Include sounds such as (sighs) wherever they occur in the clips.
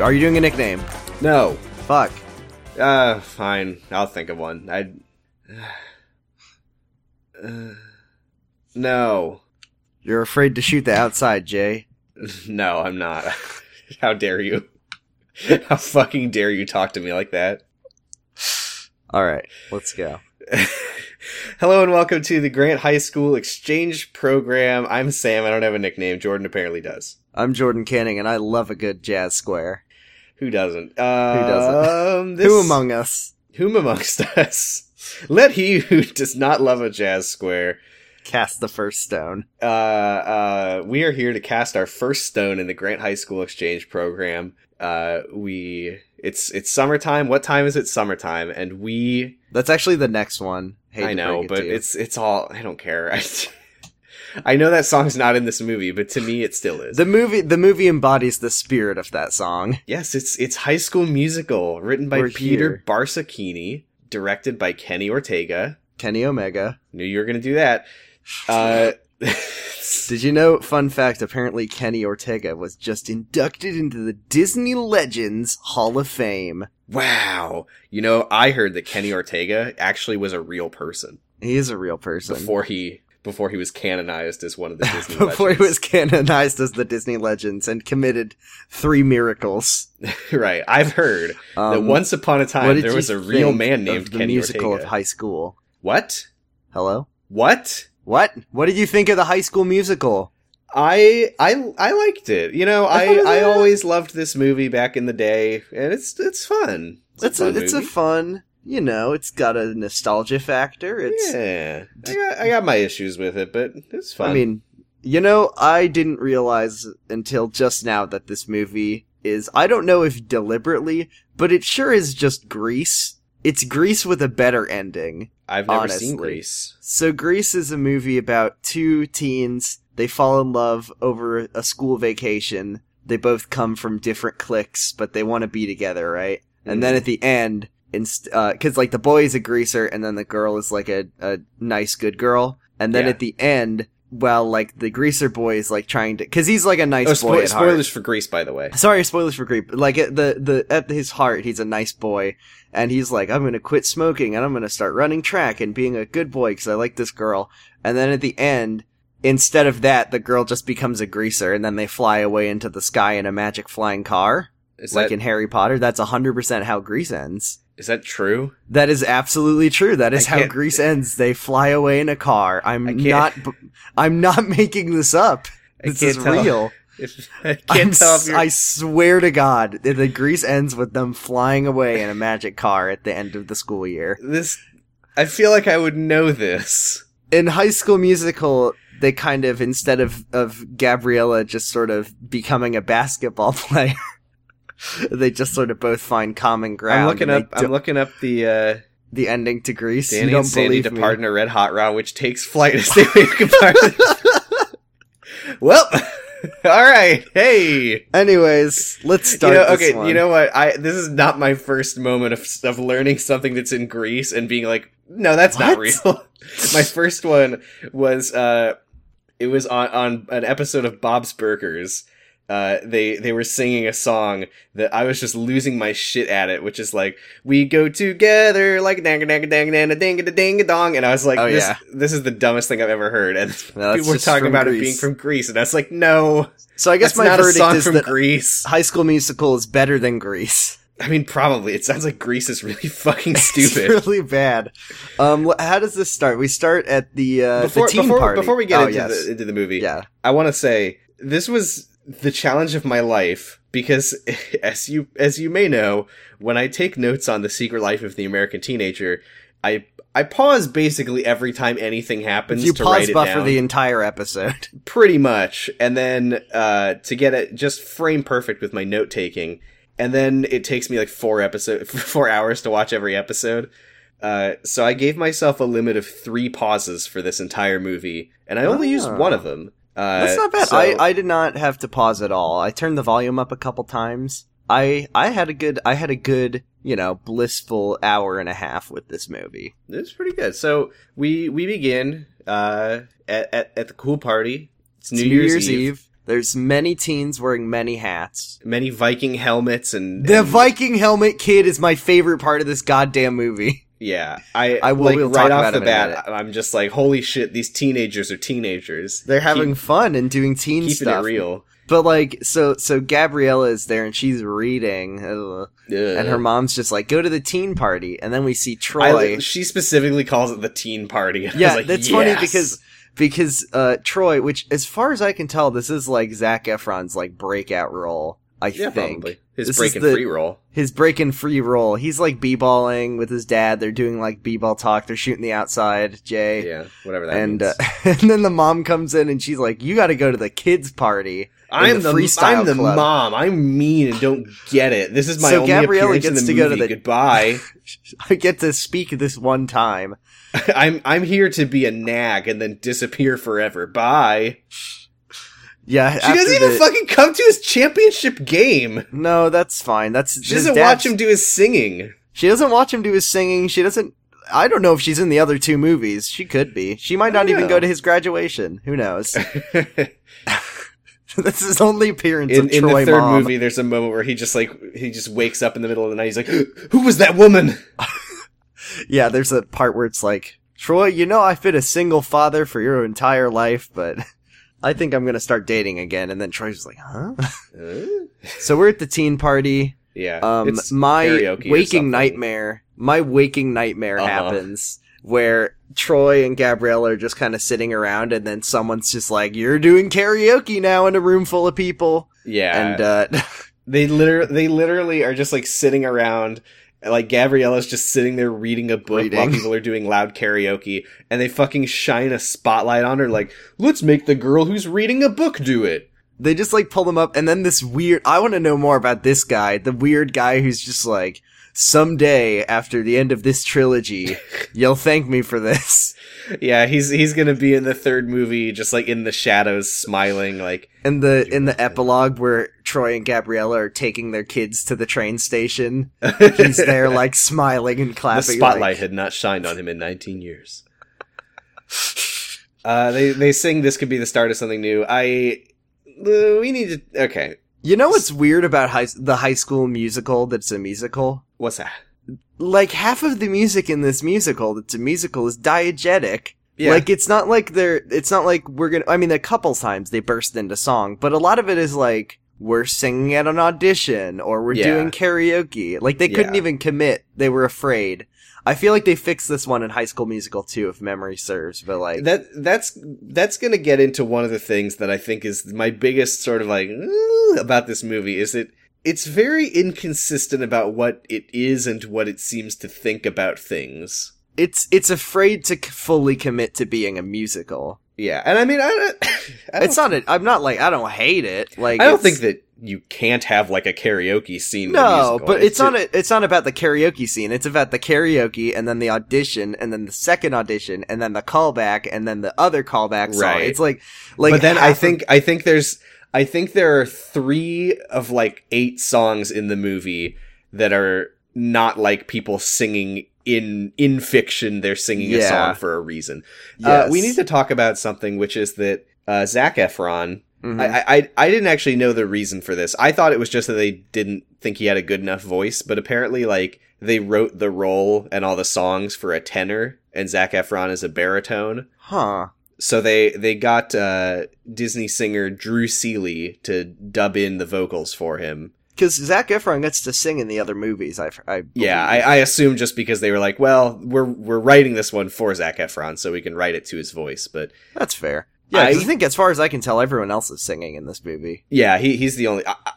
Are you doing a nickname? No. Fuck. Uh, fine. I'll think of one. I. (sighs) Uh, no. (laughs) You're afraid to shoot the outside, Jay. No, I'm not. (laughs) How dare you? (laughs) How fucking dare you talk to me like that? All right, let's go. Hello and welcome to the Grant High School Exchange Program. I'm Sam. I don't have a nickname. Jordan apparently does. I'm Jordan Canning, and I love a good jazz square. Who doesn't? doesn't? Um, this, Who among us? whom amongst (laughs) us? Let he who does not love a jazz square Cast the first stone. uh, uh, we are here to cast our first stone in the Grant High School Exchange Program. Uh, we it's it's summertime. What time is it? Summertime, and we That's actually the next one. Hate I to know, break it but to you. it's it's all I don't care. (laughs) I, I know that song's not in this movie, but to me it still is. the movie. The movie embodies the spirit of that song. yes, it's it's High School Musical, written by We're Peter here. Barsakini, directed by Kenny Ortega. Kenny Omega. Knew you were gonna do that. Uh, (laughs) Did you know? Fun fact: apparently, Kenny Ortega was just inducted into the Disney Legends Hall of Fame. wow, you know I heard that Kenny Ortega actually was a real person. He is a real person. before he before he was canonized as (laughs) one of the Disney (laughs) Before he was legends. canonized as the Disney Legends and committed three miracles. right. I've heard Um, that once upon a what time did there you was a real think man of named the Kenny musical Ortega. of High School. what? Hello, What? what? What did you think of the High School Musical? I I I liked it. You know, I thought it was I I a- always loved this movie back in the day, and it's it's fun. It's a, fun it's a movie. fun. You know, it's got a nostalgia factor. It's yeah. I got, I got my issues with it, but it's fun. I mean, you know, I didn't realize until just now that this movie is, I don't know if deliberately, but it sure is just Grease. It's Grease with a better ending. I've never honestly. seen Grease. So Grease is a movie about two teens. They fall in love over a school vacation. They both come from different cliques, but they want to be together, right? And then at the end, because like the boy is a greaser, and then the girl is like a, a nice good girl, and then Yeah. at the end, well, like the greaser boy is like trying to, because he's like a nice Oh, boy. spo- at heart. spoilers for Grease, by the way. Sorry, spoilers for Greep. Like at the the at his heart, he's a nice boy, and he's like, I'm gonna quit smoking and I'm gonna start running track and being a good boy because I like this girl. And then at the end, instead of that, the girl just becomes a greaser, and then they fly away into the sky in a magic flying car, Is like that in Harry Potter. That's hundred percent how Grease ends. is that true? That is absolutely true. That is I how can't- Grease ends. They fly away in a car. I I'm can't- not. b- I'm not (laughs) making this up. I This can't is tell. real. If, (laughs) I I'm can't tell if s- you're I swear to God, the- the Grease ends with them flying away in a magic car at the end of the school year. this i feel like i would know this In High School Musical, they kind of instead of of Gabriella just sort of becoming a basketball (laughs) player, they just sort of both find common ground. i'm looking and up they i'm do- looking up the uh the ending to Grease. you danny don't and sandy believe depart me? in a red hot row which takes flight as they (laughs) wave goodbye well (laughs) all right hey Anyways, let's start. you know, this okay one. you know what i this is not my first moment of, of learning something that's in greece and being like no that's not What? (laughs) real my first one was uh it was on on an episode of bob's burgers uh, they they were singing a song that I was just losing my shit at it, which is like we go together like dang dang dang dang ding a ding a dong, and I was like, Oh, this, yeah. this is the dumbest thing I've ever heard, and No, that's people were just talking from about it Grease. being from Greece, and I was like, no, so I guess that's my not a verdict song is from that Greece. High School Musical is better than Grease. I mean, probably. It sounds like Greece is really (laughs) fucking It's stupid. really bad. Um, wh- how does this start? We start at the uh, before, the teen before, party. before we get Oh, into, yes. the, into the movie, yeah, I want to say this was the challenge of my life because, (laughs) as you as you may know, when I take notes on the Secret Life of the American Teenager, I I pause basically every time anything happens you to pause write it buffer down, the entire episode. pretty much, and then uh, to get it just frame perfect with my note taking, and then it takes me like four episode (laughs) four hours to watch every episode. Uh, so I gave myself a limit of three pauses for this entire movie, and I only used Ah. one of them. (laughs) Uh, That's not bad. so- I, I did not have to pause at all. I turned the volume up a couple times. I I had a good I had a good you know blissful hour and a half with this movie. It's pretty good. So we we begin uh, at, at at the cool party. It's New, It's Year's, Eve. Eve. There's many teens wearing many hats. Many Viking helmets and The and- Viking helmet kid is my favorite part of this goddamn movie. Yeah, I I will- like we'll talk right about off the him in a bat. I'm just like, holy shit, these teenagers are teenagers. They're having fun and doing teen keeping stuff. it real. But like, so so Gabriella is there and she's reading, uh, and her mom's just like, "Go to the teen party," and then we see Troy. I, she specifically calls it the teen party. (laughs) I was yeah, like, that's funny yes. because because uh, Troy, which as far as I can tell, this is like Zach Efron's like breakout role. I (laughs) yeah, think probably his This is breaking the- free roll. his breaking free role. He's like b-balling with his dad. They're doing like b-ball talk. They're shooting the outside, Jay. Yeah, whatever that And uh, (laughs) means. and then the mom comes in and she's like, "You got to go to the kids' party." (laughs) I'm uh, the the, freestyle I'm the club. mom. I'm mean and don't get it. This is my So only Gabriella gets appearance in to the go to movie. the- Goodbye. (laughs) I get to speak this one time. I'm I'm here to be a nag and then disappear forever. Bye. (laughs) Yeah, She doesn't even fucking come to his championship game. No, that's fine. That's She doesn't watch him do his (laughs) singing. She doesn't watch him do his singing. She doesn't. I don't know if she's in the other two movies. She could be. She might not I don't even know. go to his graduation. Who (laughs) knows? (laughs) in, this is his only appearance in of the Troy third Mom. movie, there's a moment where he just like he just wakes up in the middle of the night. He's like, (gasps) "Who was that woman?" Yeah, there's a part where it's like, Troy, you know I've been a single father for your entire life, but (laughs) I think I'm gonna start dating again. And then Troy's like, huh? (laughs) so we're at the teen party. yeah, Um, it's my karaoke or waking something. nightmare, my waking nightmare Uh-huh. happens where Troy and Gabriella are just kind of sitting around, and then someone's just like, "You're doing karaoke now in a room full of people," yeah, and uh, (laughs) They liter- they literally are just like sitting around like Gabriella's just sitting there reading a book Reading. while people are doing loud karaoke and they fucking shine a spotlight on her like, "Let's make the girl who's reading a book do it." they just like pull them up, and then this weird. I want to know more about this guy, the weird guy who's just like, "Someday after the end of this (laughs) trilogy, you'll thank me for this." Yeah, he's he's going to be in the third movie just like in the shadows smiling like In the in the epilogue where Troy and Gabriella are taking their kids to the train station. he's (laughs) there like smiling and the clapping. spotlight like- had not shined on him in 19 years. (laughs) Uh, they they sing this could be the start of something new. I uh, we need to okay. you know what's weird about high, the High School Musical? That's a musical. What's that? Like half of the music in this musical that's a musical is diegetic. Like it's not like they're. It's not like we're gonna. I mean, a couple times they burst into song, but a lot of it is like we're singing at an audition or we're Yeah. doing karaoke. Like they couldn't Yeah. even commit. They were afraid. I feel like they fixed this one in High School Musical too, if memory serves. But like, that that's that's going to get into one of the things that I think is my biggest sort of like "Ooh," about this movie is that it's very inconsistent about what it is and what it seems to think about things. it's it's afraid to c- fully commit to being a musical. Yeah, and I mean I don't, (laughs) I don't, It's not. A, I'm not like I don't hate it. Like I don't it's- think that you can't have like a karaoke scene. in a No, musical. but it's, ju- not. A, it's not about the karaoke scene. It's about the karaoke and then the audition and then the second audition and then the callback and then the other callback song. Right. It's like like. but then half I of- think I think there's I think there are three of like eight songs in the movie that are not like people singing in in fiction. They're singing a Yeah. song for a reason. Uh, Yes. we need to talk about something, which is that uh, Zach Efron. Mhm. I, I I didn't actually know the reason for this. I thought it was just that they didn't think he had a good enough voice, but apparently, like they wrote the role and all the songs for a tenor, and Zach Efron is a baritone huh. so they they got uh, Disney singer Drew Seeley to dub in the vocals for him. Because Zach Efron gets to sing in the other movies. I. I Yeah, I, believe. I assume just because they were like, well, we're we're writing this one for Zach Efron, so we can write it to his voice. But that's fair. Yeah, 'cause I, I- think as far as I can tell, everyone else is singing in this movie. yeah, he he's the only. I, I-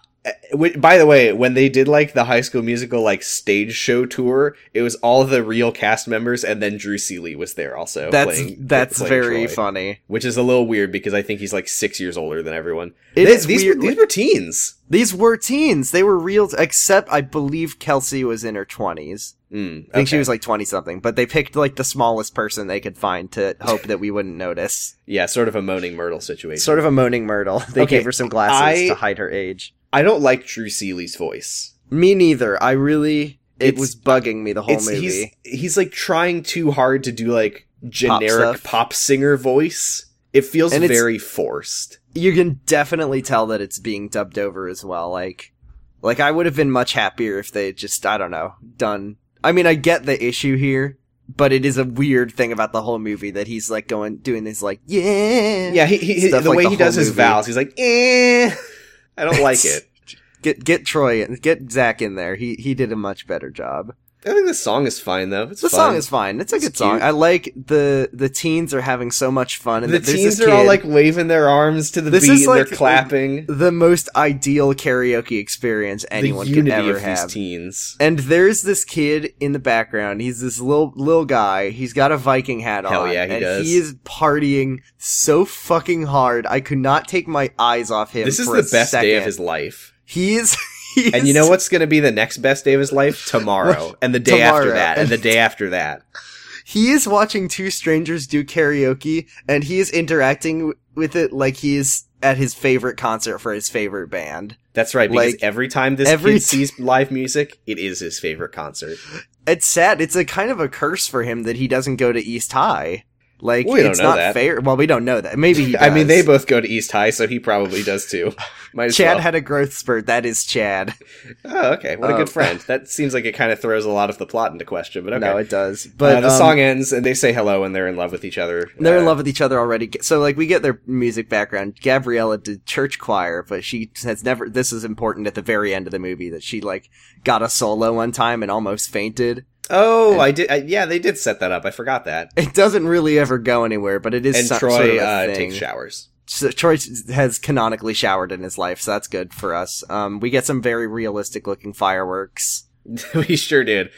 wh- by the way, when they did like the High School Musical like stage show tour, it was all the real cast members, and then Drew Seeley was there also. That's playing- that's playing very Troy, funny. Which is a little weird because I think he's like six years older than everyone. It They- is these weird. were, these were teens. These were teens. They were real, except I believe Kelsey was in her 20s. Mm, I think she okay. was like 20 something, but they picked like the smallest person they could find to hope that we wouldn't notice. Yeah, sort of a moaning Myrtle situation. sort of a moaning Myrtle. (laughs) They Okay, gave her some glasses I- to hide her age. I don't like Drew Seeley's voice. Me neither. I really, it It's- was bugging me the whole it's he's movie. he's like trying too hard to do like generic stuff. pop, singer voice. It feels And it's- very forced. you can definitely tell that it's being dubbed over as well. Like, like I would have been much happier if they had just I don't know done. I mean, I get the issue here, but it is a weird thing about the whole movie that he's like going doing this like yeah Yeah, he, he, he- the Stuff like way the he does whole his movie. vowels, he's like, eh. I don't like it. get get Troy and get Zach in there. He he did a much better job. I think the song is fine though. It's the fun. song is fine. It's a It's good song. cute. I like the the teens are having so much fun. And the that there's teens this are all kid- like waving their arms to the This beat is and like- they're clapping. the most ideal karaoke experience anyone the unity could ever of have. these teens. And there's this kid in the background. He's this little little guy. He's got a Viking hat Hell on. yeah, he and does. He is partying so fucking hard. I could not take my eyes off him. This is for the a best second. day of his life. He is. (laughs) He And is- you know what's going to be the next best day of (laughs) his life? Tomorrow. and the day after Tomorrow. that. And the day after that. He is watching two strangers do karaoke, and he is interacting w- with it like he is at his favorite concert for his favorite band. That's right. Because Like, every time this every kid t- sees live music, it is his favorite concert. It's sad. It's a kind of a curse for him that he doesn't go to East High. Like We don't it's know not that. fair. Well, we don't know that. Maybe he. (laughs) I does. mean, they both go to East High, so he probably does (laughs) too. Might as Chad well. had a growth spurt. That is Chad. oh, okay. What a Um, good friend. That seems like it kind of throws a lot of the plot into question, but okay. No, it does. but But the um, song ends, and they say hello, and they're in love with each other. they're in Uh, love with each other already. So like we get their music background. Gabriella did church choir, but she has never. This is important at the very end of the movie that she like got a solo one time and almost fainted. Oh, I did. I, yeah, they did set that up. I forgot that. It doesn't really ever go anywhere, but it is and so- Troy sort of a uh, thing. takes showers. so Troy has canonically showered in his life, so that's good for us. Um, we get some very realistic looking fireworks. (laughs) we sure did.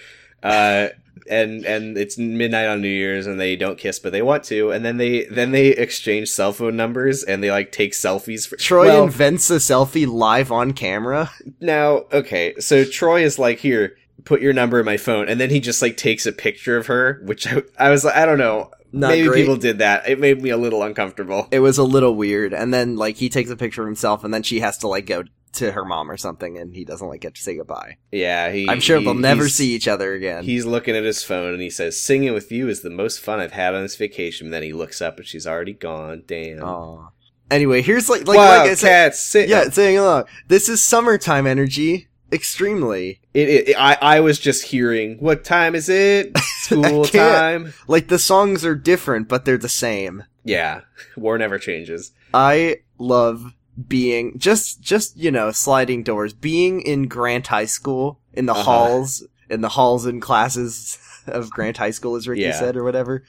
Uh, and and it's midnight on New Year's, and they don't kiss, but they want to. And then they then they exchange cell phone numbers, and they like take selfies. For, Troy Well, invents a selfie live on camera. now okay, so Troy is like here. Put your number in my phone, and then he just like takes a picture of her, which I, I was like, I don't know, Not maybe great. people did that. It made me a little uncomfortable. it was a little weird and then like he takes a picture of himself and then she has to like go to her mom or something and he doesn't like get to say goodbye Yeah, he, i'm sure he- they'll never he's- see each other again He's looking at his phone and he says, "Singing with you is the most fun I've had on this vacation." Then he looks up and she's already gone. Damn. Aw. anyway here's like like, wow, like i said cats. Sit. yeah saying along this is summertime energy extremely It, it, it- I I was just hearing. What time is (laughs) it? School can't. time. like the songs are different but they're the same Yeah. (laughs) War never changes. i love being just just you know sliding doors being in grant high school in the Uh-huh. halls in the halls and classes (laughs) of grant high school as ricky Yeah. said or whatever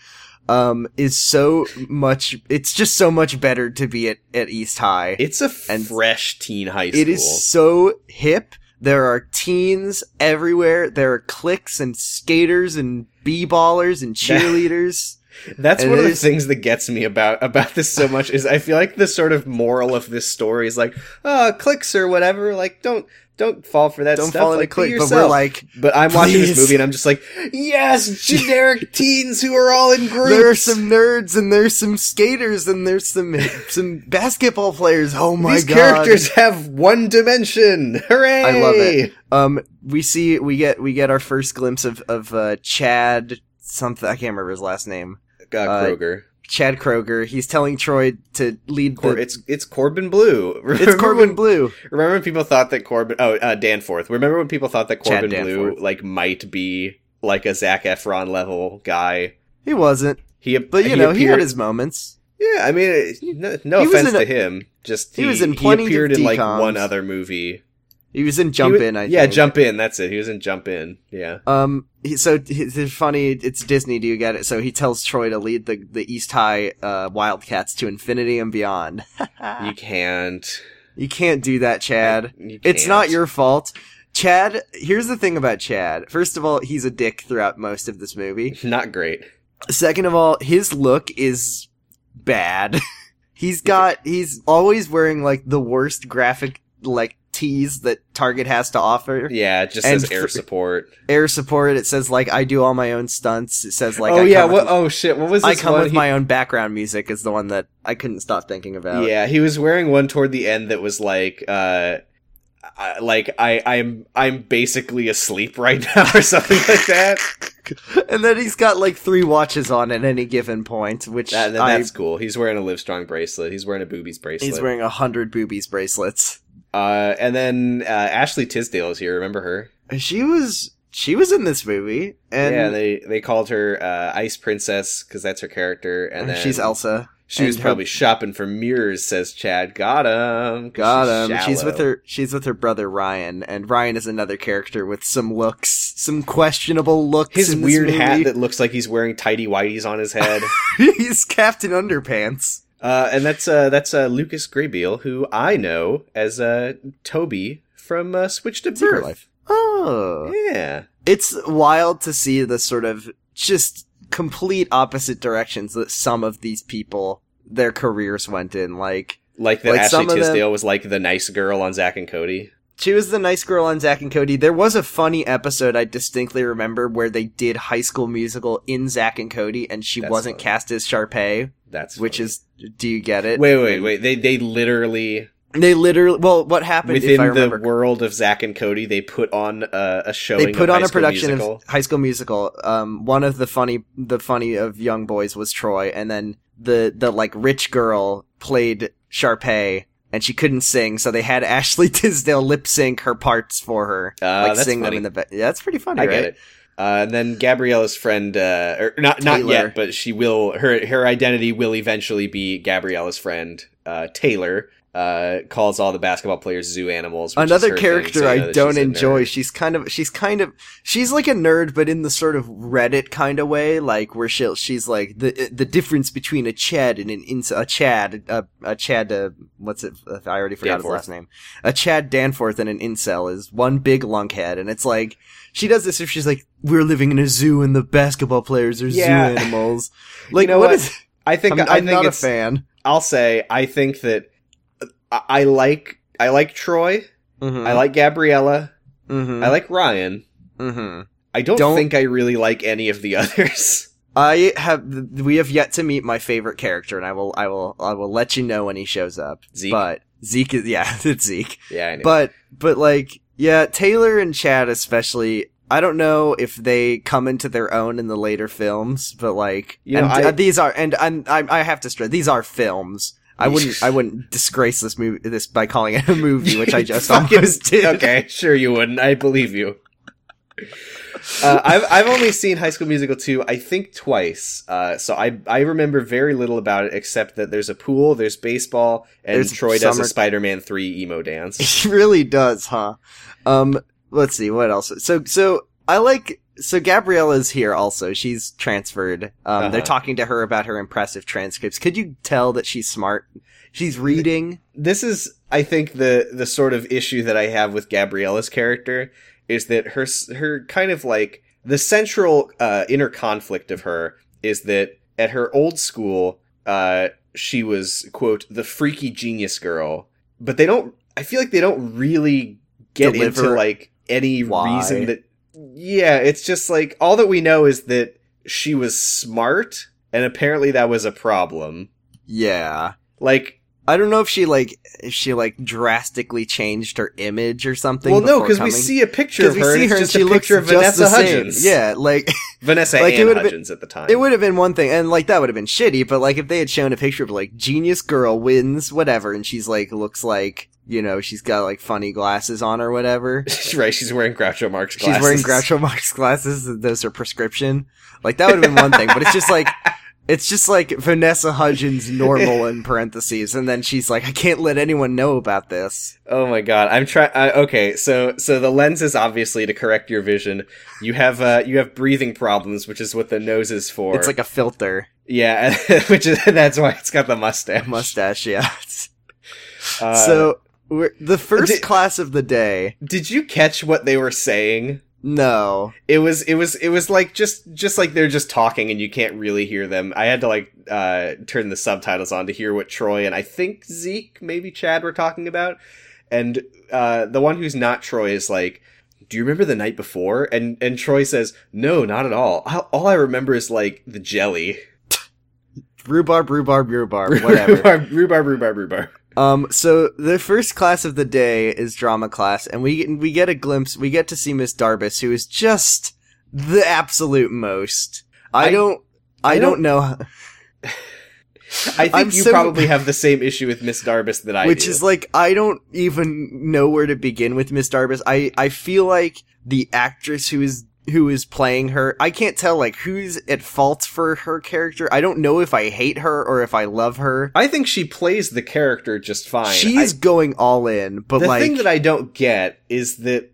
um is so much it's just so much better to be at, at east high It's a And fresh teen high school. it is so hip there are teens everywhere there are cliques and skaters and b-ballers and cheerleaders That's and one of the there's- things that gets me about about this so much is I feel like the sort of moral of this story is like, uh, clicks or whatever. Like, don't don't fall for that don't stuff. fall into like, be clique but we're yourself. like But I'm watching this Please. movie and I'm just like, (laughs) yes, generic teens who are all in groups. There are some nerds and there's some skaters and there's some (laughs) some basketball players. Oh my These god. characters have one dimension. Hooray! I love it. Um we see we get we get our first glimpse of of uh, Chad something I can't remember his last name. God, Uh, Kroger. Chad Kroger. He's telling Troy to lead Cor- the it's it's Corbin Blue. (laughs) Remember It's Corbin when- Blue. Remember when people thought that Corbin? Oh, uh, Danforth. Remember when people thought that Chad Corbin Blue Danforth. like might be like a Zach Efron level guy? He wasn't, He, but you know, he had appeared- his moments. Yeah, I mean, no, no He was offense in a- to him. Just he was in plenty of appeared in like DComs. one other movie. He was in Jump He wa- In, I yeah, think. jump in. That's it. He was in jump in. Yeah. Um, he, so it's it's funny. It's Disney. Do you get it? So he tells Troy to lead the the East High uh, Wildcats to infinity and beyond. Ah. You can't. You can't do that, Chad. You It's can't. not your fault. Chad, here's the thing about Chad. First of all, he's a dick throughout most of this movie. Not great. Second of all, his look is bad. (laughs) he's got he's always wearing like the worst graphic like tees that Target has to offer. Yeah, it just And says air for- support. Air support, it says like I do all my own stunts. It says like oh I yeah. come What? with, oh shit. What was I this come one? with He- my own background music is the one that I couldn't stop thinking about. Yeah, he was wearing one toward the end that was like, uh, I, like I I'm I'm basically asleep right (laughs) now or something like that. (laughs) and then he's got like three watches on at any given point, which That- that- I- that's cool. He's wearing a Livestrong bracelet. He's wearing a boobies bracelet. he's wearing a hundred boobies bracelets. uh, and then uh, Ashley Tisdale is here. Remember her? She was she was in this movie, and, yeah. They they called her uh, Ice Princess because that's her character. And then she's Elsa. She was and her- probably shopping for mirrors. Says Chad. Got him. 'cause Got him. She's shallow. with her. She's with her brother Ryan, and Ryan is another character with some looks, some questionable looks. His in this weird hat movie. that looks like he's wearing tidy whities on his head. (laughs) he's Captain Underpants. Uh, and that's uh, that's uh, Lucas Grabeel, who I know as uh, Toby from uh, Switch to Secret Birth. Life. Oh, Yeah, it's wild to see the sort of just complete opposite directions that some of these people their careers went in. Like like that. Like Ashley some of them- Tisdale was like the nice girl on Zack and Cody. she was the nice girl on Zack and Cody. There was a funny episode I distinctly remember where they did High School Musical in Zack and Cody, and she That's wasn't funny. cast as Sharpay, That's which funny. is do you get it? wait, wait, wait. They they literally They literally well, what happened if I within the remember world of Zack and Cody, they put on uh, a showing. they put of on High a School production Musical. of High School Musical. Um, one of the funny, the funny of young boys was Troy, and then the the like rich girl played Sharpay, and she couldn't sing, so they had (laughs) Ashley Tisdale lip sync her parts for her, Uh, like that's sing funny. them in the. Ba- yeah, that's pretty funny, I right? get it. Uh, and then Gabriella's friend, uh, or not not Taylor. yet, but she will her her identity will eventually be Gabriella's friend, uh, Taylor. Uh, calls all the basketball players zoo animals. which is her Another thing, character so you know I that don't she's a enjoy. nerd. She's kind of she's kind of she's like a nerd, but in the sort of Reddit kind of way, like where she will she's like the the difference between a Chad and an ins a Chad a, a Chad uh what's it I already forgot Danforth. his last name a Chad Danforth and an incel is one big lunkhead, and it's like she does this if she's like we're living in a zoo and the basketball players are Yeah. zoo (laughs) animals. Like know what what? is? I think I'm, i I'm think not a it's, fan. I'll say I think that I, I like I like Troy. I Mm. like Gabriella. Mm-hmm. I like Ryan. Mm-hmm. I don't, Don't- think I really like any of the (laughs) others. I have we have yet to meet my favorite character, and I will I will I will let you know when he shows up. Zeke. But Zeke is yeah, (laughs) it's Zeke. yeah, I know. But but like yeah, Taylor and Chad especially. I don't know if they come into their own in the later films, but like You know, and, I- uh, these are and I'm, I'm I have to stress these are films. I wouldn't I wouldn't disgrace this movie this by calling it a movie, (laughs) which I just Fucking- almost did. okay, sure you wouldn't. I believe you. Uh, I've I've only seen High School Musical two, I think twice. Uh, so I I remember very little about it except that there's a pool, there's baseball, and There's Troy does a summer- Spider Man three emo dance. (laughs) It really does, huh? Um, let's see what else. So, so I like. So Gabriella's here also. She's transferred. Um, they're Uh-huh. talking to her about her impressive transcripts. Could you tell that she's smart? She's reading. This is I think the the sort of issue that I have with Gabriella's character is that her s- her kind of like the central uh, inner conflict of her is that at her old school uh, she was quote the freaky genius girl, but they don't. I feel like they don't really get Deliver into like any why. reason that. Yeah, it's just like all that we know is that she was smart, and apparently that was a problem. Yeah. Like I don't know if she like if she like drastically changed her image or something. Well, no, because because we see a picture of her. and it's just a picture of Vanessa Hudgens. Yeah, like Vanessa Like, it Ann would've been- Hudgens at the time. It would have been one thing, and like that would have been shitty, but like if they had shown a picture of like genius girl wins, whatever, and she's like looks like, you know, she's got like funny glasses on or whatever. right. (laughs) She's wearing Groucho Marx glasses. She's wearing Groucho Marx glasses, and those are prescription. Like that would have been one thing, but it's just (laughs) like it's just like Vanessa Hudgens normal in parentheses, and then she's like, I can't let anyone know about this. Oh my god. I'm trying. Uh, okay, so so the lens is obviously to correct your vision. You have uh you have breathing problems, which is what the nose is for. It's like a filter yeah, (laughs) which is that's why it's got the mustache. mustache, yeah. (laughs) Uh, so we're, the first di- class of the day. did you catch what they were saying? No. it was it was it was like just just like they're just talking and you can't really hear them i had to like uh turn the subtitles on to hear what troy and i think zeke maybe chad were talking about and uh the one who's not troy is like do you remember the night before and and troy says no not at all I, all i remember is like the jelly (laughs) Rhubarb, rhubarb, rhubarb, whatever. (laughs) rhubarb rhubarb rhubarb rhubarb Um, so the first class of the day is drama class, and we we get a glimpse. We get to see Miss Darbus, who is just the absolute most. I, I- don't. I, I don't, know, I think I'm you so- probably have the same issue with Miss Darbus that I which do. is like I don't even know where to begin with Miss Darbus. I I feel like the actress who is who is playing her. I can't tell like who's at fault for her character. I don't know if I hate her or if I love her. I think she plays the character just fine. She's going all in, I, but the like thing that I don't get is that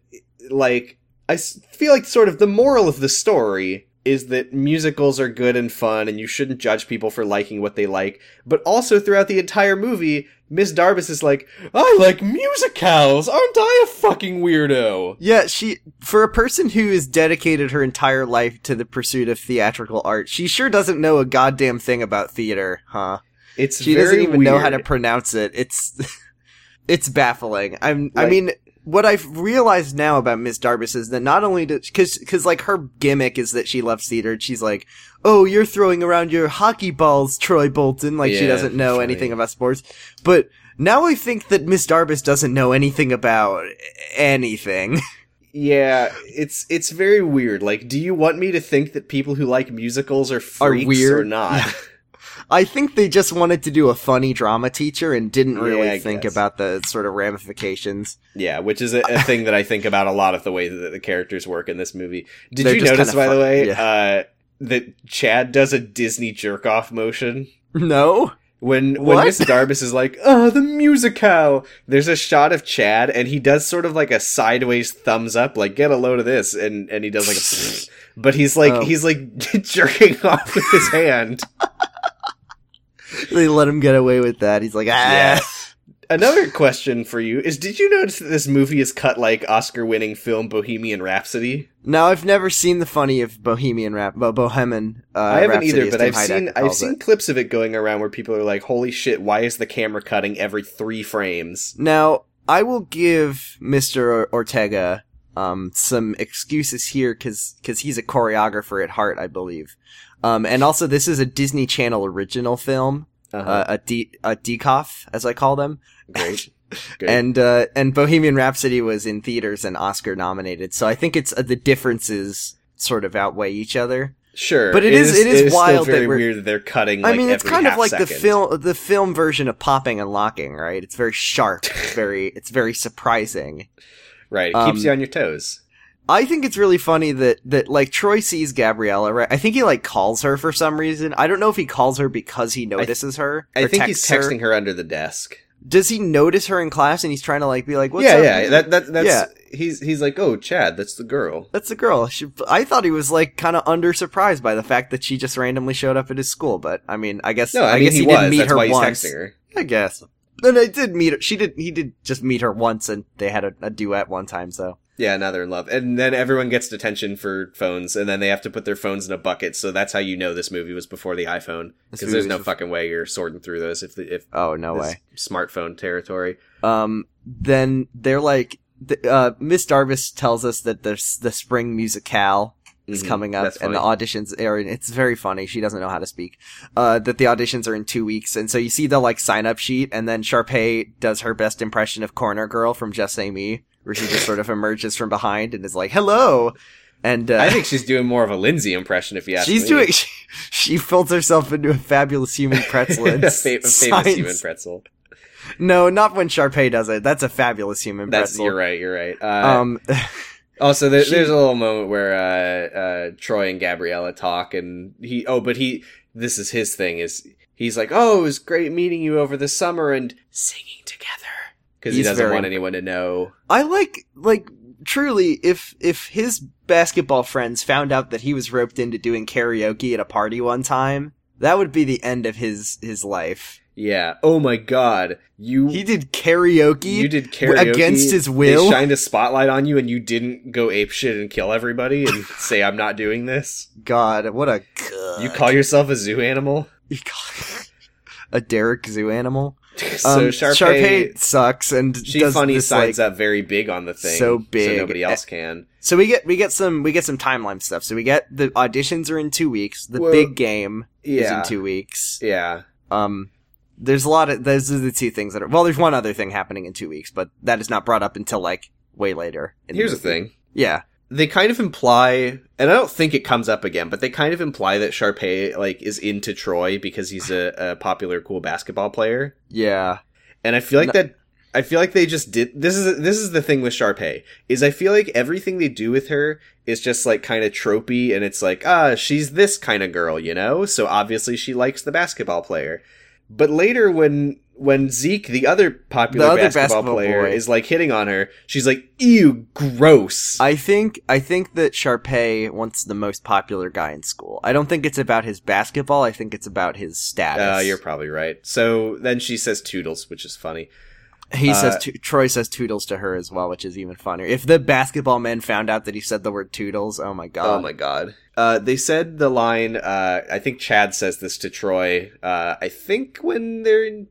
like I s- feel like sort of the moral of the story is that musicals are good and fun and you shouldn't judge people for liking what they like. But also throughout the entire movie, Miss Darbus is like, "I like musicals. Aren't I a fucking weirdo?" Yeah, she for a person who has dedicated her entire life to the pursuit of theatrical art, she sure doesn't know a goddamn thing about theater, huh? It's She very doesn't even know how to weird. pronounce it. It's (laughs) it's baffling. I'm I Like- mean what I've realized now about Miss Darbus is that not only does cuz cuz like her gimmick is that she loves theater and she's like, "Oh, you're throwing around your hockey balls, Troy Bolton," like she Yeah, doesn't know that's anything right. about sports. But now I think that Miss Darbus doesn't know anything about anything. Yeah, it's it's very weird. Like, do you want me to think that people who like musicals are freaks or weird? not? I think they just wanted to do a funny drama teacher and didn't really Yeah, I think guess. about the sort of ramifications. (laughs) yeah, which is a, a thing that I think about a lot of the way that the characters work in this movie. Did They're you just notice, kinda by the fun, way, yeah. uh, that Chad does a Disney jerk off motion? No? When when What? Miss Darbus is like, oh, the musical. There's a shot of Chad, and he does sort of like a sideways thumbs up, like get a load of this, and and he does like a, (laughs) but he's like Oh. he's like (laughs) jerking off with his hand. They let him get away with that. He's like, ah. Yeah. Another question for you is Did you notice that this movie is cut like Oscar winning film Bohemian Rhapsody? Now, I've never seen the funny of Bohemian Rap, Bo- Bohemian uh, I haven't Rhapsody, either, as but Tim I've Heidecker seen I've calls seen it. clips of it going around where people are like, Holy shit, why is the camera cutting every three frames? Now, I will give Mr. Ortega um, some excuses here because he's a choreographer at heart, I believe. Um, and also, this is a Disney Channel original film, Uh-huh. (laughs) uh, a, D- a DCOF, as I call them. Great. Great. and uh, and Bohemian Rhapsody was in theaters and Oscar nominated. So I think it's uh, the differences sort of outweigh each other. sure. but it is- it is wild that still very we're- weird that they're cutting like I mean, it's every kind of half like the second. film the film version of popping and locking, right? It's very sharp. (laughs) It's very it's very surprising. Right. It Um, keeps you on your toes. I think it's really funny that that like Troy sees Gabriella, right? I think he like calls her for some reason. I don't know if he calls her because he notices her. I or think he's texts her. texting her under the desk. Does he notice her in class and he's trying to like be like, "What's yeah, up?" yeah. man?" That that that's he's he's like, Oh, Chad, that's the girl. That's the girl. She, I thought he was like kind of under surprised by the fact that she just randomly showed up at his school, but I mean, I guess No, I, mean guess he, he, was. didn't meet that's her why he's once. texting her. I guess. Then I did meet her. She did. He did just meet her once, and they had a, a duet one time. So Yeah, now they're in love. And then everyone gets detention for phones, and then they have to put their phones in a bucket, so that's how you know this movie was before the iPhone. This Because there's movie no was- fucking way you're sorting through those if the, if oh no this way. smartphone territory. Um, then they're like, th- uh, Miss Darvis tells us that the s- the spring musicale is Mhm, coming up that's and the funny. auditions are in, it's very funny she doesn't know how to speak uh that the auditions are in two weeks and so you see the like sign up sheet and then Sharpay does her best impression of corner girl from just say me where she just sort of emerges from behind and is like hello and uh, I think she's doing more of a Lindsay impression if you ask she's me. doing (laughs) she, she folds herself into a fabulous (laughs) human pretzel and a (laughs) fa- a signs- famous human pretzel. no not when Sharpay does it that's a fabulous human That's pretzel you're right. You're right. Uh, um (laughs) also, there, she- there's a little moment where uh, uh, Troy and Gabriella talk, and he. Oh, but he. This is his thing. Is he's like, oh, it was great meeting you over the summer and singing together because he He's doesn't very- want anyone to know. I like like truly if if his basketball friends found out that he was roped into doing karaoke at a party one time, that would be the end of his his life. Yeah. Oh my God. You. He did karaoke, you did w- karaoke against his They will. shined a spotlight on you, and you didn't go ape shit and kill everybody and (laughs) say, "I'm not doing this." God, what a cuck. You (laughs) call yourself a zoo animal? (laughs) You call- a Derek zoo animal. so Sharpay, sucks and she Um, does funny this, signs like- up very big on the thing, so big. so nobody else can. So we get we get some we get some timeline stuff. So we get the auditions are in two weeks. The Well, big game is Yeah, in two weeks. yeah. Um, there's a lot of those are the two things that are well. There's one other thing happening in two weeks, but that is not brought up until like way later. in Here's the movie. thing. Yeah. They kind of imply, and I don't think it comes up again, but they kind of imply that Sharpay like is into Troy because he's a, a popular, cool basketball player. Yeah. And I feel like No- that. I feel like they just did. This is this is the thing with Sharpay is I feel like everything they do with her is just like kind of tropey, and it's like ah, she's this kind of girl, you know. So obviously she likes the basketball player. But later when when Zeke, the other popular other basketball, basketball player, boy. is like hitting on her, she's like ew, gross. I think I think that Sharpay wants the most popular guy in school. I don't think it's about his basketball. I think it's about his status. Uh, you're probably right. So then she says toodles, which is funny. he uh, says to- Troy says toodles to her as well, which is even funnier. If the basketball men found out that he said the word toodles, oh my god. Oh my god. Uh, they said the line, uh, I think Chad says this to Troy, uh, I think when they're in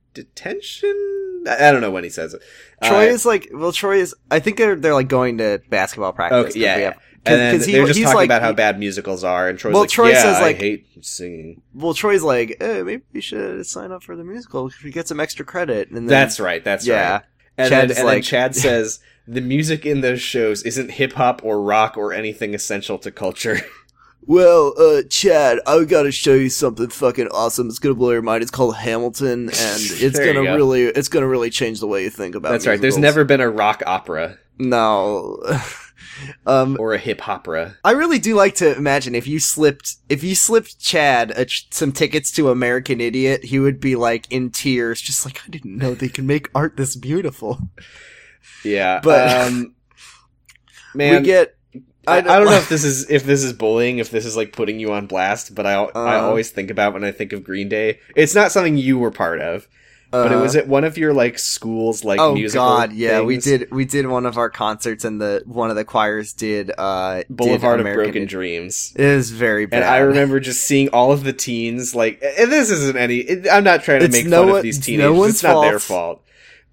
detention? I, I don't know when he says it. Uh, Troy is like well, Troy is. I think they're they're like going to basketball practice. Okay, 'cause yeah, they yeah. have- and then 'cause he- they're just he's talking like- about how he- bad musicals are, and Troy's Well, like, Troy yeah, says, I like- hate singing. well, Troy's like, eh, maybe we should sign up for the musical if we get some extra credit. And then, That's right, that's yeah. right. And, Chad's then, and then like- (laughs) Chad says, the music in those shows isn't hip-hop or rock or anything essential to culture. Well, uh, Chad, I gotta show you something fucking awesome. It's gonna blow your mind. It's called (laughs) Hamilton, and it's There you gonna go. really, it's gonna really change the way you think about. that's right, there's musicals. never been a rock opera no. (laughs) um, or a hip-opera. I really do like to imagine if you slipped, if you slipped Chad a, ch- some tickets to American Idiot, he would be like in tears, just like I didn't know they can make art this beautiful. Yeah, But- um, (laughs) man, we get. I, I don't (laughs) know if this is if this is bullying, if this is like putting you on blast, but I al I Uh-huh. always think about when I think of Green Day. It's not something you were part of, but it Uh, was at one of your like schools like oh musical. god yeah we things. did we did one of our concerts and the one of the choirs did uh did Boulevard of American Broken Id- Dreams. it is very bad And I remember just seeing all of the teens like and this isn't any it, I'm not trying to It's make no fun one- of these it's teenagers. no one's it's not their fault. fault.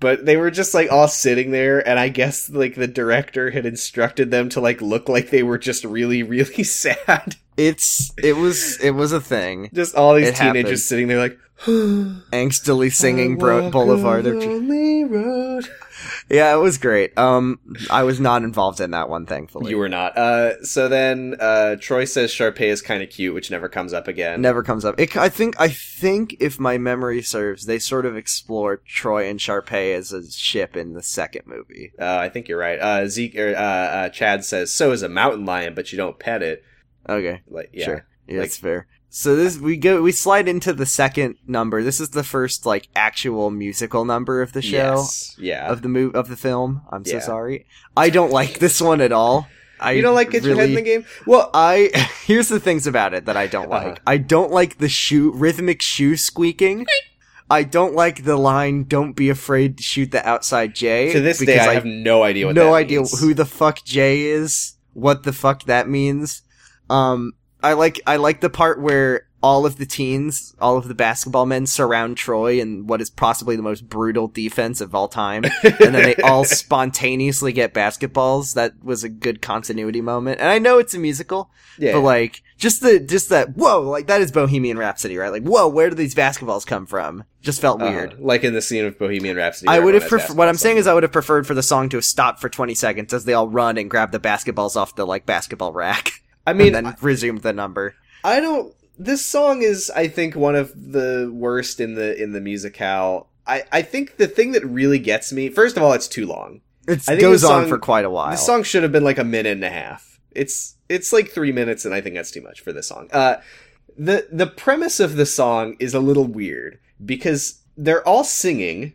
But they were just like all sitting there and I guess like the director had instructed them to like look like they were just really really (laughs) sad. it's it was it was a thing Just all these It teenagers happened. sitting there like (gasps) angstily (gasps) I singing bro- walk boulevard a of Dr- lonely road. yeah it was great um i was not involved in that one thankfully You were not. Uh, so then uh, Troy says Sharpay is kind of cute, which never comes up again. never comes up it, i think i think if my memory serves they sort of explore troy and sharpay as a ship in the second movie Uh, I think you're right. Uh, Zeke or uh, uh, Chad says so is a mountain lion, but you don't pet it. okay Like yeah, Sure. Yeah, Like- that's fair. So this we go we slide into the second number. This is the first like actual musical number of the show Yes. Yeah. of the move of the film. I'm so Yeah. sorry. I don't like this one at all. I you don't like get really, your head in the game. Well, I (laughs) here's the things about it that I don't like. Uh-huh. I don't like the shoe rhythmic shoe squeaking. I don't like the line "Don't be afraid to shoot the outside J." to this day, because I, have no idea what. no that idea means. who the fuck Jay is, what the fuck that means. Um, I like I like the part where all of the teens, all of the basketball men surround Troy in what is possibly the most brutal defense of all time, and (laughs) then they all spontaneously get basketballs. That was a good continuity moment, and I know it's a musical, yeah. but like just the just that whoa, like that is Bohemian Rhapsody, right? Like whoa, where do these basketballs come from? Just felt Uh-huh. weird. Like in the scene of Bohemian Rhapsody. I where would have everyone has preferred. What I'm basketballs saying is, I would have preferred for the song to have stopped for 20 seconds as they all run and grab the basketballs off the like basketball rack. on. I (laughs) mean, and then resumed the number. I don't. This song is, I think, one of the worst in the in the musicale. I I think the thing that really gets me. First of all, it's too long. It I think goes the on song- for quite a while. This song should have been like a minute and a half. It's it's like three minutes, and I think that's too much for this song. Uh, the the premise of the song is a little weird because they're all singing.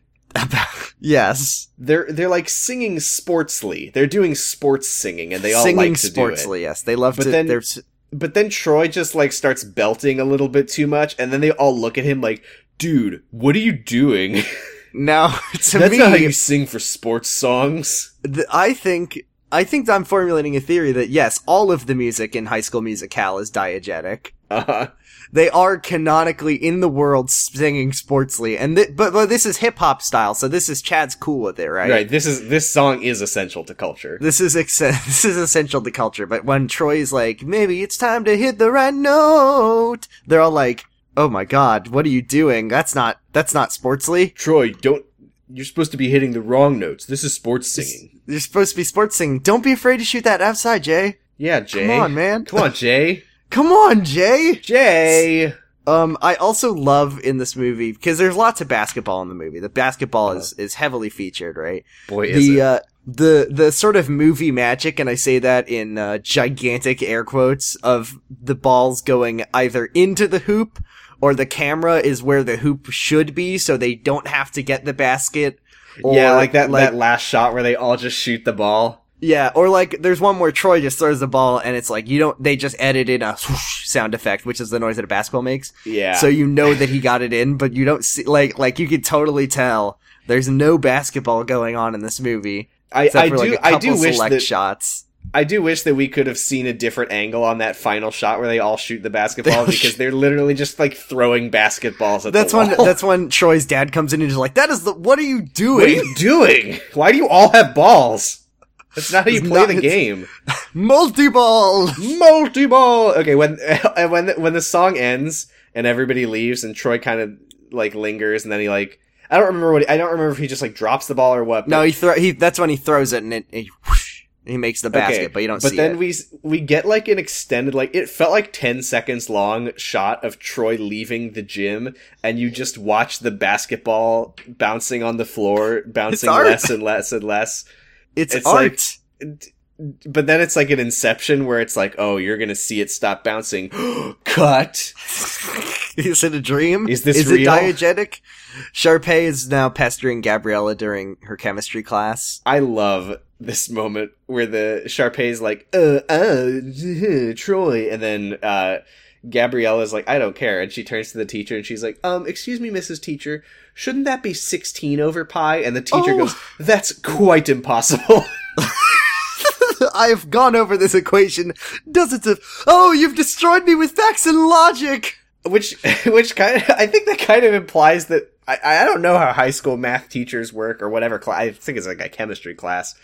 yes, They're they're like singing sportsly. They're doing sports singing, and they all singing like to do it. sportsly. Yes, they love But to. then- they're s- But then Troy just like starts belting a little bit too much, and then they all look at him like, "Dude, what are you doing? (laughs) now (laughs) to That's me, not how you sing for sports songs." (laughs) th- I think. I think I'm formulating a theory that yes, all of the music in High School Musical is diegetic. Uh, They are canonically in the world singing sportsly, and th- but, but this is hip hop style, so this is Chad's cool with it, right. This is this song is essential to culture. This is ex- (laughs) this is essential to culture. But when Troy's like, maybe it's time to hit the right note, they're all like, "Oh my god, what are you doing? That's not that's not sportsly. Troy, don't. You're supposed to be hitting the wrong notes. This is sports singing. You're supposed to be sports singing. Don't be afraid to shoot that outside, Jay. Yeah, Jay. Come on, man. Come on, (laughs) Jay. Come on, Jay." Jay. Um, I also love in this movie because there's lots of basketball in the movie. The basketball Uh-huh. is is heavily featured, right? Boy, is The it. uh, the the sort of movie magic, and I say that in uh, gigantic air quotes of the balls going either into the hoop or the camera is where the hoop should be, so they don't have to get the basket. Or uh, yeah, like that that last shot where they all just shoot the ball. yeah, or like there's one where Troy just throws the ball, and it's like you don't. They just edited a swoosh sound effect, which is the noise that a basketball makes. Yeah. So you know that he got it in, but you don't see like like you could totally tell there's no basketball going on in this movie. I, Except I do for like a couple I do wish select that shots. I do wish that we could have seen a different angle on that final shot where they all shoot the (laughs) basketball because they're literally just like throwing basketballs at That's the when wall. that's when Troy's dad comes in and is like, "That is the what are you (laughs) what (laughs) are doing? you doing? Why do you all have balls? That's not how you It's play not- the it's- game. Multi ball." Multi ball. Okay, when (laughs) and when the, when the song ends and everybody leaves and Troy kind of like lingers and then he like I don't remember what I don't remember if he just like drops the ball or what. No, he throw he. That's when he throws it and it and he, whoosh, and he makes the basket, but you don't But see then it. we we get like an extended like it felt like 10 seconds long shot of Troy leaving the gym and you just watch the basketball bouncing on the floor bouncing art. less and less and less it's, it's art. like- but then it's like an inception where it's like oh you're going to see it stop bouncing (gasps) cut (laughs) is it a dream? Is this is real? it diegetic? Sharpay is now pestering Gabriella during her chemistry class. (laughs) I love this moment where the Sharpay's like, uh, uh, (laughs) Troy, and then uh, Gabriella's like, I don't care, and she turns to the teacher and she's like, um, excuse me, Mrs. Teacher, shouldn't that be sixteen over pi? And the teacher Oh. goes, that's quite impossible. (laughs) I have gone over this equation dozens of. Oh, you've destroyed me with facts and logic. which, (laughs) which kind of, I think that kind of implies that. I, I don't know how high school math teachers work or whatever class. I think it's like a chemistry class.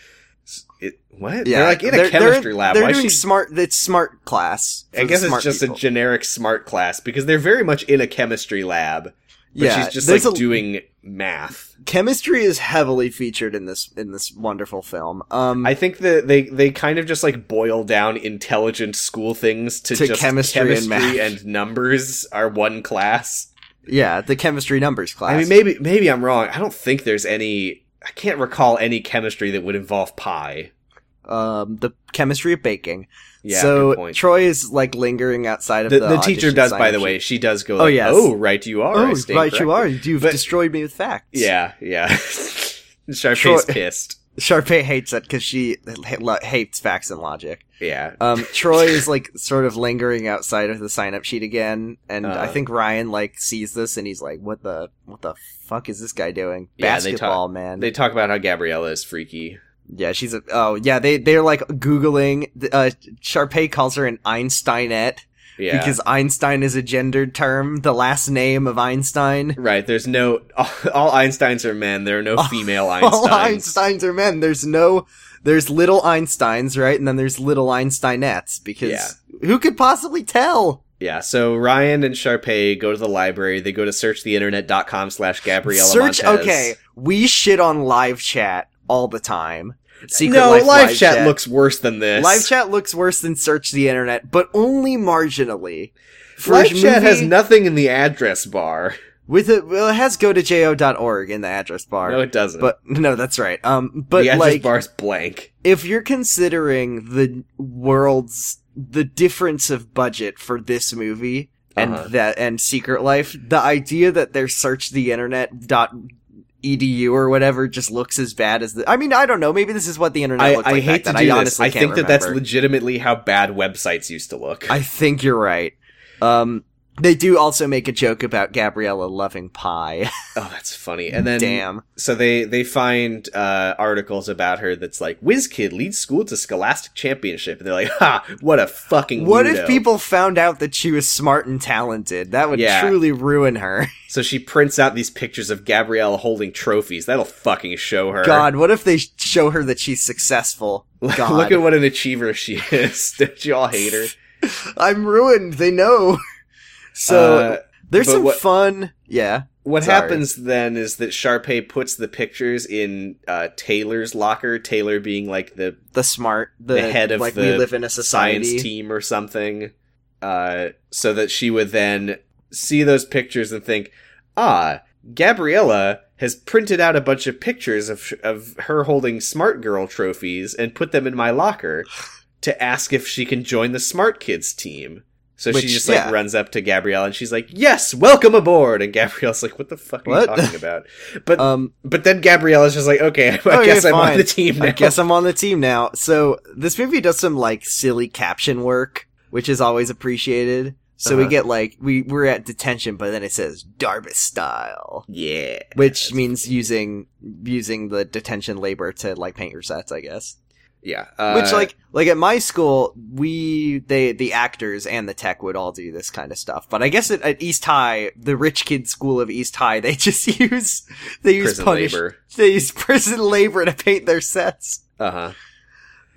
S- It, what? they're like in a chemistry lab. They're Why doing should smart. It's smart class. for I the guess it's smart just people. a generic smart class because they're very much in a chemistry lab, but yeah. she's just like there's a- doing math. chemistry is heavily featured in this in this wonderful film. Um, I think that they they kind of just like boil down intelligent school things to, To just chemistry and chemistry math. and numbers are one class. yeah, the chemistry numbers class. I mean, maybe maybe I'm wrong. I don't think there's any. I can't recall any chemistry that would involve pi. um, the chemistry of baking. Yeah, so good point. Troy is like lingering outside of the, the. the teacher audition does, sign by up. the She- way. She does go. Oh, Like, oh yes. right, you are. Oh, I right, stand you corrected." are. You've But- destroyed me with facts. Yeah, yeah. (laughs) Sharpay's Troy- pissed. Sharpay hates that because she ha- lo- hates facts and logic. Yeah, Um, Troy is like sort of lingering outside of the sign up sheet again, and I Uh. think Ryan like sees this and he's like, "What the what the fuck is this guy doing? Yeah, they Basketball, man. They talk about how Gabriella is freaky. yeah, she's a oh yeah. They they're like googling. Uh, Sharpay calls her an Einsteinette Yeah. because Einstein is a gendered term. The last name of Einstein. (laughs) right, there's no (laughs) all, all Einsteins are men. There are no female All Einsteins. Einsteins are men. There's no, there's little Einsteins, right? And then there's little Einsteinettes because Yeah. who could possibly tell? Yeah, so Ryan and Sharpay go to the library. They go to searchtheinternet.com slash Gabriella Search. Montez. Okay, we shit on live chat all the time. Secret no, Life live, chat, looks worse than this. live (laughs) chat looks worse than search the internet, but only marginally. For Live a chat has movie- nothing in the address bar. with it. Well, it has go to jo.org in the address bar. No, it doesn't. but no, that's right. Um, but the address like bar is blank. if you're considering the world's the difference of budget for this movie and Uh-huh. that and Secret Life, the idea that their search the internet dot edu or whatever just looks as bad as the. I mean, I don't know. Maybe this is what the internet I, looked I like hate to back then. I do this. honestly I can't think that that's remember. legitimately how bad websites used to look. I think you're right. Um, they do also make a joke about Gabriella loving pie. (laughs) oh, that's funny. And (laughs) then Damn. so they they find uh, articles about her that's like WizKid leads school to scholastic championship, and they're like, "Ha! What a fucking What weirdo." if people found out that she was smart and talented? That would Yeah. truly ruin her. So she prints out these pictures of Gabrielle holding trophies. That'll fucking show her. (laughs) God, what if they show her that she's successful? God, look at what an achiever she (laughs) is. Don't you all hate her? I'm ruined. They know. (laughs) So Uh, There's But some what- fun. Yeah. What Sorry. happens then is that Sharpay puts the pictures in uh, Taylor's locker. Taylor being like the The smart, the, The head of like the we live in a science society. team or something, uh, so that she would then see those pictures and think, ah, Gabriella has printed out a bunch of pictures of of her holding Smart Girl trophies and put them in (sighs) my locker to ask if she can join the Smart Kids team. So Which, she just like yeah. runs up to Gabriella and she's like, "Yes, welcome aboard." And Gabrielle's like, "What the fuck are What? you talking about?" But Um, but then Gabriella's just like, "Okay, I Oh, yeah, guess I'm on fine. the team (laughs) now." I guess I'm on the team now. So this movie does some like silly caption work, which is always appreciated. So we Uh-huh. get like we we're at detention, but then it says Darbus style, yeah. which means using using the detention labor to like paint your sets, I guess. Yeah. Uh, Which like like at my school, we they the actors and the tech would all do this kind of stuff. But I guess at, at East High, the rich kid school of East High, they (laughs) just use they use prison punish labor. they use prison labor to paint their sets. Uh huh.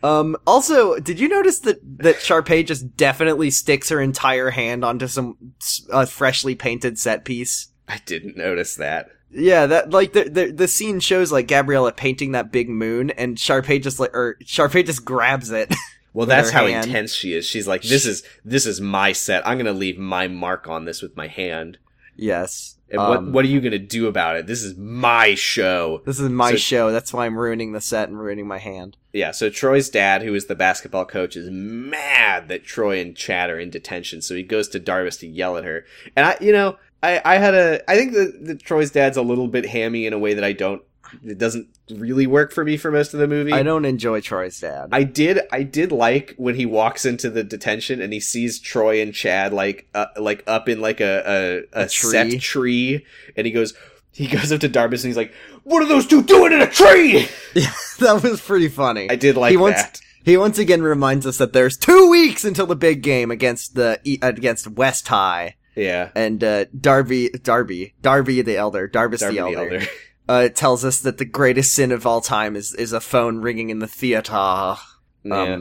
Um. Also, did you notice that that Sharpay just definitely sticks her entire hand onto some s- a freshly painted set piece? I didn't notice that. Yeah, that like the, the the scene shows like Gabriella painting that big moon, and Sharpay just like or Sharpay just grabs it. (laughs) Well, With that's her how hand. intense she is. She's like, "This is this is my set. I'm gonna leave my mark on this with my hand." yes. And what um, what are you gonna do about it? This is my show. This is my So- show. That's why I'm ruining the set and ruining my hand. Yeah. So Troy's dad, who is the basketball coach, is mad that Troy and Chad are in detention. So he goes to Darvis to yell at her. And I, you know, I I had a I think that that Troy's dad's a little bit hammy in a way that I don't. It doesn't really work for me for most of the movie. I don't enjoy Troy's dad. I did I did like when he walks into the detention and he sees Troy and Chad like uh, like up in like a a, a, A tree. set tree and he goes he goes up to Darbus and he's like, "What are those two doing in a tree?" (laughs) that was pretty funny. I did like He wants- that. He once again reminds us that there's two weeks until the big game against the E- against West High Yeah, and uh, Darby Darby Darby the Elder Darvis Darby the Elder, Uh, tells us that the greatest sin of all time is is a phone ringing in the theater. Um, Yeah.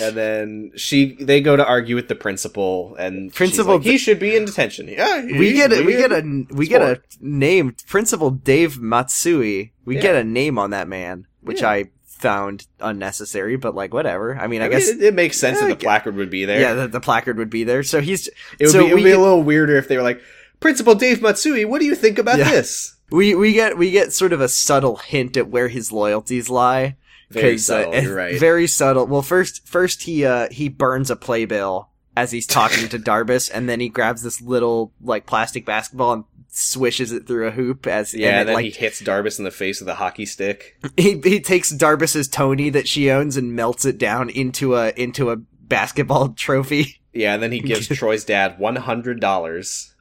and then she they go to argue with the principal and she's Principal like, he should be in detention. Yeah, we he get a, should we be get in- a we get a name principal Dave Matsui. We Yeah. get a name on that man, which Yeah. I found unnecessary, but like whatever. I mean, I, I, mean, guess it, it makes sense Yeah, that I the gu- placard would be there. yeah, the, the placard would be there. So he's it would, so be, it would we be get- a little weirder if they were like, "Principal Dave Matsui, what do you think about Yeah. this?" we we get we get sort of a subtle hint at where his loyalties lie. Very 'Cause, uh, subtle, you're right. Very subtle. Well, first first he uh he burns a playbill as he's talking (laughs) to Darbus, and then he grabs this little like plastic basketball and swishes it through a hoop as yeah, and, and it, then like he hits Darbus in the face with a (laughs) hockey stick. he he takes Darbus's Tony that she owns and melts it down into a into a basketball (laughs) trophy. Yeah, and then (laughs) he gives Troy's dad one hundred dollars,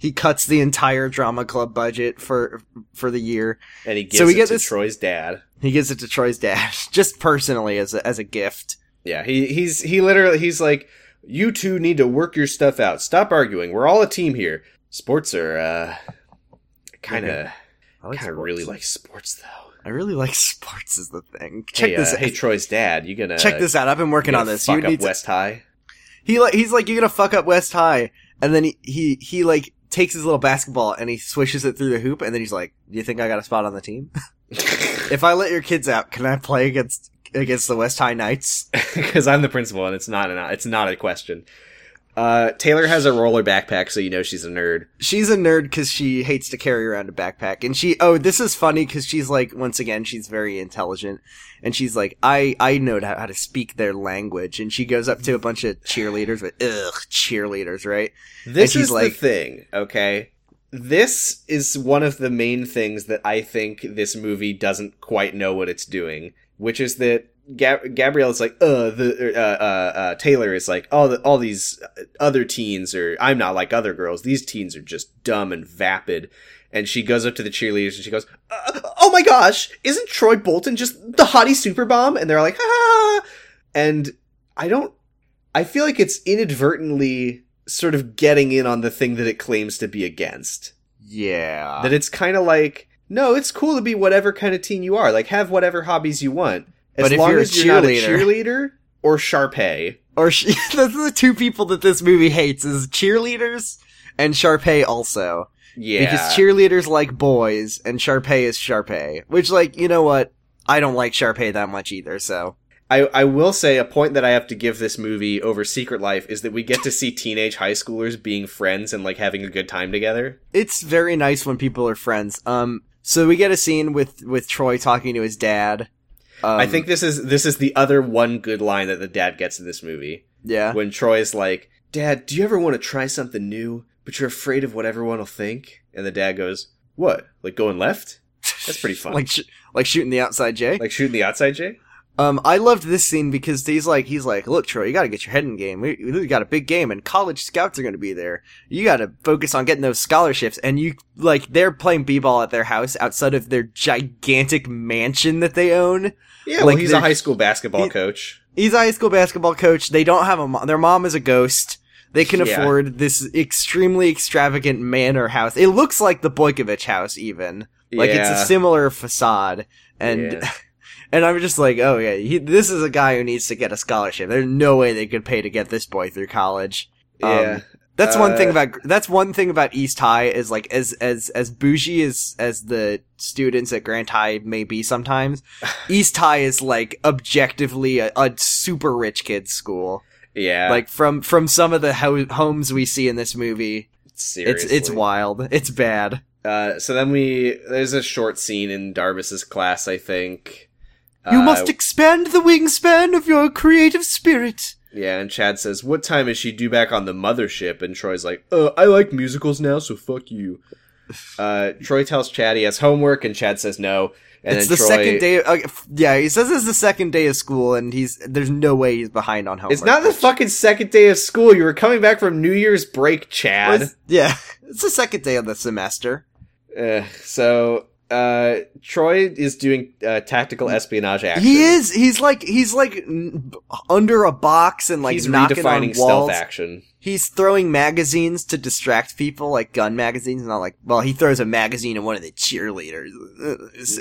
He cuts the entire drama club budget for for the year. and he gives So we it get to this- Troy's dad. He gives it to Troy's dad (laughs) just personally as a, as a gift. Yeah, he he's he literally he's like, you two need to work your stuff out. Stop arguing. We're all a team here. Sports are uh, kind of I kind of really like sports though. I really like (laughs) sports is the thing. Check Check hey, this this. out. (laughs) hey, Troy's dad, you gonna Check this out. I've been you working gonna on this. Fuck You up need to, West High. (laughs) he like he's like you're going to fuck up West High and then he, he he like takes his little basketball and he swishes it through the hoop and then he's like, "You think I got a spot on the team?" (laughs) If I let your kids out, can I play against against the West High Knights? because I'm the principal, and it's not an it's not a question. Uh, Taylor has a roller backpack, so you know she's a nerd. She's a nerd because she hates to carry around a backpack, and she oh this is funny because she's like once again she's very intelligent, and she's like I I know how, how to speak their language, and she goes up to a bunch of cheerleaders with ugh cheerleaders right This And he's is like- the thing, okay? This is one of the main things that I think this movie doesn't quite know what it's doing, which is that Gab- Gabrielle's like, uh, the uh, uh, uh, Taylor is like, all the, all these other teens are. I'm not like other girls. These teens are just dumb and vapid. And she goes up to the cheerleaders and she goes, uh, "Oh my gosh, isn't Troy Bolton just the hottie superbomb?" And they're like, "Ah!" And I don't. I feel like it's inadvertently sort of getting in on the thing that it claims to be against. yeah that it's kind of like, no, it's cool to be whatever kind of teen you are. Like, have whatever hobbies you want, as But if long you're a as you're not a cheerleader- cheerleader or Sharpay. (laughs) or she those are the two people that this movie hates is cheerleaders and Sharpay also. Yeah. Because cheerleaders like boys, and Sharpay is Sharpay. Which, like, you know what? I don't like Sharpay that much either, so. I, I will say a point that I have to give this movie over Secret Life is that we get to see teenage high schoolers being friends and like having a good time together. It's very nice when people are friends. Um, so we get a scene with, with Troy talking to his dad. Um, I think this is this is the other one good line that the dad gets in this movie. Yeah. (laughs) When Troy's like, "Dad, do you ever want to try something new, but you're afraid of what everyone will think?" And the dad goes, "What? Like going left? That's pretty (laughs) fun. like, sh- like shooting the outside Jay. like shooting the outside, Jay?" Um, I loved this scene because he's like, he's like, look, Troy, you got to get your head in game. We, we got a big game, and college scouts are going to be there. You got to focus on getting those scholarships. And you like, they're playing b-ball at their house outside of their gigantic mansion that they own. Yeah, Like well, he's they're- a high school basketball He- coach. He's a high school basketball coach. They don't have a mom. Their mom is a ghost. They can Yeah. afford this extremely extravagant manor house. It looks like the Boykovich house, even. Like it's Yeah. a similar facade, and Yeah. (laughs) and I'm just like, oh yeah, he, this is a guy who needs to get a scholarship. There's no way they could pay to get this boy through college. um, yeah. That's one thing Uh, about that's one thing about East High is like as as as bougie as as the students at Grant High may be (laughs) sometimes, East High is like objectively a, a super rich kids school. Yeah. Like from from some of the ho- homes we see in this movie, seriously. it's it's wild. It's bad. Uh, so then we there's a short scene in Darbus's class, I think. You Uh, must expand the wingspan of your creative spirit. yeah, and Chad says, "What time is she due back on the mothership?" And Troy's like, "Uh, I like musicals now, so (laughs) fuck you." Uh, Troy tells Chad he has homework, and Chad says no. And it's then the Troy, second day. Uh, f- yeah, he says it's the second day of school, and he's there's no way he's behind on homework. It's not the which fucking second day of school. You were coming back from New Year's break, Chad. was- yeah, (laughs) it's the second day of the semester. Ugh, so uh, Troy is doing uh, tactical espionage action. He is. He's like he's like n- under a box and like He's knocking on redefining walls. stealth action. He's throwing magazines to distract people, like gun magazines. Not like well, he throws a magazine at one of the cheerleaders, (laughs)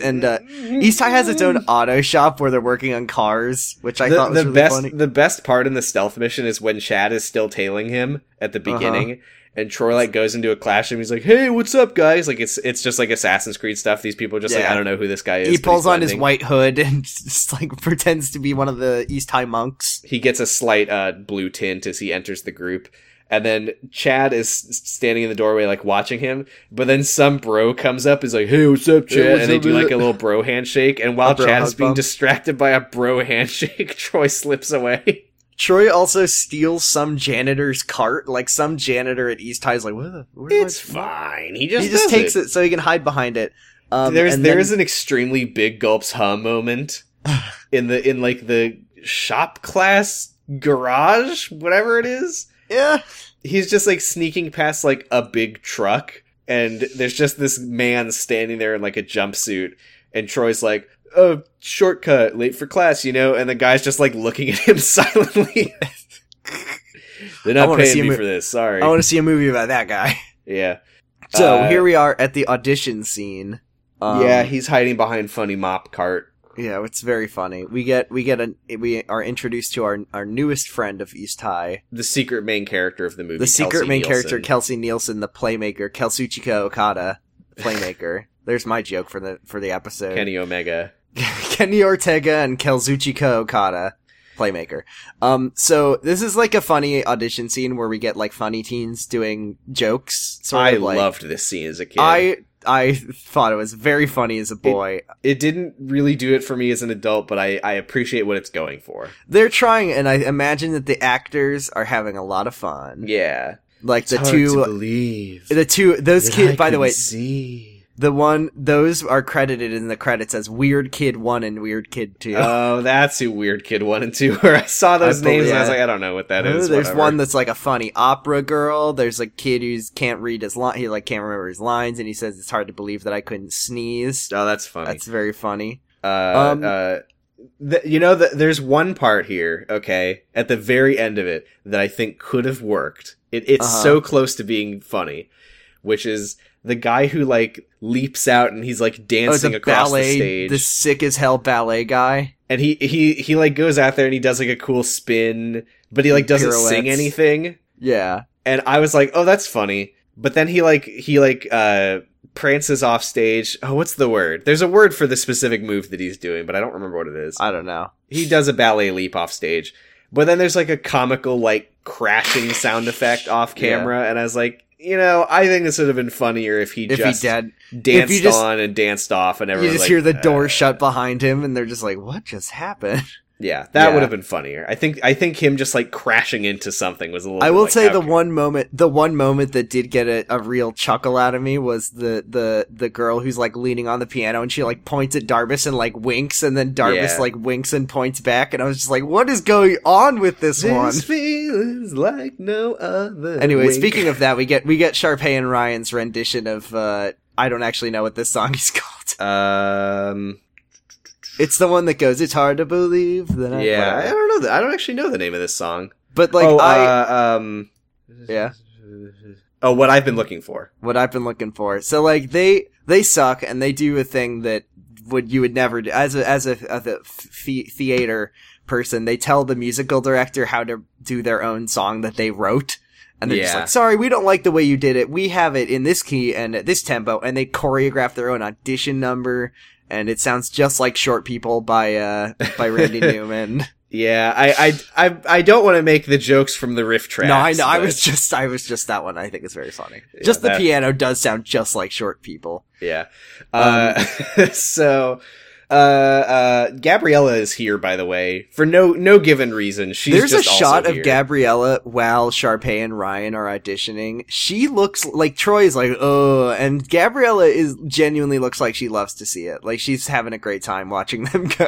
and uh, East High has its own auto shop where they're working on cars, which I the, thought was the really best funny. the best part in the stealth mission is when Chad is still tailing him at the Uh-huh. beginning, and Troy like goes into a clash and he's like, "Hey, what's up, guys?" Like it's it's just like Assassin's Creed stuff. These people are just like Yeah. I don't know who this guy is. He but pulls he's on his blending." white hood (laughs) and just like pretends to be one of the East High monks. He gets a slight uh, blue tint as he enters the group. And then Chad is s- standing in the doorway, like watching him. But then some bro comes up, is like, "Hey, what's up, Chad?" Hey, what's and they up, do like man? a little bro handshake. And while A bro Chad hug is being bump. distracted by a bro (laughs) handshake, Troy slips away. Troy also steals some janitor's cart. Like some janitor at East High is like, "What? the- where do I- It's fine. He just he just does takes it. so he can hide behind it. Um, there's and there's then- an extremely big gulps (sighs) huh moment in the in like the shop class garage whatever it is. yeah. He's just like sneaking past like a big truck, and there's just this man standing there in like a jumpsuit, and Troy's like. Oh, shortcut, late for class, you know, and the guy's just like looking at him (laughs) silently. They're I not wanna see paying a me mo- for this. Sorry. I want to see a movie about that guy. (laughs) yeah. So Uh, here we are at the audition scene. Um, yeah, he's hiding behind funny mop cart. yeah, it's very funny. We get we get an we are introduced to our our newest friend of East High, the secret main character of the movie. the secret Kelsey main Nielsen. character Kelsey Nielsen, the playmaker, Kelsuchika (laughs) Okada, playmaker. There's my joke for the for the episode. Kenny Omega. (laughs) Kenny Ortega and Kelzuchika Okada, playmaker. Um, so this is like a funny audition scene where we get like funny teens doing jokes. Sort I of like, loved this scene as a kid. I I thought it was very funny as a boy. it didn't really do it for me as an adult, but I, I appreciate what it's going for. They're trying, and I imagine that the actors are having a lot of fun. Yeah, Like the It's hard to two, believe the two, those that I kids. By the couldn't way, see. the one those are credited in the credits as Weird Kid One and Weird Kid Two. Oh, that's who Weird Kid One and Two were. (laughs) I saw those I believe- names and I was yeah. like, I don't know what that Ooh, is. there's whatever. one that's like a funny opera girl. There's a kid who's can't read his line. He like can't remember his lines, and he says it's hard to believe that I couldn't sneeze. Oh, that's funny. That's very funny. uh, Um, uh, th- you know, th- there's one part here, okay, at the very end of it that I think could have worked. It- it's Uh-huh. so close to being funny, which is the guy who like leaps out and he's like Oh, it's dancing a across ballet, the stage, sick as hell ballet guy. and he he he like goes out there and he does like a cool spin, but he like doesn't sing Pirouettes. anything. Yeah, And I was like, oh, that's funny. But then he like he like uh prances off stage. Oh, what's the word? There's a word for the specific move that he's doing, but I don't remember what it is. I don't know. He does a ballet leap off stage. But then there's like a comical like crashing (laughs) sound effect off camera and I was like, you know, I think this would have been funnier if he If he just dead, danced if you just- on and danced off and you everyone just like, hear the door uh, shut behind him, and they're just like, "What just happened?" Yeah, that Yeah. would have been funnier. I think I think him just like crashing into something was a little I bit, will like, say the ouch. one moment, the one moment that did get a, a real chuckle out of me was the the the girl who's like leaning on the piano and she like points at Darvis and like winks, and then Darvis Yeah. like winks and points back, and I was just like, "What is going on with this, (laughs) one?" This feeling's like no other. Anyway, Wink. speaking of that, we get we get Sharpay and Ryan's rendition of uh I don't actually know what this song is (laughs) called. um, It's the one that goes, "It's hard to believe that I." yeah, I don't know. The, I don't actually know the name of this song. but like oh, I, uh, um, Yeah. Oh, what I've been looking for. what I've been looking for. So like they they suck and they do a thing that would you would never do as a as a, as a th- theater person. They tell the musical director how to do their own song that they wrote. And they're just Yeah. like, sorry, we don't like the way you did it. We have it in this key and at this tempo, and they choreograph their own audition number, and it sounds just like "Short People" by uh by (laughs) Randy Newman. Yeah, I I I, I don't want to make the jokes from the riff tracks. no, I know. I but- was just, I was just that one. I think it's very funny. Yeah, just the that- piano does sound just like "Short People." Yeah. Um, Uh, (laughs) so uh, uh, Gabriella is here, by the way, for no no given reason. She's There's a just also shot of here. Gabriella while Sharpay and Ryan are auditioning. She looks like Troy is like, oh, and Gabriella is genuinely looks like she loves to see it. Like she's having a great time watching (laughs) them go.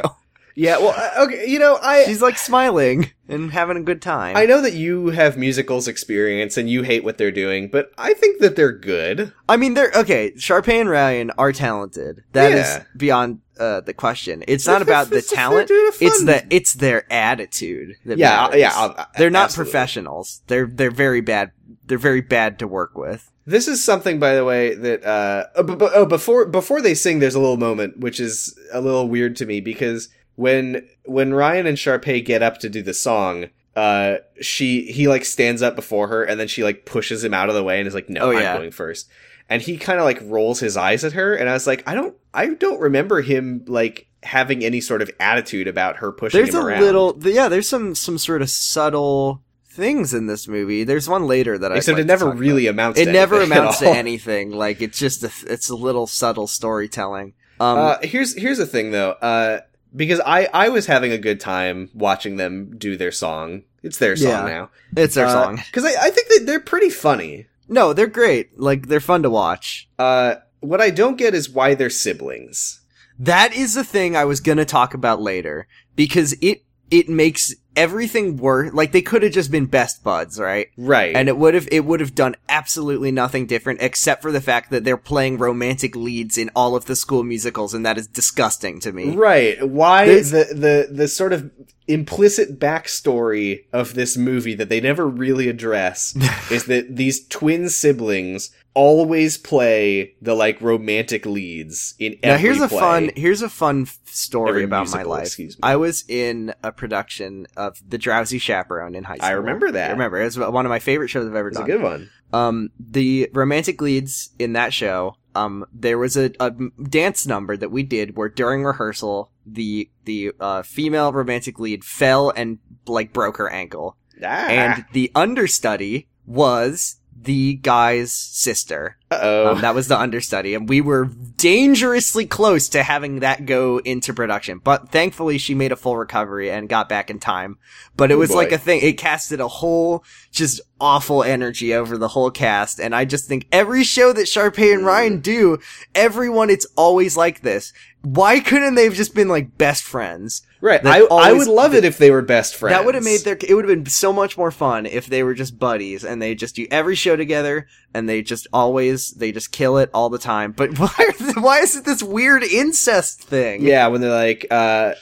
Yeah. Well, uh, okay. You know, I She's like smiling and having a good time. I I, know that you have musicals experience and you hate what they're doing, but I think that they're good. mean, they're okay. Sharpay and Ryan are talented. That is Yeah. beyond uh, the question. It's not (laughs) about the talent. It's the it's their attitude. That yeah, uh, matters. yeah. uh, They're not absolutely. professionals. They're they're very bad. They're very bad to work with. This is something, by the way, that uh, oh, b- b- oh, before before they sing, there's a little moment which is a little weird to me because when when Ryan and Sharpay get up to do the song, uh, she he like stands up before her and then she like pushes him out of the way and is like, "No, Oh, I'm yeah. going first. And he kind of like rolls his eyes at her, and I was like, I don't, I don't remember him like having any sort of attitude about her pushing there's him a around. little th- yeah there's some some sort of subtle things in this movie there's one later that i except it never really amounts. it to never anything at amounts to all. (laughs) anything like it's just a, it's a little subtle storytelling um uh, here's here's the thing though, uh, because I I was having a good time watching them do their song. It's their song Yeah. now. it's uh, their song Because I, I think that they're pretty funny. no they're great like they're fun to watch Uh, what I don't get is why they're siblings. that is the thing i was gonna talk about later because it it makes everything worse like they could have just been best buds right Right. and it would have it would have done absolutely nothing different except for the fact that they're playing romantic leads in all of the school musicals and that is disgusting to me right. Why There's- the, the the sort of implicit backstory of this movie that they never (laughs) really address is that these twin siblings always play the like romantic leads in every now here's a play. fun here's a fun f- story Every about musical, my life excuse me. i was in a production of the drowsy chaperone in high school I remember that. I remember it was one of my favorite shows i've ever It's a done good one. um the romantic leads in that show um there was a, a dance number that we did where during rehearsal the the uh, female romantic lead fell and like broke her ankle (laughs) Ah. and the understudy was the guy's sister. Uh-oh. Um, that was the understudy, and we were dangerously close to having that go into production. But thankfully, she made a full recovery and got back in time. But it Oh, was boy. like a thing; it casted a whole just awful energy over the whole cast. And I just think every show that Sharpay and Ryan do, everyone, it's always like this. Why couldn't they have just been like best friends? right. that I, I always- would love it if they were best friends. That would have made their it would have been so much more fun if they were just buddies and they just do every show together and they just always they just kill it all the time. But (laughs) why are th- why is it this weird incest thing? Yeah, when they're like, uh,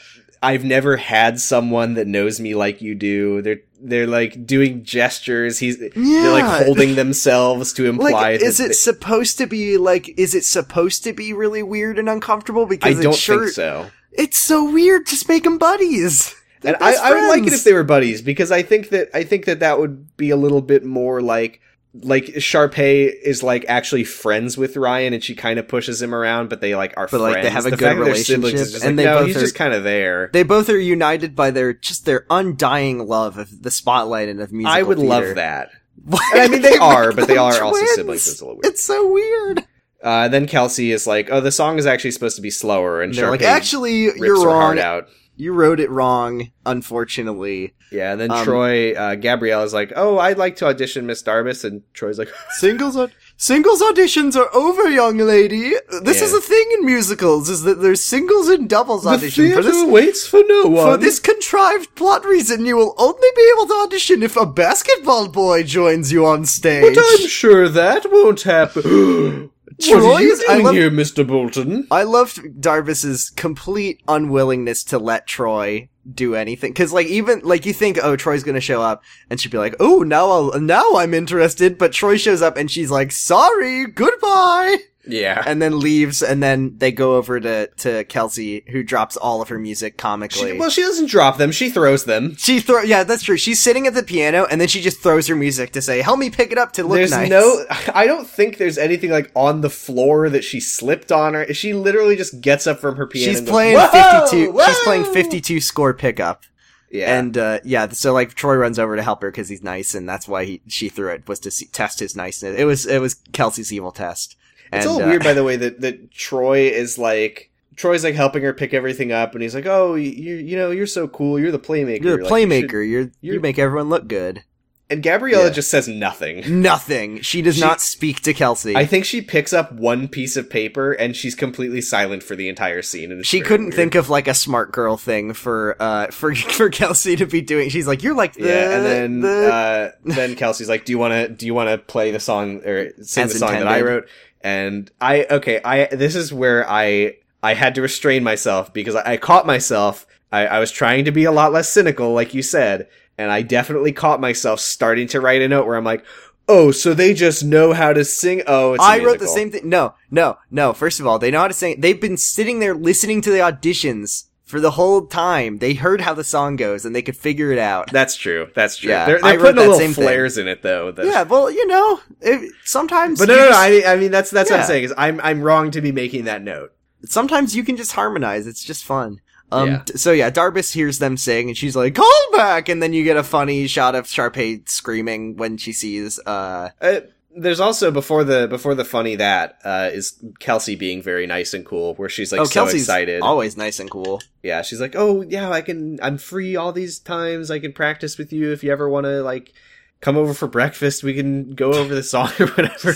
I've never had someone that knows me like you do. They're they're like doing gestures. He's they're Yeah. like holding themselves to imply Like, that is it they- supposed to be like? Is it supposed to be really weird and uncomfortable? I Because don't it's sure, think so. It's so weird. Just make them buddies. They're And I, best I would like it friends. if they were buddies because I think that I think that that would be a little bit more like like Sharpay is like actually friends with Ryan, and she kind of pushes him around, but they like are But, like, friends. they have a The good fact that they're siblings relationship, is just and like, they no, both he's are- just kind of there. They both are united by their just their undying love of the spotlight and of music. I would (laughs) love that. Why And I mean, did they are, make but they them are also twins? siblings. so It's a little weird. It's so weird. Uh, then Kelsey is like, "Oh, the song is actually supposed to be slower," and And they're Sharpay like, actually, rips you're her heart wrong. out. You wrote it wrong, unfortunately. Yeah, and then Um, Troy, uh, Gabrielle is like, "Oh, I'd like to audition Miss Darbus," and Troy's like, (laughs) Singles au- singles auditions are over, young lady. This Yeah. is a thing in musicals: is that there's singles and doubles audition for this. waits for no one." For this contrived plot reason, you will only be able to audition if a basketball boy joins you on stage. sure that won't (gasps) happen. Troy is- I love- here, Mister Bolton? I loved Darvis's complete unwillingness to let Troy do anything. Cause like even, like you think, oh, Troy's gonna show up and she'd be like, oh, now I'll, now I'm interested. But Troy shows up and she's like, sorry, goodbye. Yeah, And then leaves and then they go over to, to Kelsey who drops all of her music comically. she, well, she doesn't drop them; she throws them. she throw yeah that's true she's sitting at the piano and then she just throws her music to say help me pick it up to look there's nice no. I don't think there's anything like on the floor that she slipped on, or she literally just gets up from her piano. she's and goes, playing "Whoa! 52 she's playing Whoa!" 52 score pickup Yeah, And uh, yeah, so like Troy runs over to help her because he's nice, and that's why he she threw it was to see, test his niceness. It was it was Kelsey's evil test. And, it's a little uh, weird, by the way, that that Troy is like Troy's like helping her pick everything up, and he's like, "Oh, you you know, you're so cool. You're the (laughs) playmaker. You're a Like, you should-" playmaker. you're, you you're- make everyone look good. And Gabriella Yeah. just says nothing. Nothing. She does She- not speak to Kelsey. I think she picks up one piece of paper and she's completely silent for the entire scene. And it's she very couldn't weird. think of like a smart girl thing for uh (laughs) for for Kelsey to be doing. She's like, you're like the yeah, and then the- uh, then Kelsey's like, "Do you want to do you want to play the song or sing As the song that I intended. wrote?" And I okay, I this is where I I had to restrain myself because I, I caught myself. I, I was trying to be a lot less cynical, like you said, and I definitely caught myself starting to write a note where I'm like, "Oh, so they just know how to sing." Oh, it's a I wrote the musical." same thing. No, no, no. First of all, they know how to sing. They've been sitting there listening to the auditions for the whole time. They heard how the song goes and they could figure it out. That's true. That's true. Yeah, they're I they're wrote putting a that little same thing. flares in it though. that- (laughs) Yeah, well, you know, it, sometimes. But you no, no, no. just- I mean, I mean, that's that's what Yeah. I'm saying is I'm I'm wrong to be making that note. sometimes you can just harmonize. It's just fun. Um. Yeah. t- So yeah, Darbus hears them sing, and she's like, "Call back!" And then you get a funny shot of Sharpay screaming when she sees. Uh. Uh, there's also before the before the funny that uh, is Kelsey being very nice and cool, where she's like oh, so Kelsey's excited. always nice and (laughs) cool. (laughs) yeah, she's like, oh yeah, I can. I'm free all these times. I can practice with you if you ever want to like come over for breakfast. We can go over the song (laughs) or whatever.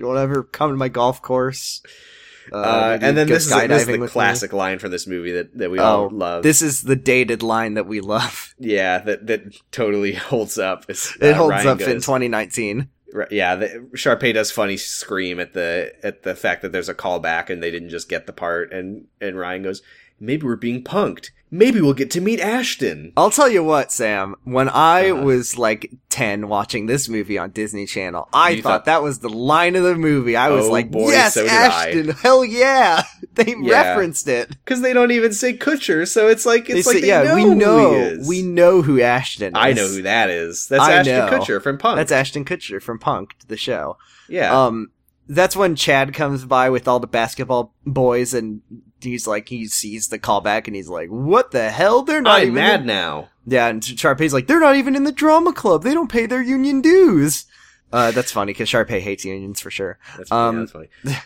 Whatever, come to my golf course. Uh, Uh, maybe and then go this is, this is skydiving the with me. classic line from this movie that, that we Oh, all love. This is the dated line that we love. yeah, that that totally (laughs) holds up. It's, It uh, holds Ryan up in goes- 2019. Right, yeah, the, Sharpay does funny scream at the at the fact that there's a callback and they didn't just get the part. And and Ryan goes, maybe we're being punked. Maybe we'll get to meet Ashton. I'll tell you what, Sam. When I Uh-huh. was like 10 watching this movie on Disney Channel, I You thought, thought- that was the line of the movie. I was Oh, like, boy, yes, so did I." Ashton, hell yeah. (laughs) They Yeah. referenced it. Because they don't even say Kutcher, so it's like it's they like said, yeah, they know we know, who he is. we know who Ashton is. I know who that is. That's I Ashton know. Kutcher from Punk. That's Ashton Kutcher from Punked, the show. yeah. Um, that's when Chad comes by with all the basketball boys and he's like, he sees the callback and he's like, what the hell? They're not I'm even mad now. Yeah, and Sharpay's like, they're not even in the drama club. They don't pay their union dues. Uh, that's funny because Sharpay hates unions for sure. That's, um, yeah, that's funny.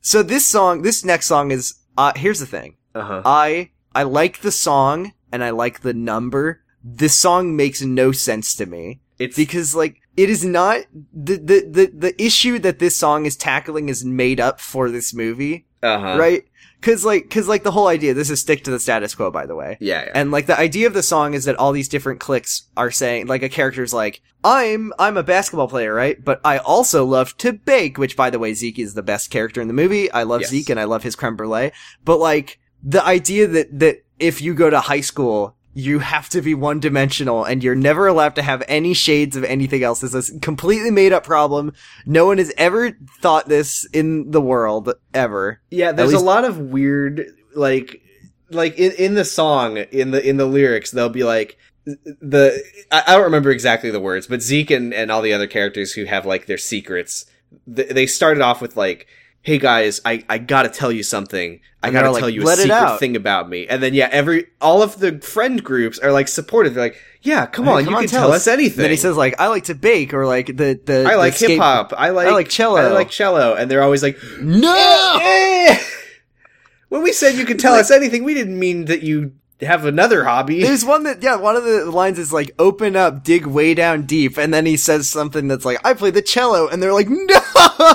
So this song, this next song is, uh, here's the thing. Uh huh. I, I like the song and I like the number. This song makes no sense to me It's because like, it is not, the, the, the, the issue that this song is tackling is made up for this movie, uh huh. right? Cause like, cause like the whole idea, this is stick to the status quo, by the way. Yeah. yeah. And like the idea of the song is that all these different cliques are saying like a character's like, I'm I'm a basketball player, right? But I also love to bake, which by the way, Zeke is the best character in the movie. I love Yes. Zeke and I love his creme brulee. But like the idea that that if you go to high school you have to be one dimensional and you're never allowed to have any shades of anything else. This is a completely made up problem. No one has ever thought this in the world ever. Yeah, there's least- a lot of weird like like in, in the song in the in the lyrics they'll be like the I, I don't remember exactly the words, but Zeke and, and all the other characters who have like their secrets, th- they started off with like, "Hey guys, I, I gotta tell you something. I And they're gotta like, tell you a "Let it secret out." thing about me." And then yeah, every all of the friend groups are like supportive. They're like, "Yeah, come Hey, on, come you on, can tell tell, us." us anything." then he says like, I like to bake or like the the "I the like skate- hip hop. I like I like cello. I like cello." And they're always like, No. "Eh." (laughs) When we said you could tell us anything, we didn't mean that you have another hobby. There's one that yeah, one of the lines is like open up, dig way down deep, and then he says something that's like, I play the cello, and they're like,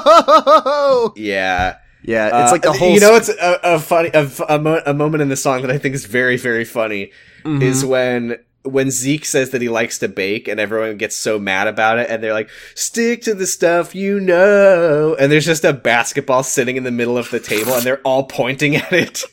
No yeah. Yeah, it's Uh, like the whole You know, it's a, a funny a, f- a mo- a moment in the song that I think is very very funny Mhm. is when when Zeke says that he likes to bake and everyone gets so mad about it and they're like stick to the stuff you know and there's just a basketball sitting in the middle of the table and they're all pointing (laughs) at it.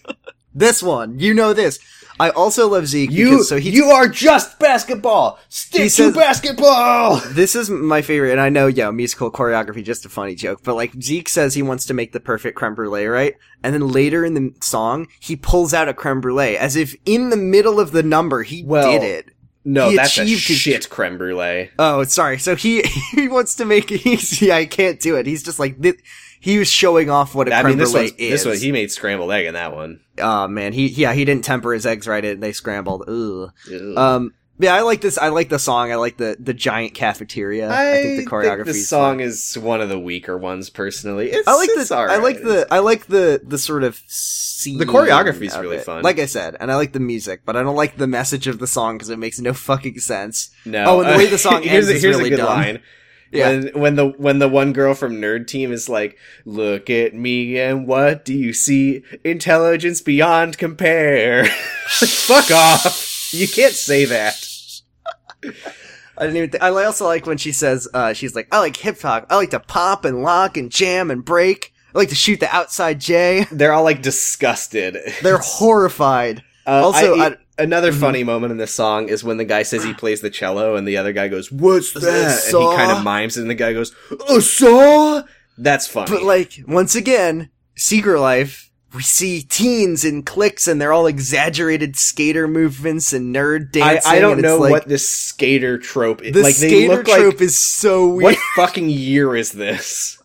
This one, you know this. I also love Zeke. You because, so he, you are just basketball. Stick He to says- basketball. this is my favorite, and I know, yeah, musical choreography, just a funny joke. But like Zeke says, he wants to make the perfect creme brulee, right? And then later in the song, he pulls out a creme brulee as if in the middle of the number he Well- did it. No, He that's a achieved his- shit creme brulee. Oh, sorry. So he (laughs) he wants to make it easy. I can't do it. He's just like thi- he was showing off what a I creme mean, this brulee one, is. this one, he made scrambled egg in that one. oh man, he yeah he didn't temper his eggs right, and they scrambled. Ugh. Ugh. Um, yeah, I like this. I like the song. I like the the giant cafeteria. Uh, I, think the choreography. this is song fun. is one of the weaker ones, personally. It's, I like it's the. I alright. like the. I like the the sort of scene. choreography's of really it. fun. Like I said, and I like the music, but I don't like the message of the song because it makes no fucking sense. no. oh, and the way (laughs) the song ends here's a, is here's really a good dumb. line. Yeah. When, when the when the one girl from Nerd Team is like, "Look at me and what do you see? Intelligence beyond compare." (laughs) Fuck off! You can't say that. I didn't even. Th- I also like when she says, uh, "She's like, I like hip hop. I like to pop and lock and jam and break. I like to shoot the outside J." They're all like disgusted. (laughs) They're horrified. Uh, also, I- another Mhm. funny moment in this song is when the guy (gasps) says he plays the cello and the other guy goes, "What's Is that?" that a And he kind saw? of mimes, it and the guy goes, "A saw." That's funny. But like once again, Secret Life, we see teens in cliques and they're all exaggerated skater movements and nerd I, dancing. I don't and know it's like, what this skater trope is. the like they skater look trope like is so what weird. (laughs) fucking year is this?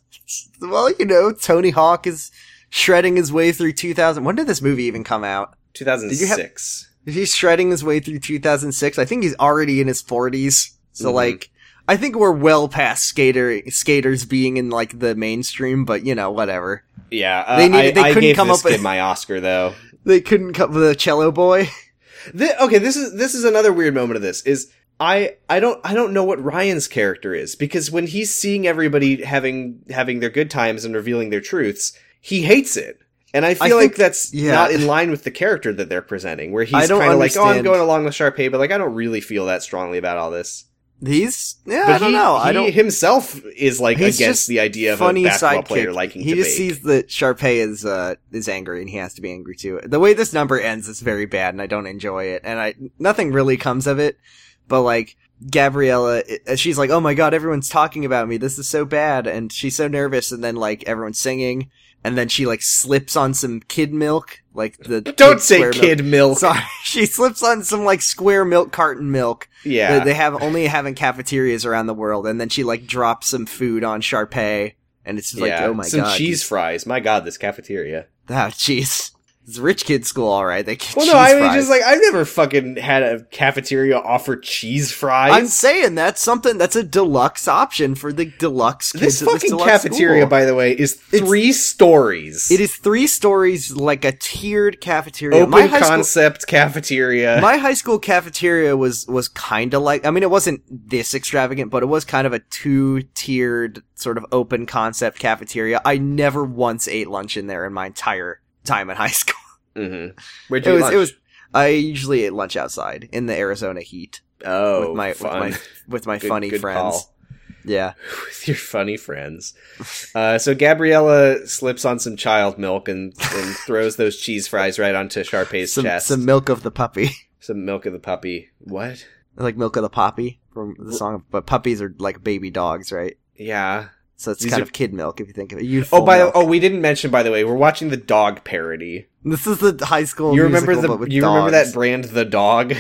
well, you know, Tony Hawk is shredding his way through 2000. When did this movie even come out? 2006. If he's shredding his way through 2006, I think he's already in his 40s. So Mhm. like, I think we're well past skater skaters being in like the mainstream, but you know, whatever. Yeah, uh, They need- I, they I couldn't gave come this up with- kid my Oscar though. They couldn't cut the cello boy. (laughs) Thi- okay, this is this is another weird moment of this is I I don't I don't know what Ryan's character is because when he's seeing everybody having having their good times and revealing their truths, he hates it. And I feel like think- that's yeah. not in line with the character that they're presenting, where I he's don't kind of like, "Oh, I'm understand. going along with Sharpay, but like I don't really feel that strongly about all this." He's yeah, But I don't he, know. He I don't himself is like He's against just the idea of funny a basketball sidekick. player liking he to just bake. sees that Sharpay is uh is angry and he has to be angry too. The way this number ends is very bad and I don't enjoy it. And I nothing really comes of it, but like Gabriella, i- she's like, "Oh my god, everyone's talking about me. This is so bad." And she's so nervous. And then like everyone's singing, and then she like slips on some kid milk, like the don't big say square kid milk. Milk. (laughs) Sorry, she slips on some like square milk carton milk, Yeah, that they have only have in cafeterias around the world, and then she like drops some food on Sharpay, and it's just yeah. like, oh my some god, (laughs) cheese fries. My God, this cafeteria. Ah, cheese. It's rich kid school, all right. They get Well, cheese no, I mean, fries. just like I've never fucking had a cafeteria offer cheese fries. I'm saying that's something that's a deluxe option for the deluxe kids. this at fucking deluxe cafeteria, school. by the way, is It's- three stories. it is three stories, like a tiered cafeteria. open my high school, concept cafeteria. (laughs) my high school cafeteria was was kind of like I mean it wasn't this extravagant but it was kind of a two-tiered sort of open concept cafeteria. I never once ate lunch in there in my entire time at high (laughs) school. Mhm. Where'd It you was lunch? it was I usually ate lunch outside in the Arizona heat oh with my fun. with my with my Good- funny good friends. call. Yeah. (laughs) with your funny friends. Uh, so Gabriella slips on some child milk and, and throws those cheese fries right onto Sharpay's Some chest. some milk of the puppy. (laughs) Some milk of the puppy. What? like milk of the poppy from the song but puppies are like baby dogs, right? Yeah. So it's These kind are- of kid milk if you think of it. Youthful Oh, by the, milk. oh, we didn't mention by the way, we're watching the dog parody. This is the high school oh, You remember musical, but the with you remember dogs. that brand the dog?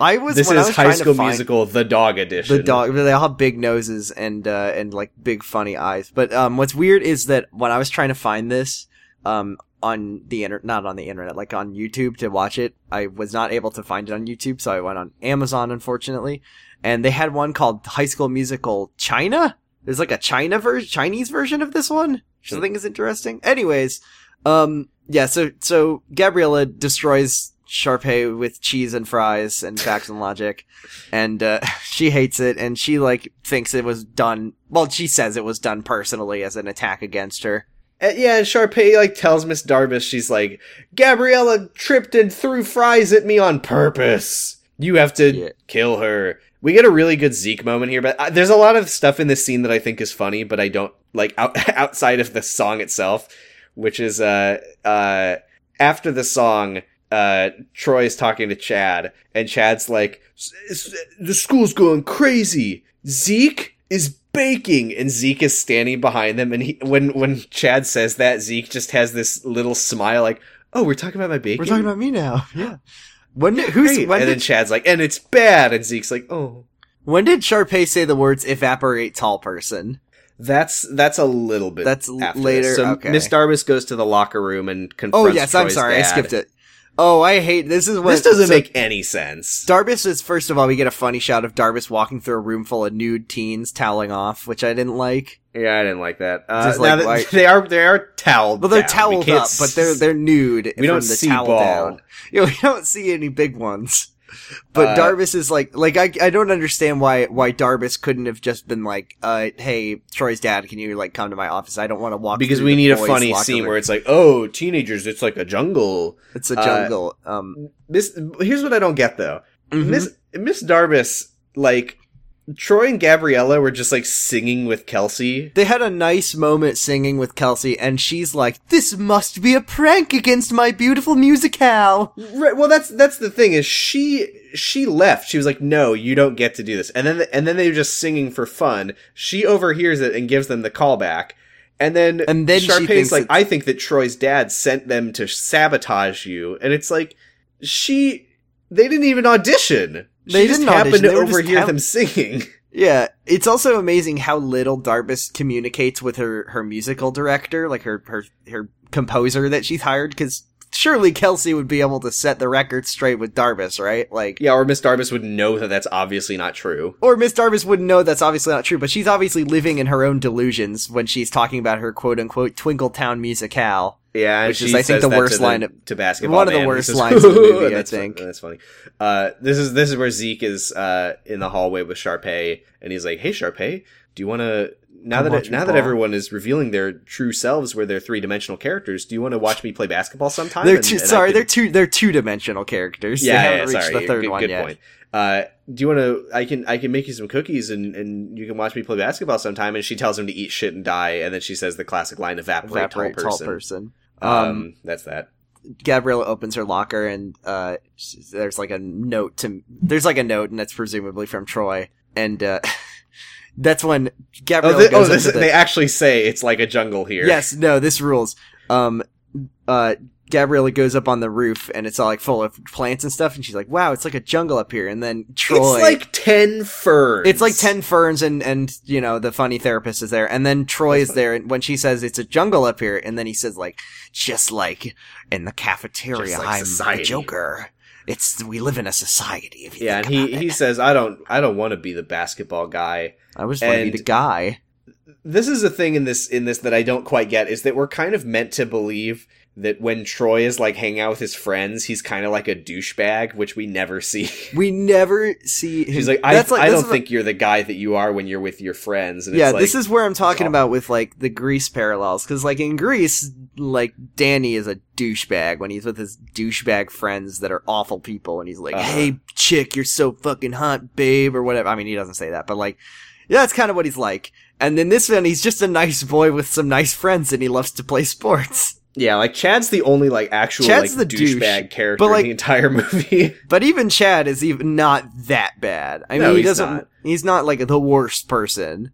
I was this when I is was High trying to School find Musical: The Dog Edition. The dog. They all have big noses and uh, and like big funny eyes. But um, what's weird is that when I was trying to find this um on the internet, not on the internet, like on YouTube to watch it, I was not able to find it on YouTube, so I went on Amazon, unfortunately. And they had one called High School Musical China. There's like a China version, Chinese version of this one, which I Hmm. think is interesting. Anyways, um, yeah. So so Gabriella destroys Sharpay with cheese and fries and facts and logic and uh, (laughs) she hates it and she like thinks it was done well she says it was done personally as an attack against her Uh, yeah, and Sharpay like tells Miss Darvish she's like Gabriella tripped and threw fries at me on purpose. You have to Yeah. kill her. We get a really good Zeke moment here, but uh, there's a lot of stuff in this scene that I think is funny, but I don't like out- (laughs) outside of the song itself, which is uh uh after the song uh Troy's talking to Chad and Chad's like "S- s- the school's going crazy. Zeke is baking and Zeke is standing behind them and he when when Chad says that Zeke just has this little smile like oh we're talking about my baking. we're talking about me (laughs) now yeah when did, who's Great. when and then did, Chad's like and it's bad and Zeke's like oh when did Sharpay say the words evaporate tall person that's that's a little bit That's l- after later, this. So okay. Miss Darvis goes to the locker room and oh confronts yes i'm Troy's sorry i dad. skipped it oh i hate this is what This doesn't so make any sense. Darbus is first of all we get a funny shot of Darbus walking through a room full of nude teens toweling off which i didn't like Yeah, I didn't like that. Uh, Just now like, that- why- (laughs) they are they are toweled. well they're down. We toweled can't up but they're they're nude we don't from the see towel ball. down (laughs) you know, we don't see any big ones. But Uh, Darvis is like, like I, I don't understand why, why Darvis couldn't have just been like, uh, hey, Troy's dad, can you like come to my office? I don't want to walk because through we the need a boys' funny locker scene room." where it's like, oh, teenagers, it's like a jungle. it's a uh, Mm-hmm. jungle. um, This here's what I don't get though. mhm. Miss Miss Darvis, like Troy and Gabriella were just like singing with Kelsey. they had a nice moment singing with Kelsey, and she's like, "This must be a prank against my beautiful musicale." Right. Well, that's that's the thing is she she left. She was like, "No, you don't get to do this." And then and then they were just singing for fun. She overhears it and gives them the callback. And then And then she Sharpay's thinks like, it's- "I think that Troy's dad sent them to sabotage you." And it's like she they didn't even audition. They she just didn't happened audition, to they were just overhear talent. them singing. (laughs) Yeah, it's also amazing how little Darvis communicates with her her musical director, like her her her composer that she's hired, because surely Kelsey would be able to set the record straight with Darvis, right? Like, yeah, or Miss Darvis would know that that's obviously not true. or Miss Darvis wouldn't know that's obviously not true, but she's obviously living in her own delusions when she's talking about her quote unquote Twinkle Town musicale. Yeah, and Which she is, I think, says the that to worst line of- to basketball. one of the Man, worst which is- (laughs) lines in the movie, I that's fun- think. that's funny. Uh, this is this is where Zeke is uh, in the hallway with Sharpay, and he's like, "Hey, Sharpay, do you want to now Come that watch it, me now that ball." everyone is revealing their true selves, where they're three dimensional characters, do you want to watch me play basketball sometime?" They're And- two, and I sorry, could- they're two they're two dimensional characters. they yeah, yeah, haven't reached sorry, the third good, one good yet. point. Uh, do you want to? I can I can make you some cookies, and and you can watch me play basketball sometime. And she tells him to eat shit and die, and then she says the classic line, "Evaporate, Evaporate tall tall person." person. um um, that's that. Gabriella opens her locker and uh, s- there's like a note to there's like a note and that's presumably from Troy and uh, (laughs) that's when Oh, Gabriella thi- oh, goes this, into the they actually say it's like a jungle here. yes no this rules um uh Gabriella goes up on the roof and it's all like full of plants and stuff and she's like wow it's like a jungle up here and then Troy it's like ten ferns. it's like 10 ferns and, and, you know, the funny therapist is there. And then Troy is there and when she says it's a jungle up here. And then he says like, just like in the cafeteria, Just like I'm society." the Joker. It's, we live in a society. If you Yeah, and think he about he it. says, "I don't I don't want to be the basketball guy." I was wanted and- a guy. This is a thing in this in this that I don't quite get is that we're kind of meant to believe that when Troy is like hanging out with his friends, he's kind of like a douchebag, which we never see. (laughs) We never see him. She's like, I, I this don't is- think you're the guy that you are when you're with your friends. And yeah, it's like, this is where I'm talking awful. about with like the Grease parallels, because like in Grease, like Danny is a douchebag when he's with his douchebag friends that are awful people, and he's like, Uh-huh. "Hey, chick, you're so fucking hot, babe," or whatever. I mean, he doesn't say that, but like, yeah, that's kind of what he's like. And then this one, he's just a nice boy with some nice friends, and he loves to play sports. (laughs) yeah, like Chad's the only like actual Chad's like the douche, douchebag character but, like- in the entire (laughs) movie. But even Chad is even not that bad. I mean, No, he he's doesn't. not. He's not like the worst person.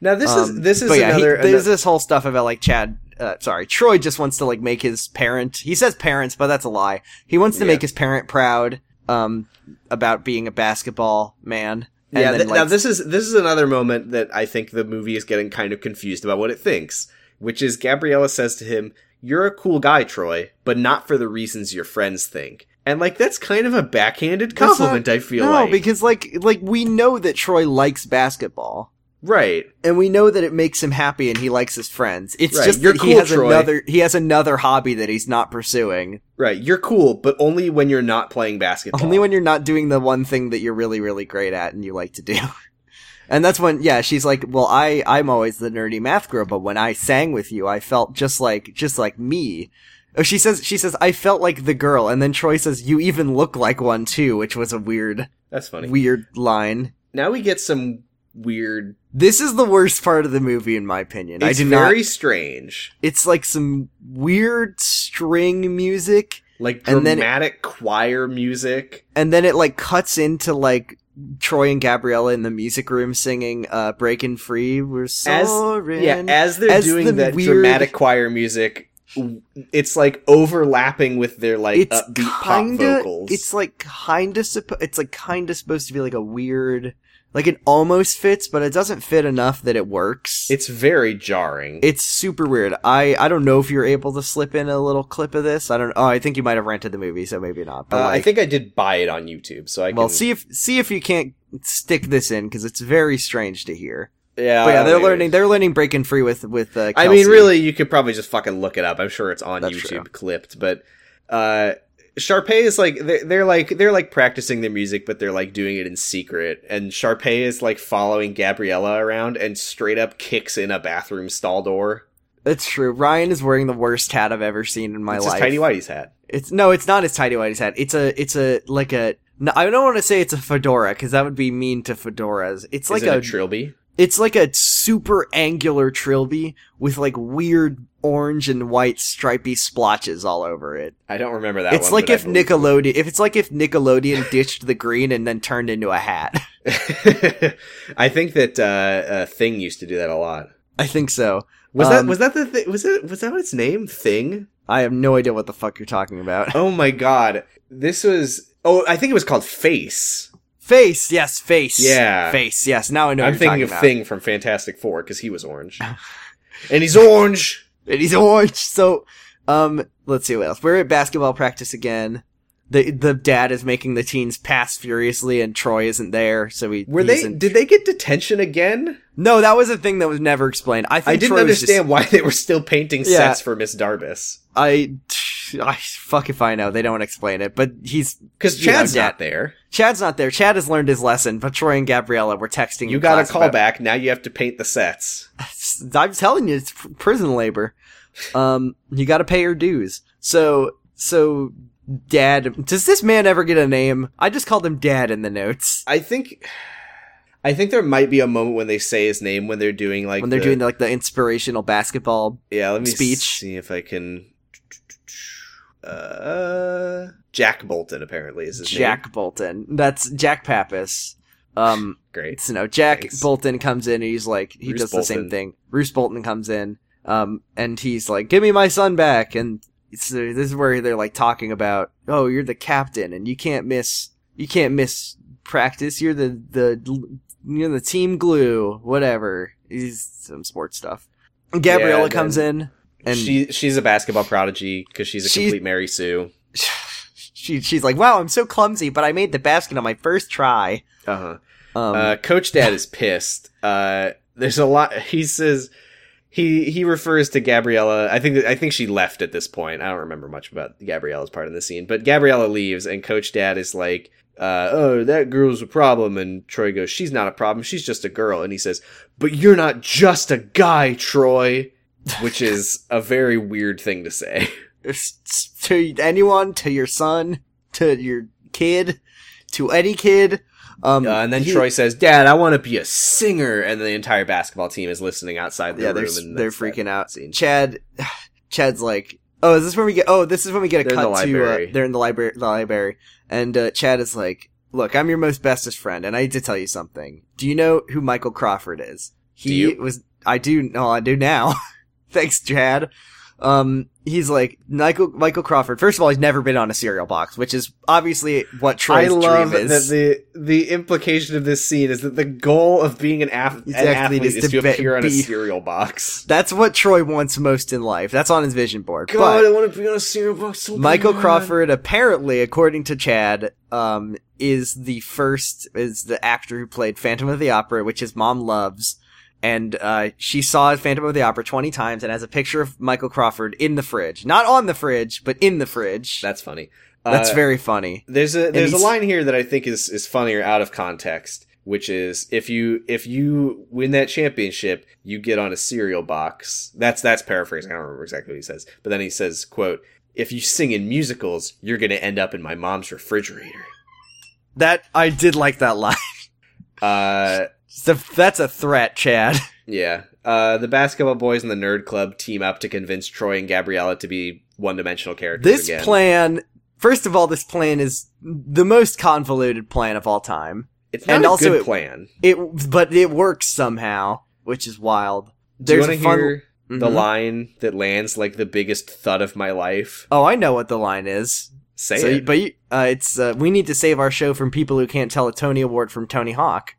now this Um, is this is but yeah, he- another there's this whole stuff about like Chad. Uh, sorry, Troy just wants to like make his parent. He says parents, but that's a lie. He wants to Yeah. make his parent proud, um, about being a basketball man. And yeah. then, th- like, now this is this is another moment that I think the movie is getting kind of confused about what it thinks, which is Gabriella says to him, "You're a cool guy, Troy, but not for the reasons your friends think." And like that's kind of a backhanded That's not- compliment. I feel no, like because like like we know that Troy likes basketball. right. and we know that it makes him happy and he likes his friends. It's Right, just you're that he cool, has Troy. another he has another hobby that he's not pursuing. Right, you're cool, but only when you're not playing basketball. Only when you're not doing the one thing that you're really really great at and you like to do. (laughs) And that's when yeah, she's like, "Well, I I'm always the nerdy math girl, but when I sang with you, I felt just like just like me." Oh, she says she says I felt like the girl and then Troy says you even look like one too, which was a weird That's funny. weird line. now we get some weird. This is the worst part of the movie in my opinion. It's I do not very strange, it's like some weird string music like And then- dramatic choir music. and then it like cuts into like Troy and Gabriella in the music room singing uh breaking free we're soaring Yeah, as they're As doing the that weird- dramatic choir music, w- it's like overlapping with their like it's upbeat kinda pop vocals. it's like kinda suppo- it's like kinda supposed to be like a weird like it almost fits but it doesn't fit enough that it works it's very jarring. it's super weird. I, I don't know if you're able to slip in a little clip of this. I don't. Oh, I think you might have rented the movie, so maybe not. Uh, But like, I think I did buy it on YouTube, so I well, can. see if see if you can't stick this in because it's very strange to hear. yeah, But yeah, they're later. learning. They're learning breaking free with with. Uh, I mean, Kelsey. really, you could probably just fucking look it up. I'm sure it's on That's YouTube true. clipped, but uh, Sharpay is like they're, they're like they're like practicing their music, but they're like doing it in secret. And Sharpay is like following Gabriella around and straight up kicks in a bathroom stall door. that's true. Ryan is wearing the worst hat I've ever seen in my it's life. just Tidy Whitey's hat. It's no, it's not his tidy whitey's hat. It's a, it's a like a. No, I don't want to say it's a fedora because that would be mean to fedoras. It's It's like like a, a trilby. it's like a super angular trilby with like weird orange and white stripy splotches all over it. I don't remember that. it's one, like but I if believe- Nickelodeon, if it's like if Nickelodeon ditched the green and then turned into a hat. (laughs) (laughs) I think that uh, uh, Thing used to do that a lot. I think so. Was that Um, was that the thi- was it was that its name? Thing. I have no idea what the fuck you're talking about. Oh my god. This was oh, I think it was called Face. Face, yes, face. Yeah. Face, yes. Now I know what I'm you're thinking talking of about. Thing from Fantastic Four because he was orange. (laughs) and he's orange. And he's orange. (laughs) So, um, let's see what else. We're at basketball practice again. The the dad is making the teens pass furiously, and Troy isn't there, so he Were he's they in- did they get detention again? no, that was a thing that was never explained. I think I didn't Troy was just- understand why they were still painting Yeah. sets for Miss Darbus. I, I fuck if I know. They don't explain it, but he's Because You know, Chad's yeah. not there. Chad's not there. Chad has learned his lesson, but Troy and Gabriella were texting. You in got a class call about- back, now you have to paint the sets. (laughs) I'm telling you, it's pr- prison labor. Um, you got to pay your dues. So, so dad, does this man ever get a name? I just called him dad in the notes I think I think there might be a moment when they say his name when they're doing like when they're the- doing like the inspirational basketball. Yeah, let me Speech. see if I can. Uh, Jack Bolton apparently is his Jack name. Bolton. That's Jack Pappas. Um, Great. it's no Jack Thanks. Bolton comes in and he's like he Roose does the same Bolton. thing. Roose Bolton comes in, um, and he's like, "Give me my son back." And it's, uh, this is where they're like talking about, "Oh, you're the captain, and you can't miss, you can't miss practice. You're the the you're the team glue, whatever." He's some sports stuff. And Gabriella Yeah, and comes in, and she she's a basketball prodigy because she's a She- complete Mary Sue. (laughs) she she's like, "Wow, I'm so clumsy, but I made the basket on my first try." Uh-huh. Um, Uh Coach Dad is pissed. Uh, there's a lot. He says he he refers to Gabriella. I think that- I think she left at this point. I don't remember much about Gabriella's part in the scene, but Gabriella leaves, and Coach Dad is like. Uh, oh, that girl's a problem. And Troy goes, She's not a problem. She's just a girl. And he says, But you're not just a guy, Troy. Which is a very weird thing to say. to anyone, to your son, to your kid, to any kid. (laughs) Um, Uh, and then he- Troy says, "Dad, I want to be a singer," and the entire basketball team is listening outside the yeah, they're room. s- and they're that's that freaking out. Scene. Chad, (sighs) Chad's like, oh, is this when we get? Oh, this is when we get a They're in the cut to. library. Uh, they're in the library. The library, and uh, Chad is like, look, I'm your most bestest friend, and I need to tell you something. Do you know who Michael Crawford is? He Do you? was. I do. No, I do now. (laughs) Thanks, Chad. Um, he's like Michael Michael Crawford. First of all, he's never been on a cereal box, which is obviously what Troy's I love dream that is. the the implication of this scene is that the goal of being an, af- an Exactly, athlete is is, to to, be- appear on a be- cereal box. That's what Troy wants most in life. That's on his vision board. God, but I want to be on a cereal box. So Michael bad. Crawford, apparently, according to Chad, um, is the first is the actor who played Phantom of the Opera, which his mom loves, and uh, she saw Phantom of the Opera twenty times and has a picture of Michael Crawford in the fridge, not on the fridge, but in the fridge. That's funny. That's Uh, very funny. There's a there's a he's- line here that I think is is funnier out of context, which is if you if you win that championship, you get on a cereal box. That's that's paraphrasing. I don't remember exactly what he says, but then he says, "quote If you sing in musicals, you're going to end up in my mom's refrigerator." That I did like that line. (laughs) Uh, So that's a threat, Chad. yeah. Uh, the basketball boys and the nerd club team up to convince Troy and Gabriella to be one dimensional characters. This again. plan, first of all, this plan is the most convoluted plan of all time. it's not and a also good it- plan. It, but it works somehow, which is wild. Do you There's want to a fun- hear the Mhm. line that lands like the biggest thud of my life? Oh, I know what the line is. Say So, it. you- but you, uh, it's uh, we need to save our show from people who can't tell a Tony Award from Tony Hawk.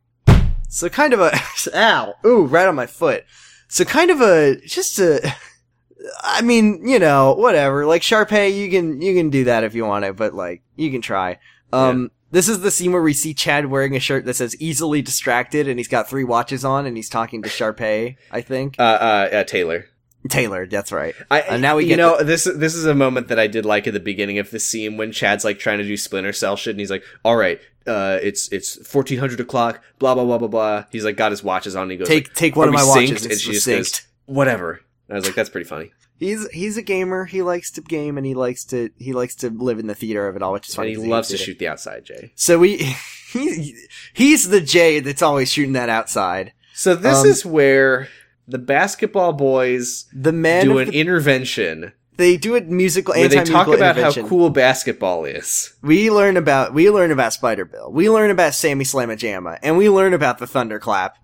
So kind of a (laughs) ow ooh right on my foot. So kind of a just a. (laughs) I mean, you know, whatever. Like Sharpay, you can you can do that if you want to, but like you can try. Um, this is the scene where we see Chad wearing a shirt that says "easily distracted" and he's got three watches on and he's talking to Sharpay. I think uh, uh, uh, Taylor. Taylor. That's right. I, And Uh, now we you get know this this is a moment that I did like at the beginning of the scene when Chad's like trying to do Splinter Cell shit and he's like, "All right, uh, it's it's fourteen hundred o'clock, blah blah blah blah blah." He's like got his watches on and he goes, Take take one of are we my synced? watches. And It's she just synced. goes, "Whatever." And I was like, "That's pretty funny." He's he's a gamer. He likes to game and he likes to he likes to live in the theater of it all, which is And funny. he 'cause loves to hates it. shoot the outside, Jay. So we (laughs) he, he's the Jay that's always shooting that outside. So this Um, is where the basketball boys The men do of an the- intervention they do a musical where they anti talk musical about how intervention. cool basketball is. we learn about we learn about Spider Bill. We learn about Sammy Slamajama, and we learn about the Thunderclap.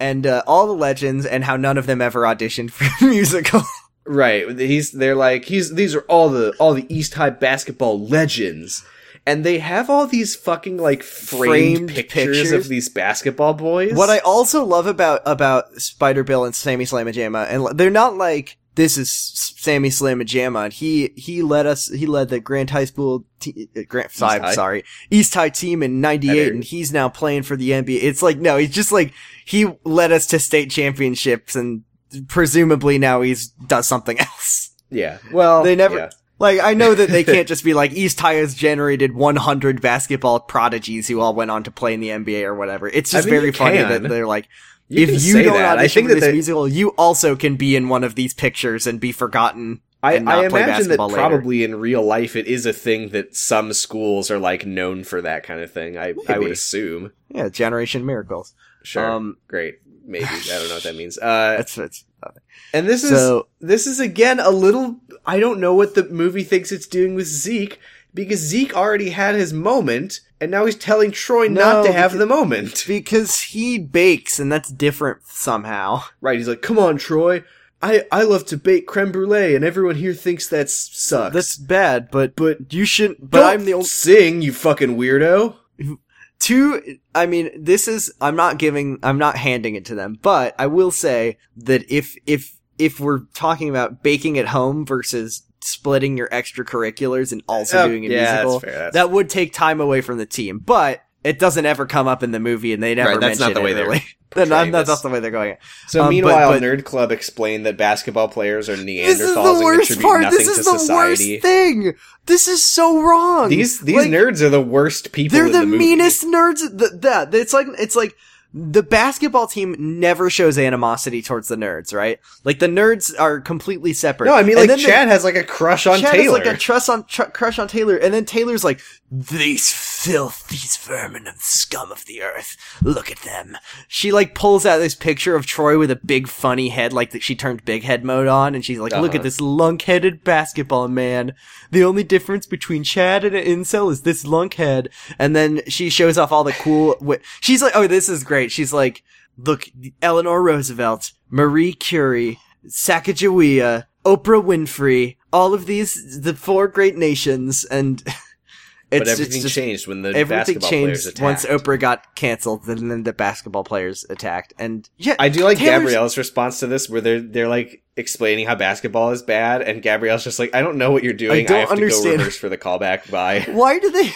And uh, all the legends, and how none of them ever auditioned for (laughs) a musical. Right. He's they're like he's these are all the all the East High basketball legends. And they have all these fucking like Framed framed, pictures, pictures. of these basketball boys. What I also love about about Spider Bill and Sammy Slamajama, and l- they're not like this is S- Sammy Slamajama. and He he led us. He led the Grand High School te- uh, Grand Five, High? sorry, East High team in '98, Better. and he's now playing for the NBA. It's like no, he's just like he led us to state championships, and presumably now he's does something (laughs) else. yeah. Well, They never- yeah. Like I know (laughs) that they can't just be like East High has generated 100 basketball prodigies who all went on to play in the NBA or whatever. It's I just mean, you very funny can. that they're like can if you say don't that. audition I think for that this they- musical, you also can be in one of these pictures and be forgotten. I, and not I play imagine that basketball later. probably in real life it is a thing that some schools are like known for that kind of thing. I I would Maybe. assume. Yeah, Generation Miracles. Sure. Um, Great. Maybe. I don't know what that (laughs) means. Uh that's that's and this is so. This is again a little. I don't know what the movie thinks it's doing with Zeke because Zeke already had his moment, and now he's telling Troy No, not to have because- the moment. (laughs) Because he bakes, and that's different somehow. Right? He's like, "Come on, Troy. I I love to bake creme brulee, and everyone here thinks that sucks. That's bad, but but you shouldn't. But but I'm the only sing, you fucking weirdo. two. I mean, this is. I'm not giving. I'm not handing it to them. But I will say that if if if we're talking about baking at home versus splitting your extracurriculars and also Oh, doing a yeah, that's musical, fair, that's- that would take time away from the team, but it doesn't ever come up in the movie, and they never Right, that's mention not the it, way they're (laughs) really. (laughs) They're not- portraying that's this. not the way they're going. So Um, but- meanwhile, but- Nerd Club explained that basketball players are Neanderthals This is the and worst contribute part. nothing This to is the society. worst thing. This is so wrong. These these Like, nerds are the worst people. They're in the, the movie. meanest nerds. The, that it's like it's like the basketball team never shows animosity towards the nerds, right? Like the nerds are completely separate. No, I mean And like then they- Chad has like a crush on Chad Taylor. is like a trust on tr- crush on Taylor, and then Taylor's like, "These filth, these vermin and scum of the earth. Look at them." She like pulls out this picture of Troy with a big funny head, like that she turned big head mode on, and she's like, "Look Uh-huh. at this lunk-headed basketball man. The only difference between Chad and an incel is this lunkhead." And then she shows off all the cool. Wi- she's like, "Oh, this is great." She's like, "Look, Eleanor Roosevelt, Marie Curie." Sacagawea, Oprah Winfrey, all of these the four great nations, and (laughs) But it's everything just, just changed when the everything basketball players changed attacked. once Oprah got canceled, and then the basketball players attacked, and yeah, I do like Taylor's- Gabrielle's response to this, where they're they're like explaining how basketball is bad, and Gabrielle's just like, "I don't know what you're doing. I, don't have to understand." go reverse for the callback." Bye. why do they?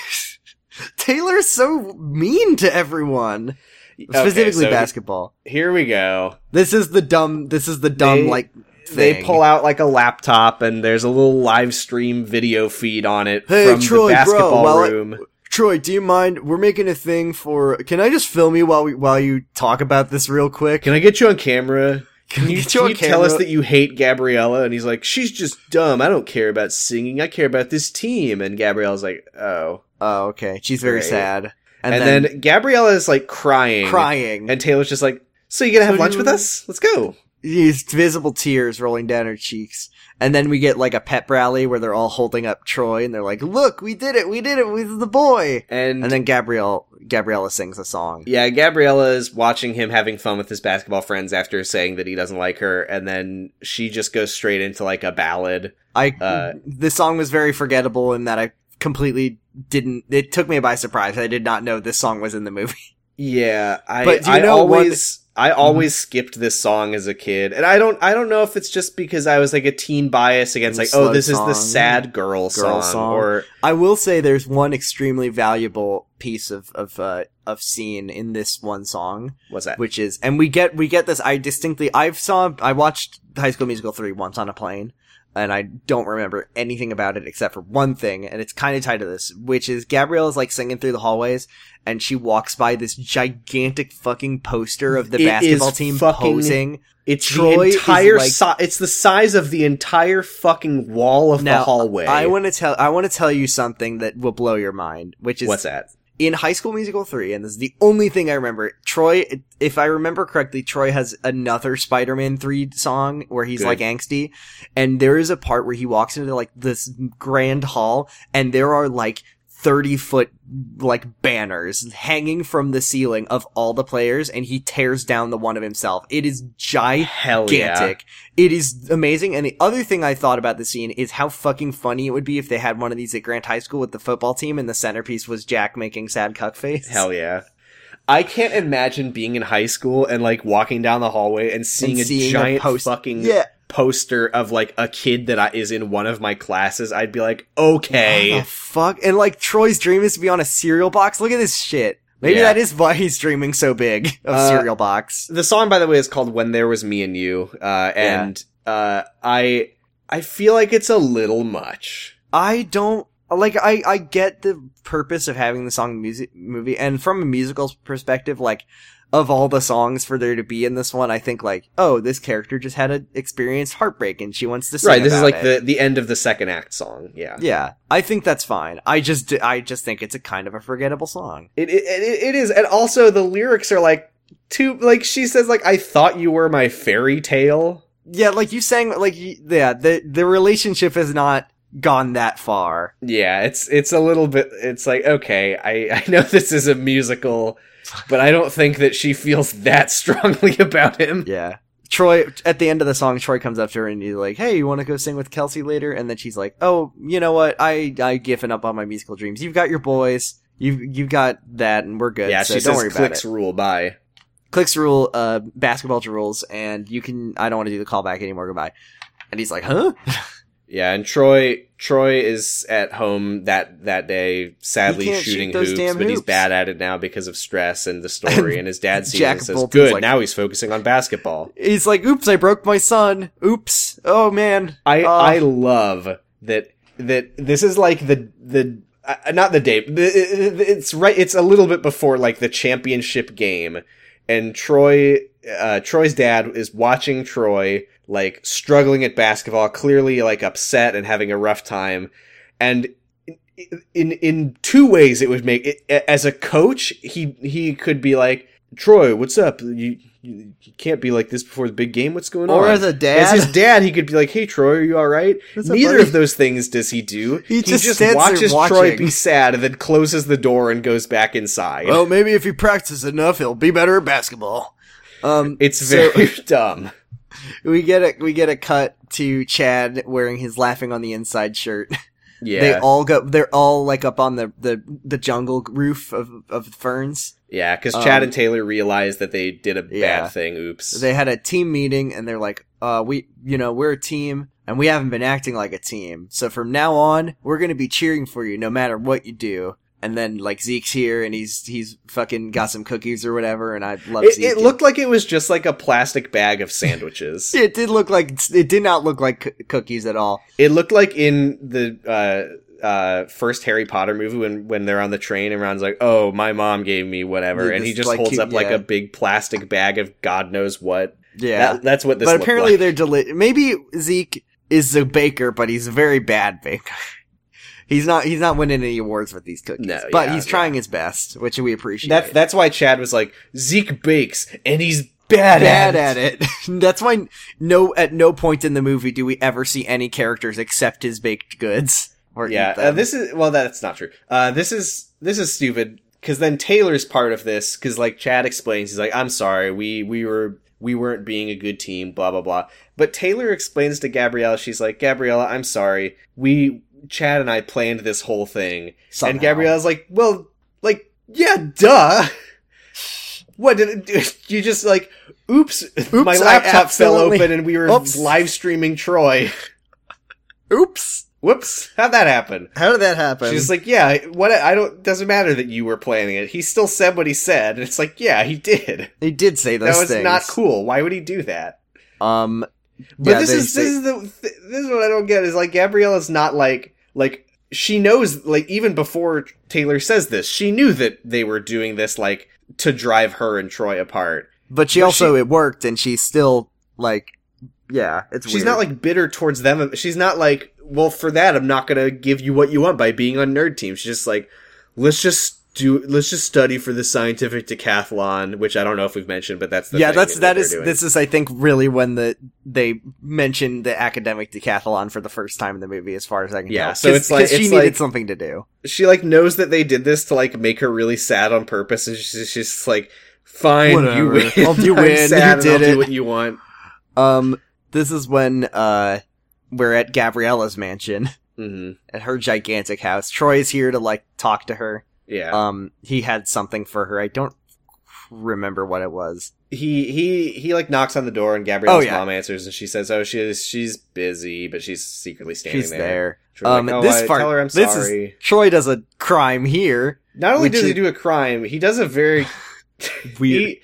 Taylor's so mean to everyone, Okay, (laughs) specifically so basketball. Here we go. This is the dumb. This is the dumb They- like. They thing. pull out like a laptop, and there's a little live stream video feed on it Hey, from Troy, the bro, basketball while I- room. Troy, do you mind? We're making a thing for. Can I just film you while we while you talk about this real quick? Can I get you on camera? Can we you, get can on you tell us camera? that you hate Gabriella? And he's like, she's just dumb. I don't care about singing. I care about this team. And Gabriella's like, oh. Oh, okay. She's very Great. sad, And, then, Gabriella is like crying. crying, And Taylor's just like, so you gonna have So lunch you- with us? Let's go. these visible tears rolling down her cheeks. And then we get like a pep rally where they're all holding up Troy and they're like, "Look, we did it! We did it! with the boy!" And, And then Gabrielle Gabriella sings a song. yeah, Gabriella is watching him having fun with his basketball friends after saying that he doesn't like her. And then she just goes straight into like a ballad. I Uh, this song was very forgettable in that I completely didn't. It took me by surprise. I did not know this song was in the movie. Yeah, I, But do you I know what- Mm-hmm. always I always skipped this song as a kid, and I don't I don't know if it's just because I was like a teen bias against like Slow oh this is the song. sad girl, song, song. or I will say there's one extremely valuable piece of of uh, of scene in this one song, what's that? which is, and we get we get this. I distinctly I've saw I watched High School Musical three once on a plane, and I don't remember anything about it except for one thing, and it's kind of tied to this, which is Gabrielle is like singing through the hallways, and she walks by this gigantic fucking poster of the It is basketball team fucking posing. It's Troy the is entire like- si- it's the size of the entire fucking wall of the Now, hallway. I want to tell I want to tell you something that will blow your mind, which is what's that? in High School Musical 3, and this is the only thing I remember, Troy, if I remember correctly, Troy has another Spider-Man 3 song where he's Good. like angsty, and there is a part where he walks into like this grand hall, and there are like 30 foot like banners hanging from the ceiling of all the players, and he tears down the one of himself. It is giant Hell Oh, yeah! gigantic. It is amazing. And the other thing I thought about the scene is how fucking funny it would be if they had one of these at Grant High School with the football team and the centerpiece was Jack making sad cuck face. Hell yeah! I can't imagine being in high school and like walking down the hallway and seeing a seeing a giant post- fucking yeah. poster of like a kid that I, is in one of my classes, I'd be like, What okay, the fuck? And like Troy's dream is to be on a cereal box. Look at this shit. Maybe Yeah. that is why he's dreaming so big of Uh, cereal box. The song, by the way, is called "When There Was Me and You," uh, and uh, I I feel like it's a little much. I don't like I I get the purpose of having the song music movie and from a musical perspective like of all the songs for there to be in this one I think like oh this character just had a experienced heartbreak and she wants to sing right, this is about like it. the the end of the second act song. Yeah, Yeah, I think that's fine. I just I just think it's a kind of a forgettable song. It, it it it is, and also the lyrics are like too like she says like I thought you were my fairy tale. Yeah, like you sang like you, yeah, the the relationship has not gone that far. Yeah, it's it's a little bit. It's like okay, I (laughs) I know this is a musical, but I don't think that she feels that (laughs) strongly about him. Yeah. Troy at the end of the song, Troy comes up to her and he's like, "Hey, you want to go sing with Kelsey later?" And then she's like, "Oh, you know what? I I given up on my musical dreams. You've got your boys. You you've got that, and we're good. Yeah, so she don't says worry clicks about it. rule by. Clicks rule, uh, basketball rules, and you can. I don't want to do the callback anymore. Goodbye." And he's like, "Huh? Yeah, and Troy Troy is at home that that day, sadly He can't shooting shoot those hoops, damn but he's hoops. bad at it now because of stress and (laughs) the story. and his dad sees Jack him and says, Bolton's "Good, like- now he's focusing on basketball." He's like, oops, I broke my son. Oops. Oh man. I Uh. I love that that this is like the the uh, not the day. the- it- it- It's right. It's a little bit before like the championship game, and Troy uh, Troy's dad is watching Troy like struggling at basketball, clearly like upset and having a rough time, and in in two ways it would make it, as a coach he he could be like Troy, what's up? You, you you can't be like this before the big game. What's going on? Or as a dad, (laughs) As his dad, he could be like, "Hey Troy, are you all right?" What's up, Neither buddy? of those things does he do. He just stands there watches watching. Troy be sad and then closes the door and goes back inside. well, maybe if he practices enough, he'll be better at basketball. Um, it's so- very (laughs) dumb. we get a we get a cut to Chad wearing his laughing on the inside shirt. (laughs) Yeah. They all go they're all like up on the the, the jungle roof of of ferns. yeah, because Chad um, and Taylor realized that they did a Yeah. bad thing. Oops. They had a team meeting and they're like, "Uh we you know, we're a team and we haven't been acting like a team. So from now on, we're going to be cheering for you no matter what you do." And then like Zeke's here and he's he's fucking got some cookies or whatever and I love it, Zeke. it looked like it was just like a plastic bag of (laughs) sandwiches. it did look like it did not look like coo- cookies at all. It looked like in the uh, uh, first Harry Potter movie when when they're on the train and Ron's like, "Oh, my mom gave me whatever," Yeah, and he this, just like, holds cute- up like yeah. a big plastic bag of God knows what. Yeah. That- that's what this. but looked apparently like. they're deli- maybe Zeke is a baker, but he's a very bad baker. (laughs) he's not he's not winning any awards with these cookies. No, but yeah, he's yeah. trying his best, which we appreciate. That's that's why Chad was like Zeke bakes and he's bad, bad, at it. (laughs) that's why no at no point in the movie do we ever see any characters accept his baked goods or Yeah, eat uh, them. this is well, that's not true. Uh, this is this is stupid because then Taylor's part of this because like Chad explains, he's like, "I'm sorry, we we were we weren't being a good team," blah blah blah. But Taylor explains to Gabriella, she's like, "Gabriella, I'm sorry, we Chad and I planned this whole thing," somehow. and Gabriella's like, "Well, like yeah, duh." (laughs) What did it, (laughs) you just like? Oops, my I laptop fell accidentally- open and we were Oops. live streaming Troy. (laughs) oops, Whoops, how'd that happen? how did that happen? She's like, yeah, what? I don't. Doesn't matter that you were planning it. He still said what he said, and it's like, yeah, he did. they did say those that was things. not cool. Why would he do that? Um, But Yeah, this they is say- this is the th- this is what I don't get is like Gabriella's not like like she knows like even before Taylor says this, she knew that they were doing this like to drive her and Troy apart. but she But also it worked, and she's still like, yeah, it's She's not weird. like bitter towards them. She's not like, well, for that, I'm not gonna give you what you want by being on nerd team. She's just like, let's just do, let's just study for the scientific decathlon, which I don't know if we've mentioned, but that's the yeah, thing that's that they're is doing. this is I think really when the they mentioned the academic decathlon for the first time in the movie, as far as I can Yeah, tell. so 'Cause- it's like- 'cause she it's needed like- something to do. She like knows that they did this to like make her really sad on purpose, and she's, she's just like, fine, Whatever. you win, I'll do (laughs) I'm win. You sad and did I'll it." do what you want. Um, this is when uh we're at Gabriella's mansion (laughs) hmm at her gigantic house. Troy's here to like talk to her. Yeah, Um, he had something for her. I don't remember what it was. he he he like knocks on the door, and Gabriella's Oh, yeah. mom answers, and she says, "Oh, she's she's busy, but she's secretly standing She's there." there. She's like, Um, "Oh, this I- part- tell her I'm this is- sorry. Troy does a crime here. Not only Which does is- he do a crime, he does a very (laughs) Weird. He,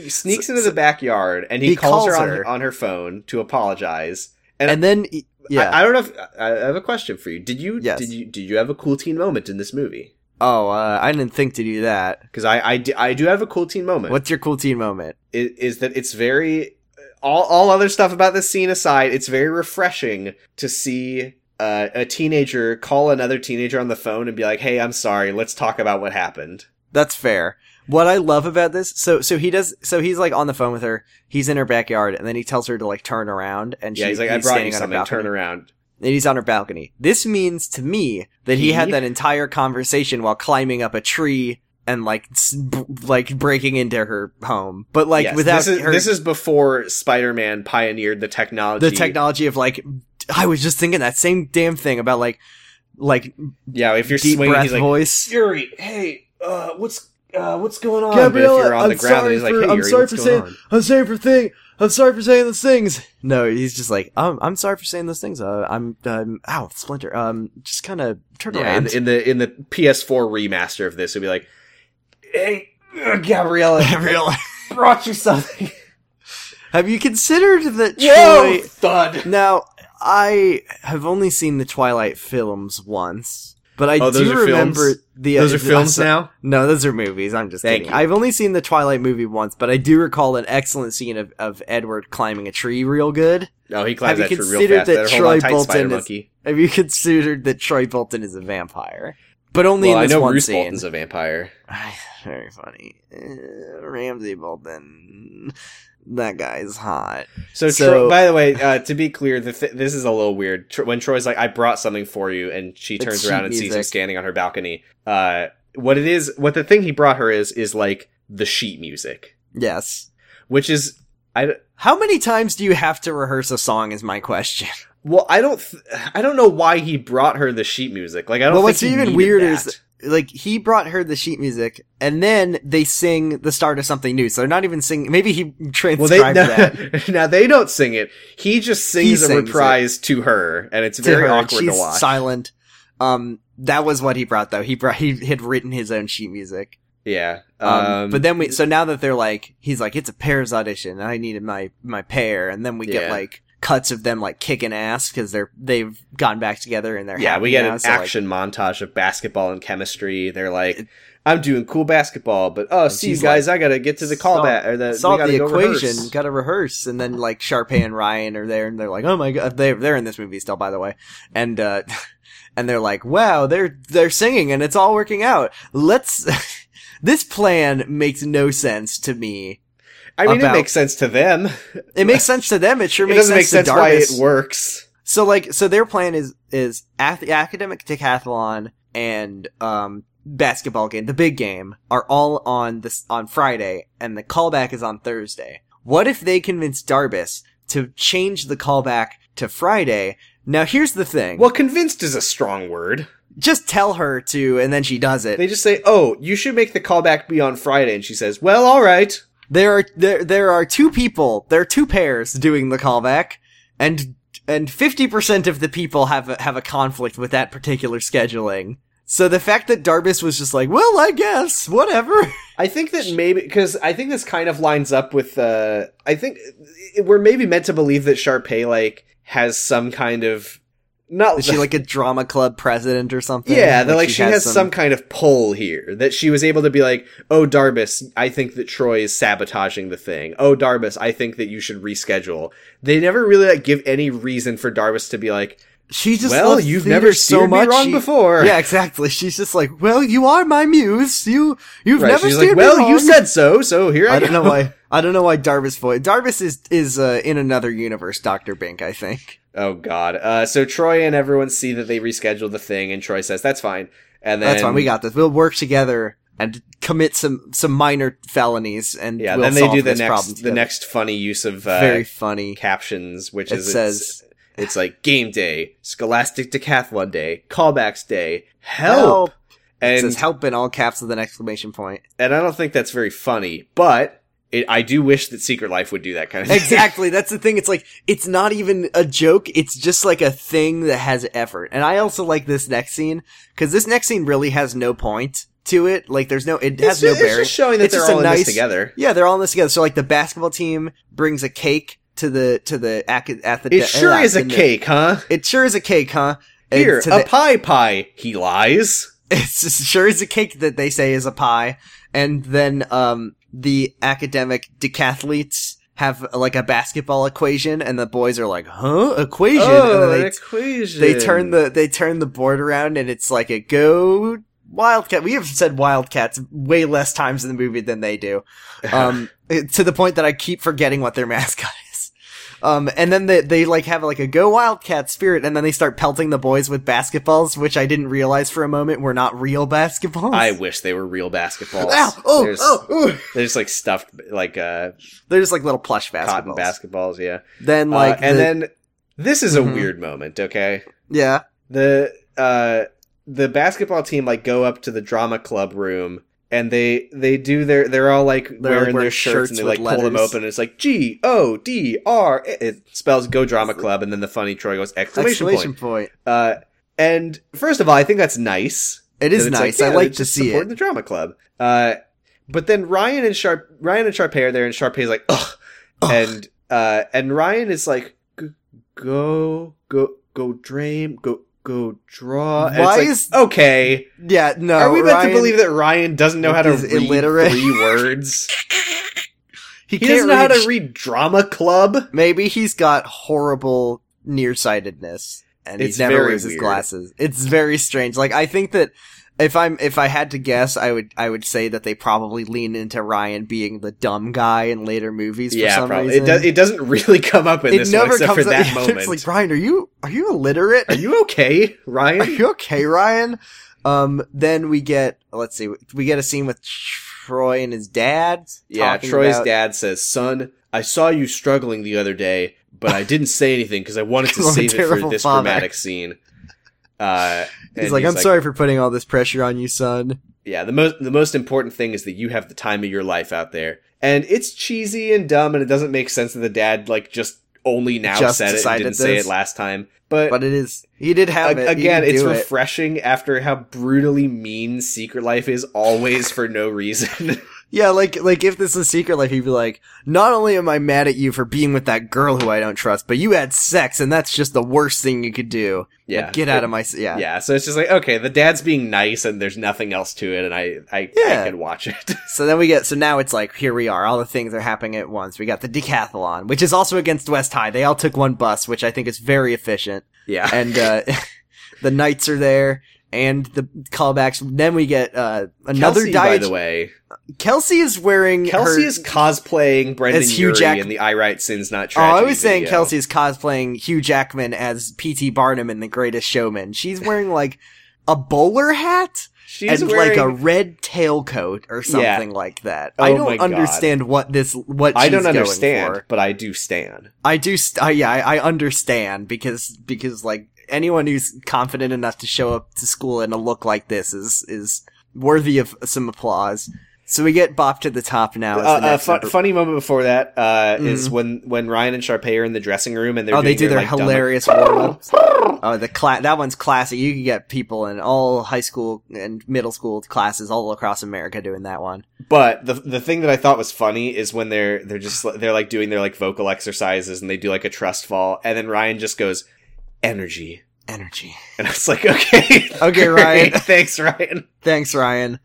he sneaks So- into the backyard and he, He calls, her, calls on, her. on her phone to apologize. and then yeah. I, I don't know. if I, I have a question for you. Did you Yes. did you did you have a cool teen moment in this movie? oh, uh, I didn't think to do that. Because I I do, I do have a cool teen moment. What's your cool teen moment? I- is, that it's very all all other stuff about this scene aside, it's very refreshing to see. Uh, a teenager call another teenager on the phone and be like, "Hey, I'm sorry. Let's talk about what happened." That's fair. What I love about this, so so he does, so he's like on the phone with her. He's in her backyard, and then he tells her to like turn around, and Yeah, she, he's like, "I brought you standing on her something. Turn balcony. around." And he's on her balcony. This means to me that he, He? had that entire conversation while climbing up a tree and like s- b- like breaking into her home, but like Yes, without this is, her, this is before Spider-Man pioneered the technology. the technology of like. I was just thinking that same damn thing about like like Yeah, if you're deep swinging, breath he's like, voice. Yuri, hey, uh, what's uh, what's going on? Gabriella, but if you're on the I'm ground, sorry he's like, for- hey, I'm Yuri, sorry what's for going saying- on? I'm sorry for saying. I'm sorry for saying those things. No, he's just like um, I'm sorry for saying those things. Uh, I'm um, ow, Splinter. Um, just kind of turn Yeah, in, around. in the in the PS4 remaster of this, it'd be like, hey, uh, Gabriella, (laughs) Gabriel, brought you (laughs) something. have you considered that Whoa, Troy? thud. Now, I have only seen the Twilight films once, but I Oh, those do are remember films? the Those are I films saw- now. No, those are movies. I'm just Thank kidding. you. I've only seen the Twilight movie once, but I do recall an excellent scene of, of Edward climbing a tree real good. No, Oh, he climbs Have that you tree real considered fast. that Better hold on Troy tight, Bolton Spider is- monkey. Have you considered that Troy Bolton is a vampire? But only Well, in I this know one Bruce scene. Bolton's a vampire. (sighs) Very funny. Uh, Ramsey Bolton. That guy's hot. So, So- Troy, by the way, uh, to be clear, the th- this is a little weird. Tro- when Troy's like, "I brought something for you," and she It's turns sheet around and sees him music. standing on her balcony. Uh, what it is, what the thing he brought her is, is like the sheet music, Yes. which is I, d- How many times do you have to rehearse a song? Is my question. (laughs) Well, I don't, th- I don't know why he brought her the sheet music. Like, I don't. Well, think what's he even needed weirder that. is like he brought her the sheet music, and then they sing the start of something new. So they're not even singing. Maybe he (laughs) transcribed well, they (laughs) now, that. now they don't sing it. He just sings He a sings reprise to her, and it's to very her, and awkward she's to watch. silent. Um, that was what he brought though. He brought he had written his own sheet music. yeah, um, Um, but then we so now that they're like he's like it's a pairs audition. I needed my my pair, and then we Yeah. get like cuts of them like kicking ass because they're they've gone back together and they're yeah, happy we get now, an so, like, action montage of basketball and chemistry. They're like, "I'm doing cool basketball, but oh, see you she's guys, I gotta get to the solve- callback or the uh, we solve gotta the go equation, rehearse." gotta rehearse, and then like Sharpay and Ryan are there, and they're like, "Oh my god, they're they're in this movie still, by the way," and uh, (laughs) and they're like, "Wow, they're they're singing, and it's all working out." Let's (laughs) this plan makes no sense to me. I mean, about- it makes sense to them. It, It makes sense to them. It sure makes doesn't make sense to why it Darvis. works. So like, so their plan is is ath- academic decathlon and um basketball game, the big game, are all on this on Friday, and the callback is on Thursday. What if they convince Darbus to change the callback to Friday? Now here's the thing. Well, convinced is a strong word. just tell her to, and then she does it. They just say, "Oh, you should make the callback be on Friday," and she says, "Well, all right." There are there there are two people, there are two pairs doing the callback, and and fifty percent of the people have a, have a conflict with that particular scheduling. So the fact that Darbus was just like, well, I guess whatever. (laughs) I think that maybe because I think this kind of lines up with. Uh, I think we're maybe meant to believe that Sharpay like has some kind of not. Is she like a drama club president or something? yeah, that like she, has, some... kind of pull here that she was able to be like, "Oh, Darbus, I think that Troy is sabotaging the thing. Oh, Darbus, I think that you should reschedule." They never really like give any reason for Darbus to be like, She just "Well, loves you've theater never so steered much. me wrong she- before." Yeah, exactly. She's just like, well, you are my muse. You you've (laughs) right. never She's steered like, me "Well, wrong. you said so, so here (laughs) I, I don't (laughs) know go." why. I don't know why Darvis voice. Darvis is is uh, in another universe, Doctor Bink. I think. Oh God! Uh, so Troy and everyone see that they rescheduled the thing, and Troy says, "That's fine." And then That's fine. We got this. We'll work together and commit some some minor felonies, and Yeah. we'll then they solve do the this problem next the together. next funny use of uh, very funny. captions, which It is says- it's, it's like game day, scholastic decathlon day, callbacks day, help, It and says help in all caps with an exclamation (laughs) point. and I don't think that's very funny, but it, I do wish that Secret Life would do that kind of thing. Exactly. That's the thing. It's like it's not even a joke. It's just like a thing that has effort. And I also like this next scene because this next scene really has no point to it. Like there's no. It (laughs) it's, has ju- no it's bearing. just showing that It's they're just a all in nice- this together. Yeah, they're all in this together. So like the basketball team brings a cake to the to the ac- at the It sure is a and the- cake, huh? It sure is a cake, huh? And Here, to a the- pie pie. He lies. (laughs) it's just- sure is a cake that they say is a pie. And then um the academic decathletes have like a basketball equation, and the boys are like, "Huh, equation?" and then an they Oh, equation. they turn the they turn the board around, and it's like a go wildcat. We have said wildcats way less times in the movie than they do. (laughs) um, it- to the point that I keep forgetting what their (laughs) mascot is. Um, and then they, they like have like a go wildcat spirit and then they start pelting the boys with basketballs, which I didn't realize for a moment were not real basketballs. I wish they were real (laughs) basketballs. Ow! Oh, There's- oh, ooh. They're just like stuffed, like uh, They're just like little plush cotton basketballs. basketballs. Yeah. Then Uh, like, and the- then this is a Mhm. weird moment. Okay. yeah, The uh, the basketball team like go up to the drama club room. And they they do their they're all like like, wearing, their wearing shirts, shirts and they like with pull them letters. open and it's like G O D R it spells go drama club and then the funny Troy goes exclamation, exclamation point. point. Uh, and first of all, I think that's nice. It is And it's nice. yeah, I like it's to just see supporting it. the drama club. Uh, but then Ryan and Sharp, Ryan and Sharpay are there, and Sharpay's like, ugh, Ugh. and uh, and Ryan is like, "G- go, go, go, dream, go, go, draw. And it's Why like, is- okay? Yeah, no. are we meant Ryan- to believe that Ryan doesn't know how to is read illiterate. (laughs) three words? he, He can't doesn't know how read to read drama club. Maybe he's got horrible nearsightedness and It's he never very wears his weird. glasses. It's very strange. Like I think that if I'm if I had to guess, I would I would say that they probably lean into Ryan being the dumb guy in later movies for Yeah, some probably. reason. It, does, it doesn't (laughs) really come up in It this one except for up- that (laughs) It's moment. like Ryan, are you are you illiterate? Are you okay, (laughs) Are Ryan? you okay, Ryan? Um, then we get let's see, we get a scene with Troy and his dad. Yeah, talking Troy's about- dad says, "Son, I saw you struggling the other day, but I didn't say anything because I wanted to (laughs) What a save it for terrible this father. dramatic scene." Uh, and He's like, I'm sorry for putting all this pressure on you, son. Yeah, the most the most important thing is that you have the time of your life out there, and it's cheesy and dumb, and it doesn't make sense that the dad like just only now Just said it and decided didn't say this. it last time. (laughs) But, But it is. He did have a- it. He again, did it's do it. refreshing after how brutally mean Secret Life is always for no reason. Yeah, like like if this is Secret Life, he'd be like, not only am I mad at you for being with that girl who I don't trust, but you had sex, and that's just the worst thing you could do. yeah, Like, get out of my s- yeah. Yeah, so it's just like okay, the dad's being nice, and there's nothing else to it, and I I, I Yeah. can watch it. (laughs) So then we get so now it's like here we are, all the things are happening at once. We got the decathlon, which is also against West High. They all took one bus, which I think is very efficient. yeah, And uh, (laughs) the knights are there. And the callbacks. Then we get uh, another Kelsey, diet. by the way, Kelsey is wearing Kelsey her- is cosplaying Brendan Hugh Urie Jack- in the I Write Sins Not Oh, Tragedy. I was saying video. Kelsey is cosplaying Hugh Jackman as P.T. Barnum in The Greatest Showman. (laughs) She's wearing like a bowler hat She's and wearing, like a red tailcoat or Yeah. something like that. Oh I my don't God. understand what this what I she's don't going understand, for. but I do stand. I do. St- I, yeah, I, I understand because because like anyone who's confident enough to show up to school in a look like this is is worthy of some applause. So we get Bop to the top now. Uh, As the a next fu- number- funny moment before that uh, is Mhm. when when Ryan and Sharpay are in the dressing room and they're oh, doing they do their, like, dumb, like, (laughs) hilarious warm-up. Oh, the cla- that one's classic. You can get people in all high school and middle school classes all across America doing that one. But the the thing that I thought was funny is when they're they're just they're like doing their like vocal exercises and they do like a trust fall and then Ryan just goes energy Energy. and I was like okay (laughs) Okay, Ryan. great, (laughs) thanks Ryan Thanks, Ryan.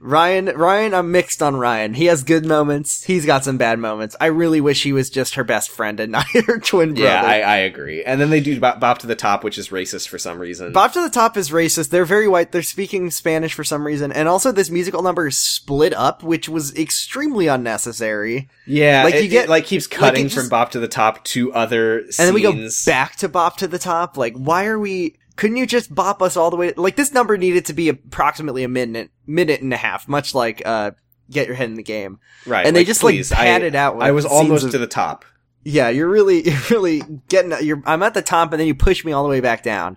Ryan, Ryan, I'm mixed on Ryan. He has good moments. He's got some bad moments. I really wish he was just her best friend and (laughs) not her twin brother. yeah I, I agree and then they do bop, bop to the top which is racist for some reason Bob to the Top is racist. They're very white. They're speaking Spanish for some reason. And also this musical number is split up, which was extremely unnecessary. yeah like, like you you get- like keeps cutting just- from bop to the top to other And then we go back to bop to the top. Like, why are we? Couldn't you just bop us all the way? Like, this number needed to be approximately a minute, minute and a half, much like uh, get your head in the game. right and they just please, like I, padded out. With I was scenes almost of- to the top yeah, you're really, (laughs) you're really getting. You're. I'm at the top, and then you push me all the way back down.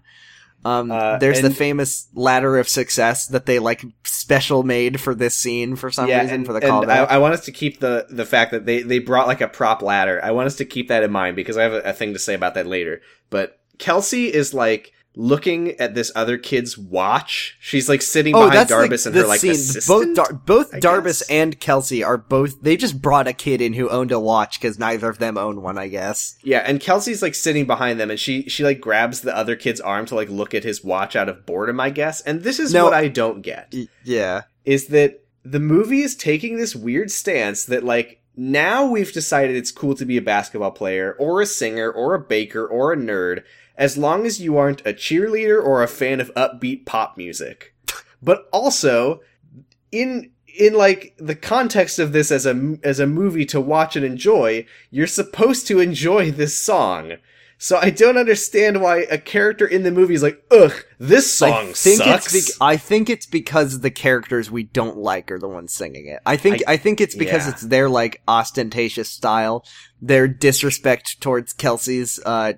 Um, Uh, there's the and- famous ladder of success that they like special made for this scene for some reason for the callback. I, I want us to keep the the fact that they they brought like a prop ladder. I want us to keep that in mind because I have a, a thing to say about that later. But Kelsey is like looking at this other kid's watch. She's like sitting Oh, behind Darbus and her like Both assistant. Dar- both I Darbus guess? and Kelsey are both. They just brought a kid in who owned a watch because neither of them own one. I guess. yeah, and Kelsey's like sitting behind them, and she she like grabs the other kid's arm to like look at his watch out of boredom, I guess. And this is No. what I don't get. Y- yeah. is that the movie is taking this weird stance that like now we've decided it's cool to be a basketball player or a singer or a baker or a nerd as long as you aren't a cheerleader or a fan of upbeat pop music (laughs) but also in in like the context of this as a as a movie to watch and enjoy you're supposed to enjoy this song so I don't understand why a character in the movie is like, ugh, this song I think sucks. it's. Be- I think it's because the characters we don't like are the ones singing it. I think. I, think it's because yeah. it's their like ostentatious style, their disrespect towards Kelsey's uh,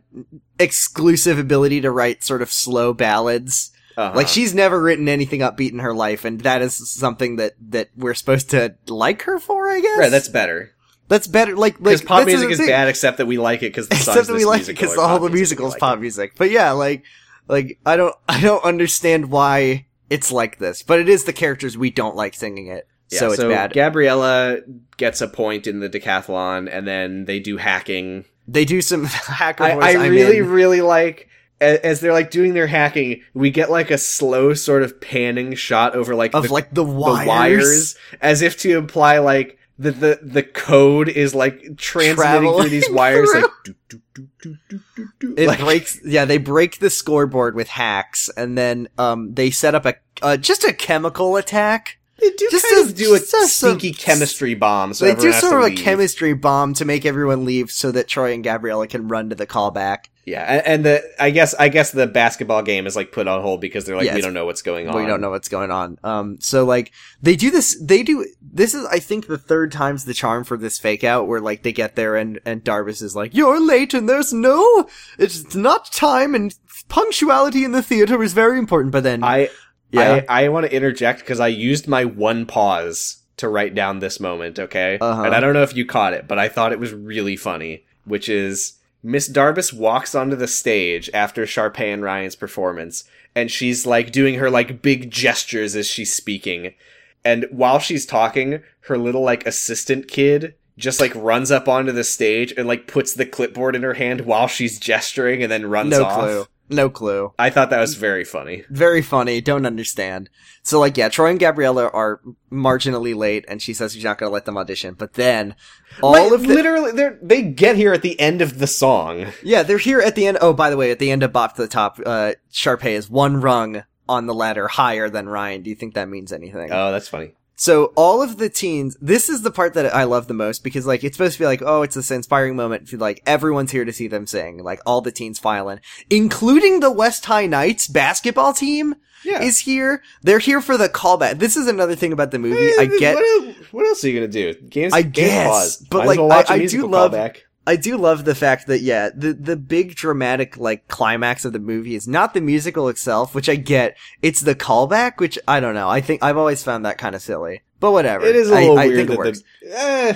exclusive ability to write sort of slow ballads. Uh-huh. Like she's never written anything upbeat in her life, and that is something that that we're supposed to like her for. I guess. right, that's better. that's better. Like Because like pop this music is the thing. (laughs) bad, except that we like it because the songs Except that in we this like it musical because are the whole pop the music, we musical is like pop music. But yeah, like like I don't I don't understand why it's like this, but it is the characters we don't like singing it, it. Yeah, so it's bad. Gabriella gets a point in the decathlon, and then they do hacking. they do some (laughs) hacker I, voice. I I'm really, in. really like a- as they're like doing their hacking. We get like a slow sort of panning shot over like of the, like the the wires, wires. as if to imply like that the the code is like transmitting Traveling through these wires. through. Like, do, do, do, do, do, do, do. It Like, breaks. Yeah, they break the scoreboard with hacks, and then um they set up a uh, just a chemical attack. They do Just kind a- of do a just a- sneaky chemistry bomb. So they everyone do has sort to of a leave. chemistry bomb to make everyone leave so that Troy and Gabriella can run to the callback. Yeah, a- and the I guess I guess the basketball game is like put on hold because they're like Yeah, we it's- don't know what's going on. We don't know what's going on. Um, so like they do this, they do this is I think the third time's the charm for this fake out where like they get there and and Darvis is like you're late and there's no it's not time and punctuality in the theater is very important. But then I yeah I, I want to interject because I used my one pause to write down this moment, okay? Uh-huh. And I don't know if you caught it, but I thought it was really funny, which is Miss Darbus walks onto the stage after Sharpay and Ryan's performance, and she's like doing her like big gestures as she's speaking. And while she's talking, her little like assistant kid just like runs up onto the stage and like puts the clipboard in her hand while she's gesturing and then runs no off. clue, no clue. I thought that was very funny. very funny. Don't understand. So like, yeah, Troy and Gabriella are marginally late, and she says she's not going to let them audition. But then all Like, of the literally they they get here at the end of the song. yeah, they're here at the end. Oh, by the way, at the end of Bop to the Top, uh, Sharpay is one rung on the ladder higher than Ryan. Do you think that means anything? Oh, that's funny. So all of the teens, this is the part that I love the most because like it's supposed to be like, oh, it's this inspiring moment. Like everyone's here to see them sing. Like all the teens filing, including the West High Knights basketball team Yeah. is here. They're here for the callback. This is another thing about the movie. I Eh, get, What, el- what else are you gonna do? Games. I games guess, pause. but, Might as like, well watch I- a I do musical love- callback. I do love the fact that yeah, the the big dramatic like climax of the movie is not the musical itself, which I get. It's the callback, which I don't know. I think I've always found that kind of silly, but whatever. It is a I- little I weird think it that works. the. Eh.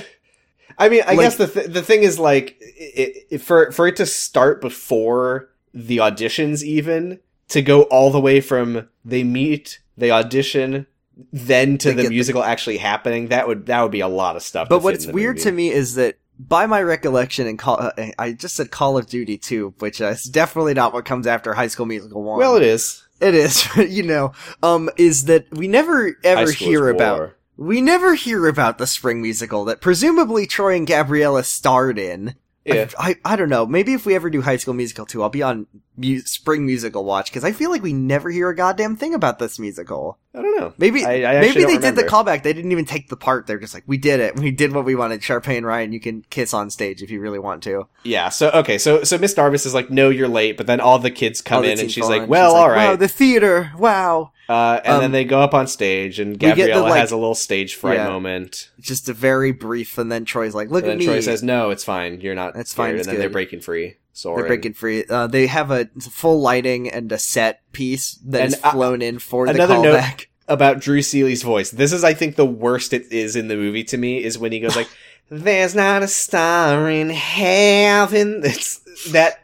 I mean, I Like- guess the th- the thing is like it, it, for for it to start before the auditions, even to go all the way from they meet, they audition, then to They get the the- musical actually happening. That would that would be a lot of stuff. But what's weird to me is that by my recollection, and call, uh, I just said Call of Duty 2, which uh, is definitely not what comes after High School Musical 1. Well, it is. it is, (laughs) you know, um, is that we never High ever School is hear about, war. we never hear about the spring musical that presumably Troy and Gabriella starred in. I- Yeah. I, I, don't know. Maybe if we ever do High School Musical 2, I'll be on mu- spring musical watch because I feel like we never hear a goddamn thing about this musical. I don't know. Maybe I- I actually maybe don't they did remember. the callback. They didn't even take the part. They're just like, we did it. We did what we wanted. Sharpay and Ryan, you can kiss on stage if you really want to. Yeah. So okay. So so Miss Darvis is like, no, you're late. But then all the kids come All the in, and teens she's fall like, in. well, all right. Wow, the theater. Wow, uh, and then um, they go up on stage, and get the, Gabriella like- has a little stage fright Yeah. moment. just a very brief. And then Troy's like, look at And then me. Troy says, no, it's fine. You're not. It's fine, here," it's and then they're good. breaking free. Soren. They're breaking free. Uh, they have a full lighting and a set piece that is And, uh, flown in for the another note- callback. (laughs) about Drew Seeley's voice. This is, I think, the worst it is in the movie to me is when (laughs) he goes like, "There's not a star in heaven." It's that.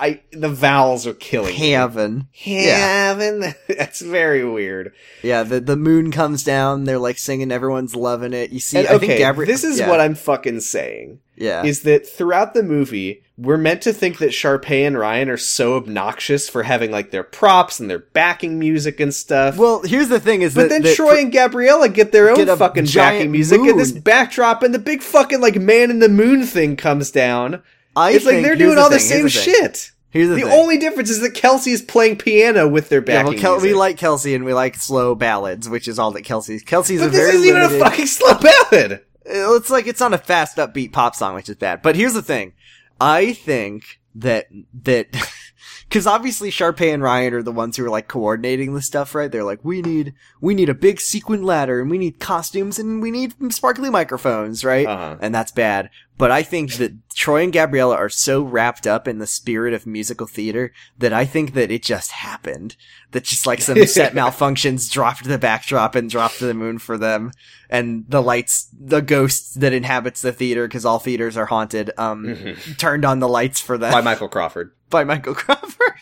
I the vowels are killing. me. Heaven. Yeah. Heaven. (laughs) That's very weird. Yeah, the, the moon comes down. They're like singing. Everyone's loving it. You see, And, I think Gabrielle. this is what I'm fucking saying Yeah. is that throughout the movie, we're meant to think that Sharpay and Ryan are so obnoxious for having like their props and their backing music and stuff. well, here's the thing: is but that, then that Troy and Gabriella get their get own a fucking giant backing music and this moon. backdrop and the big fucking like man in the moon thing comes down. I it's like think- they're here's doing all the thing, same here's thing, shit. Here's the, The, thing. only difference is that Kelsey is playing piano with their Yeah, backing well, Kel- we music. like Kelsey and we like slow ballads, which is all that Kelsey's. Kelsey's a but this very isn't even a limited- Uh, fucking slow (laughs) ballad. It's like it's not a fast upbeat pop song, which is bad. But here's the thing: I think that that (laughs) because obviously Sharpay and Ryan are the ones who are like coordinating this stuff, right? They're like, we need we need a big sequin ladder, and we need costumes, and we need sparkly microphones, right? Uh-huh. and that's bad. But I think that Troy and Gabriella are so wrapped up in the spirit of musical theater that I think that it just happened. That just like some (laughs) set malfunctions dropped the backdrop and dropped to the moon for them, and the lights, the ghost that inhabits the theater because all theaters are haunted, um, turned on the lights for them Mm-hmm. By Michael Crawford. (laughs) by Michael Crawford.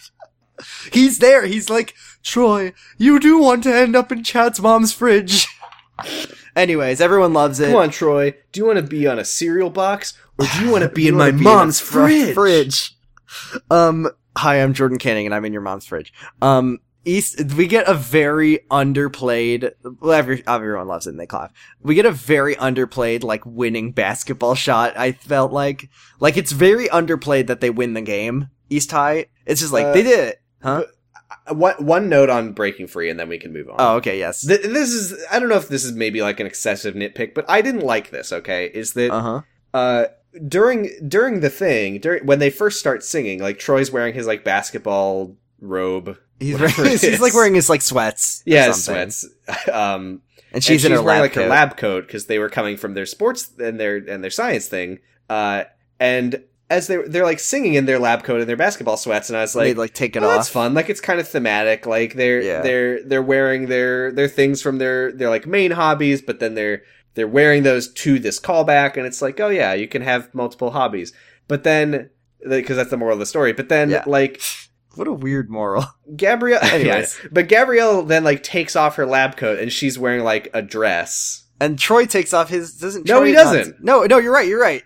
(laughs) He's there. He's like, Troy, you do want to end up in Chad's mom's fridge. (laughs) Anyways, everyone loves it. Come on, Troy. Do you want to be on a cereal box, or do you (sighs) want to be You in my wanna be in mom's a fr- fridge? Fridge. Um, hi, I'm Jordan Canning, and I'm in your mom's fridge. Um, East, we get a very underplayed. Well, every, everyone loves it, and they clap. We get a very underplayed, like winning basketball shot. I felt like, like it's very underplayed that they win the game. East High. It's just like Uh, they did it, huh? One, one note on breaking free, and then we can move on. Oh, okay, yes. Th- this is I don't know if this is maybe like an excessive nitpick, but I didn't like this. Okay, is that Uh huh. uh, during during the thing during when they first start singing like troy's wearing his like basketball robe He's, (laughs) Whatever wearing, it he's like is. wearing his like sweats. or yeah his something. sweats (laughs) um And she's and in she's her wearing lab like her coat. lab coat because they were coming from their sports and their and their science thing uh and as they they're like singing in their lab coat and their basketball sweats and i was They like like take it "Oh, that's off. fun. Like it's kind of thematic. Like they're Yeah. they're they're wearing their their things from their their like main hobbies, but then they're they're wearing those to this callback, and it's like, oh yeah, you can have multiple hobbies. But then, because that's the moral of the story. But then, Yeah. like What a weird moral. Gabrielle, (laughs) anyways. Anyways, But Gabrielle then like takes off her lab coat, and she's wearing like a dress. and Troy takes off his doesn't. No, Troy he not- doesn't. no, no, you're right. You're right.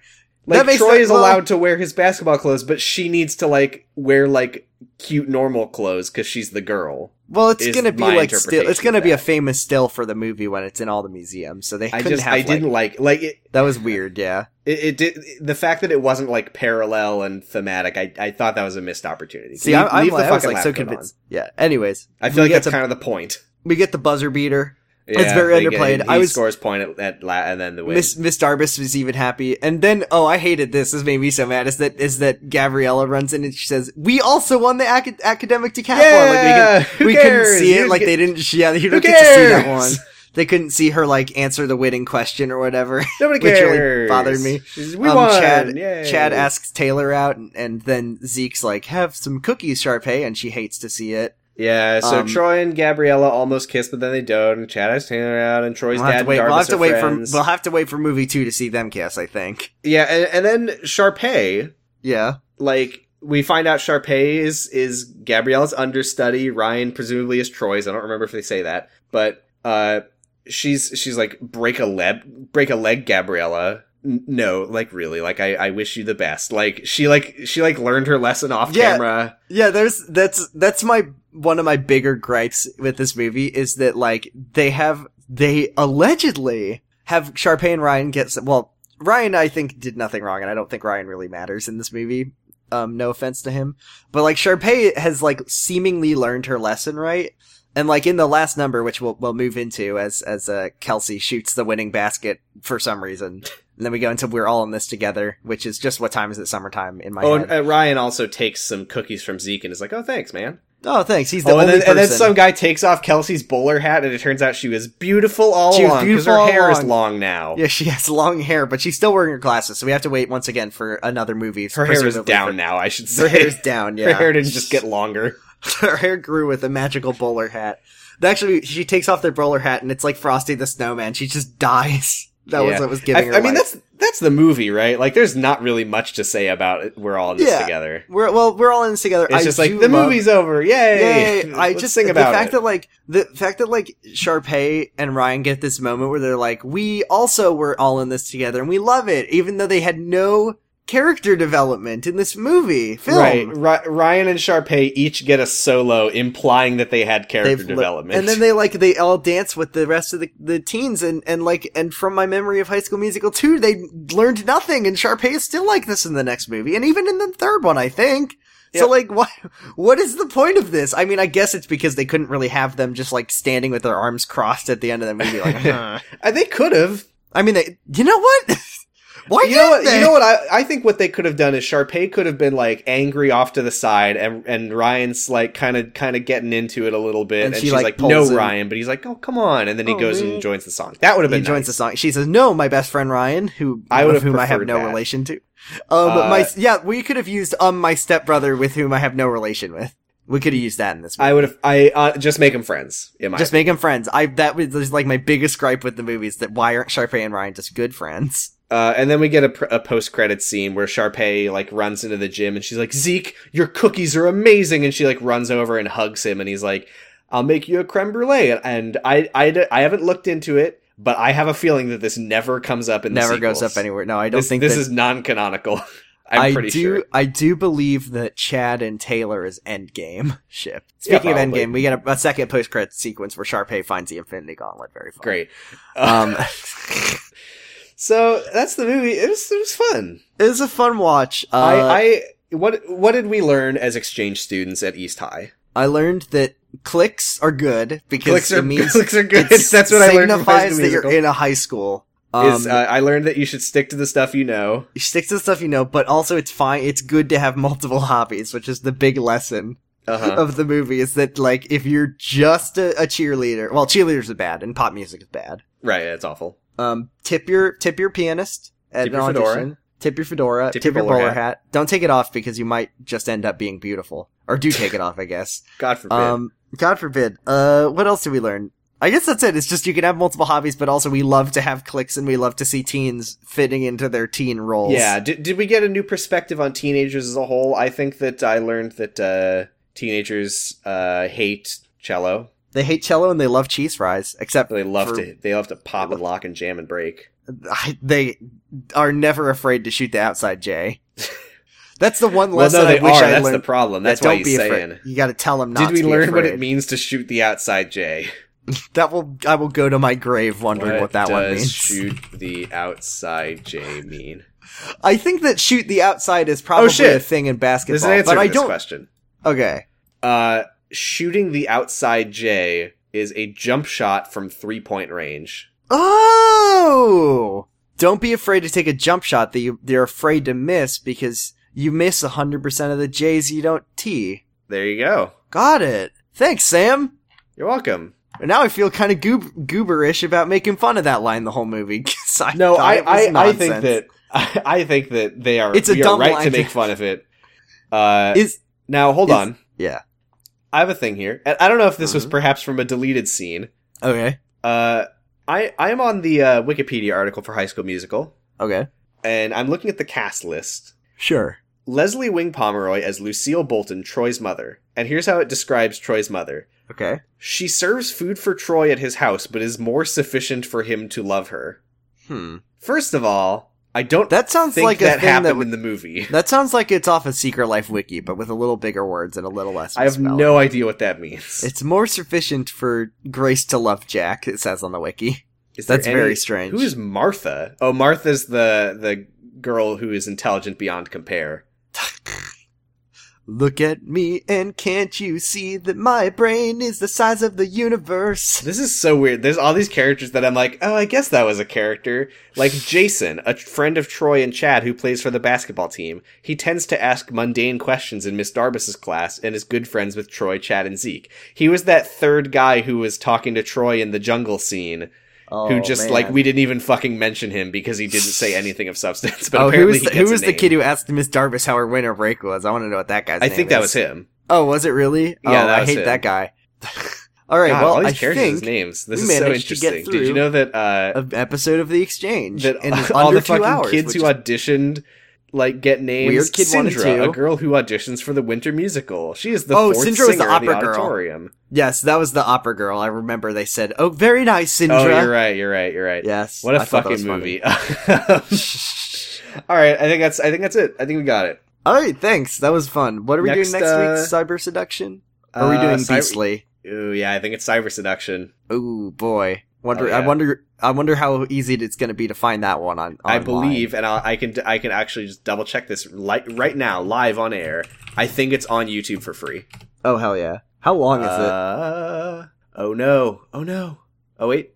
That Like makes Troy sense. is Well- allowed to wear his basketball clothes, but she needs to like wear like cute normal clothes because she's the girl. Well, it's Is gonna be my like still. interpretation It's gonna of be a that. famous still for the movie when it's in all the museums. So they I couldn't just have. I like- didn't like like it, that was weird. (laughs) Yeah. It, it did the fact that it wasn't like parallel and thematic. I, I thought that was a missed opportunity. See, leave, I'm, I'm leave like, I was fucking like so lab coat convinced. Yeah. Anyways, on. I feel We like get that's to- kind of the point. we get the buzzer beater. It's Yeah, very they get- underplayed. He I was- scores point at, at la, and then the win. Miss Miss Darbus was even happy, and then oh, I hated this. This made me so mad. Is that is that Gabriella runs in and she says, "We also won the acad- academic decathlon." Like yeah, we, who can, we cares? couldn't see You it. Like get- they didn't. Yeah, you Who don't get to see that one. cares? They couldn't see her like answer the winning question or whatever. (laughs) nobody which cares. really bothered me. We Um, won. Chad- Yay. Chad asks Taylor out, and, and then Zeke's like, "Have some cookies, Sharpay," and she hates to see it. Yeah, so um, Troy and Gabriella almost kiss, but then they don't. And Chad asks Taylor out, and Troy's We'll have dad to wait. and Darbus We'll have to are wait for friends. we'll have to wait for movie two to see them kiss. I think. yeah, and, and then Sharpay, Yeah. like we find out Sharpay is is Gabrielle's understudy. Ryan presumably is Troy's. I don't remember if they say that, but uh, she's she's like break a leg, break a leg, Gabriella. N- No, like really, like I, I wish you the best. Like she like she like learned her lesson off Yeah. camera. Yeah, there's that's that's my one of my bigger gripes with this movie is that like they have they allegedly have Sharpay and Ryan get some, well Ryan I think did nothing wrong and I don't think Ryan really matters in this movie. Um, no offense to him, but like Sharpay has like seemingly learned her lesson right, and like in the last number, which we'll we'll move into as as uh, Kelsey shoots the winning basket for some reason, and then we go into we're all in this together, which is just what time is it? Summertime in my Oh, head. and, uh, Ryan also takes some cookies from Zeke and is like, oh thanks, man. oh, thanks. He's the Oh, and only then, person. and then some guy takes off Kelsey's bowler hat, and it turns out she was beautiful all She was along because beautiful her all hair is along. long now. Yeah, she has long hair, but she's still wearing her glasses, so we have to wait once again for another movie. her hair is presumably down for- now. I should say Her hair is down. Yeah, (laughs) her hair didn't just get longer. (laughs) her hair grew with a magical bowler hat. Actually, she takes off their bowler hat, and it's like Frosty the Snowman. She just dies. (laughs) That was Yeah. what was giving her. I, I mean, life. that's that's the movie, right? Like, there's not really much to say about it. We're all in this Yeah. together. we're well, we're all in this together. It's I just like do the love- movie's over, yay! (laughs) Yay! I Let's just sing about the fact it. that like the fact that like Sharpay and Ryan get this moment where they're like, we also were all in this together and we love it, even though they had no character development in this movie film. Right, Ri- Ryan and Sharpay each get a solo, implying that they had character They've li- development. and then (laughs) they like they all dance with the rest of the, the teens and and like and from my memory of High School Musical two, they learned nothing, and Sharpay is still like this in the next movie, and even in the third one, I think. So Yeah. like what what is the point of this? I mean, I guess it's because they couldn't really have them just like standing with their arms crossed at the end of the movie. Like, huh. (laughs) Uh, they could have. I mean, they, you know what? (laughs) Why you know didn't what? they? You know what? I, I think what they could have done is Sharpay could have been like angry off to the side, and and Ryan's like kind of kind of getting into it a little bit, and, And she, she's like, like, pulls "No, him." Ryan," but he's like, "Oh, come on!" And then he Oh, goes man. and joins the song. That would have he been joins the nice. song. She says, "No, my best friend Ryan, who I would with have whom I have preferred no that. relation to." Um, but my Uh, yeah, we could have used um my stepbrother with whom I have no relation with. We could have used that in this. Movie. I would have. I uh, just make them friends. In my just make them friends. I that was that's, like my biggest gripe with the movies that why aren't Sharpay and Ryan just good friends? uh, and then we get a, pr- a post credit scene where Sharpay like runs into the gym, and she's like, "Zeke, your cookies are amazing," and she like runs over and hugs him, and he's like, "I'll make you a creme brulee." And, and I, I d- I haven't looked into it. But I have a feeling that this never comes up in the Never goes sequels. up anywhere. No, I don't this, think this that- is non-canonical. (laughs) I'm I pretty do. sure. I do believe that Chad and Taylor is Endgame ship. Speaking of probably. Endgame, we get a, a second post credit sequence where Sharpay finds the Infinity Gauntlet. Very fun. Great. Um, (laughs) so that's the movie. It was it was fun. it was a fun watch. Uh, I, I what what did we learn as exchange students at East High? I learned that clicks are good because Clicks are it means clicks are good. (laughs) it's- That's what I learned. From signifies High School that you're Musical. in a high school. is uh, I learned that you should stick to the stuff you know. you stick to the stuff you know, but also it's fine. It's good to have (laughs) multiple hobbies, which is the big lesson Uh-huh. of the movie. Is that like if you're just a, a cheerleader? Well, cheerleaders are bad, and pop music is bad. right, yeah, it's awful. Um, tip your tip your pianist at Tip an your fedora. audition. Tip your fedora. Tip, your bowler, hat. Don't take it off because you might just end up being beautiful. Or do take it off, I guess. God forbid. Um, God forbid. Uh, what else did we learn? I guess that's it. It's just you can have multiple hobbies, but also we love to have clicks and we love to see teens fitting into their teen roles. yeah, did, did we get a new perspective on teenagers as a whole? I think that I learned that uh, teenagers uh, hate cello. They hate cello and they love cheese fries, except They love For- to they love to pop and lock and jam and break. I, they are never afraid to shoot the outside (laughs) J. That's the one Well, lesson no, they I wish are. I That's the learned. problem. that That's why don't he's be saying. afraid. You got to tell them not Did we to be learn what afraid. it means to shoot the outside J? That will I will go to my grave wondering what, that does one means. shoot the outside J mean? I think that shoot the outside is probably Oh, shit. a thing in There's basketball, an answer but to I this don't. question. Okay, Uh, shooting the outside J is a jump shot from three point range. Oh! Don't be afraid to take a jump shot that you, they're afraid to miss because you miss 100% of the J's you don't tee. There you go. Got it. Thanks, Sam. You're welcome. And now I feel kind of goob- gooberish about making fun of that line the whole movie. (laughs) 'cause I No, thought I, it was I, I think nonsense. that (laughs) I, I think that they are. It's a we are dumb right line to to- make fun (laughs) of it. Uh, is now hold is- on. yeah. I have a thing here. And I don't know if this was Mhm. perhaps from a deleted scene. okay. Uh, I I am on the uh, Wikipedia article for High School Musical, Okay. and I'm looking at the cast list. Sure. Leslie Wing Pomeroy as Lucille Bolton, Troy's mother. And here's how it describes Troy's mother. Okay. She serves food for Troy at his house, but is more sufficient for him to love her. Hmm. First of all, I don't That sounds think like a that thing happened that would. in the (laughs) movie. (laughs) That sounds like it's off a Secret Life wiki, but with a little bigger words and a little less. I have misspelling. no idea what that means. It's more sufficient for Grace to love Jack. It says on the wiki. (laughs) Is there That's any- very strange. Who is Martha? Oh, Martha's the the girl who is intelligent beyond compare. (laughs) Look at me, and can't you see that my brain is the size of the universe? This is so weird. There's all these characters that I'm like, oh, I guess that was a character. Like Jason, a friend of Troy and Chad who plays for the basketball team. He tends to ask mundane questions in Miss Darbus's class and is good friends with Troy, Chad, and Zeke. He was that third guy who was talking to Troy in the jungle scene, Oh, who just man. like we didn't even fucking mention him because he didn't say anything of substance. (laughs) But oh, who apparently, was the, he gets who a was the name. kid who asked Miss Darvis how her winter break was? I want to know what that guy's. I name think that is. was him. Oh, was it really? Yeah, oh, that I was hate him. that guy. (laughs) all right, God, well, all these I characters' think names. This we is so managed to get interesting. Did you through know that uh, an episode of the exchange that in (laughs) all under the fucking two hours, kids which who is- auditioned like get names. Weird Kid one and Syndra, two. a girl who auditions for the Winter Musical. She is the Oh, fourth Syndra was the singer in the opera girl. auditorium. yes, that was the opera girl. I remember they said, "Oh, very nice, Sindra." Oh, you're right. You're right. You're right. Yes, What a I thought that was fucking funny. movie. (laughs) all right, I think that's I think that's it. I think we got it. All right, thanks. That was fun. What are we Next, doing next uh, week? Cyber seduction? Or are we Uh, doing Cy- beastly? Ooh, yeah, I think it's Cyber Seduction. Ooh boy. Wonder. Oh, yeah. I wonder. I wonder how easy it's going to be to find that one on. I online. believe, and I'll, I can I can actually just double check this li- right now, live on air. I think it's on YouTube for free. Oh hell yeah! How long is it? Uh, oh no! Oh no! Oh wait!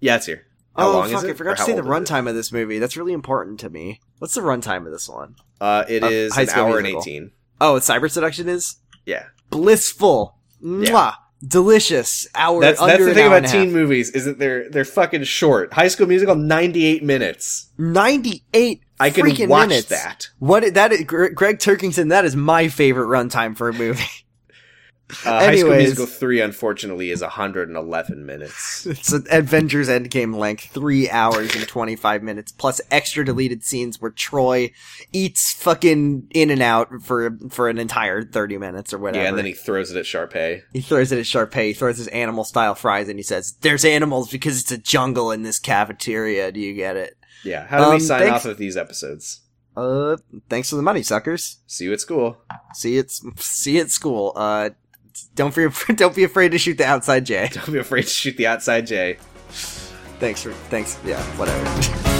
Yeah, it's here. How oh long fuck! is it? I forgot Or to how say the old is it? runtime of this movie. That's really important to me. What's the runtime of this one? Uh, it Of is High an School hour Musical. and eighteen. Oh, cyber seduction is Yeah, blissful, mwah, delicious. Hour. that's under that's the an thing hour about and a half. teen movies is that they're they're fucking short. High School Musical, ninety eight minutes. Ninety-eight. I can freaking watch minutes. that. What that is, Gre- Greg Turkington? That is my favorite runtime for a movie. (laughs) Uh, High School Anyways. Musical three, unfortunately, is hundred and (laughs) eleven minutes. It's an Avengers Endgame length, three hours and 25 minutes, plus extra deleted scenes where Troy eats fucking in and out for for an entire 30 minutes or whatever. Yeah, and then he throws it at Sharpay. he throws it at Sharpay, he throws his animal style fries, and he says, There's animals because it's a jungle in this cafeteria. Do you get it? Yeah. How do we Um, sign thanks- off of these episodes? Uh, thanks for the money, suckers. See you at school. (laughs) See you at, see you at school. Uh, don't be, (laughs) don't be afraid to shoot the outside J. Don't be afraid to shoot the outside J. Thanks for, thanks, yeah, whatever.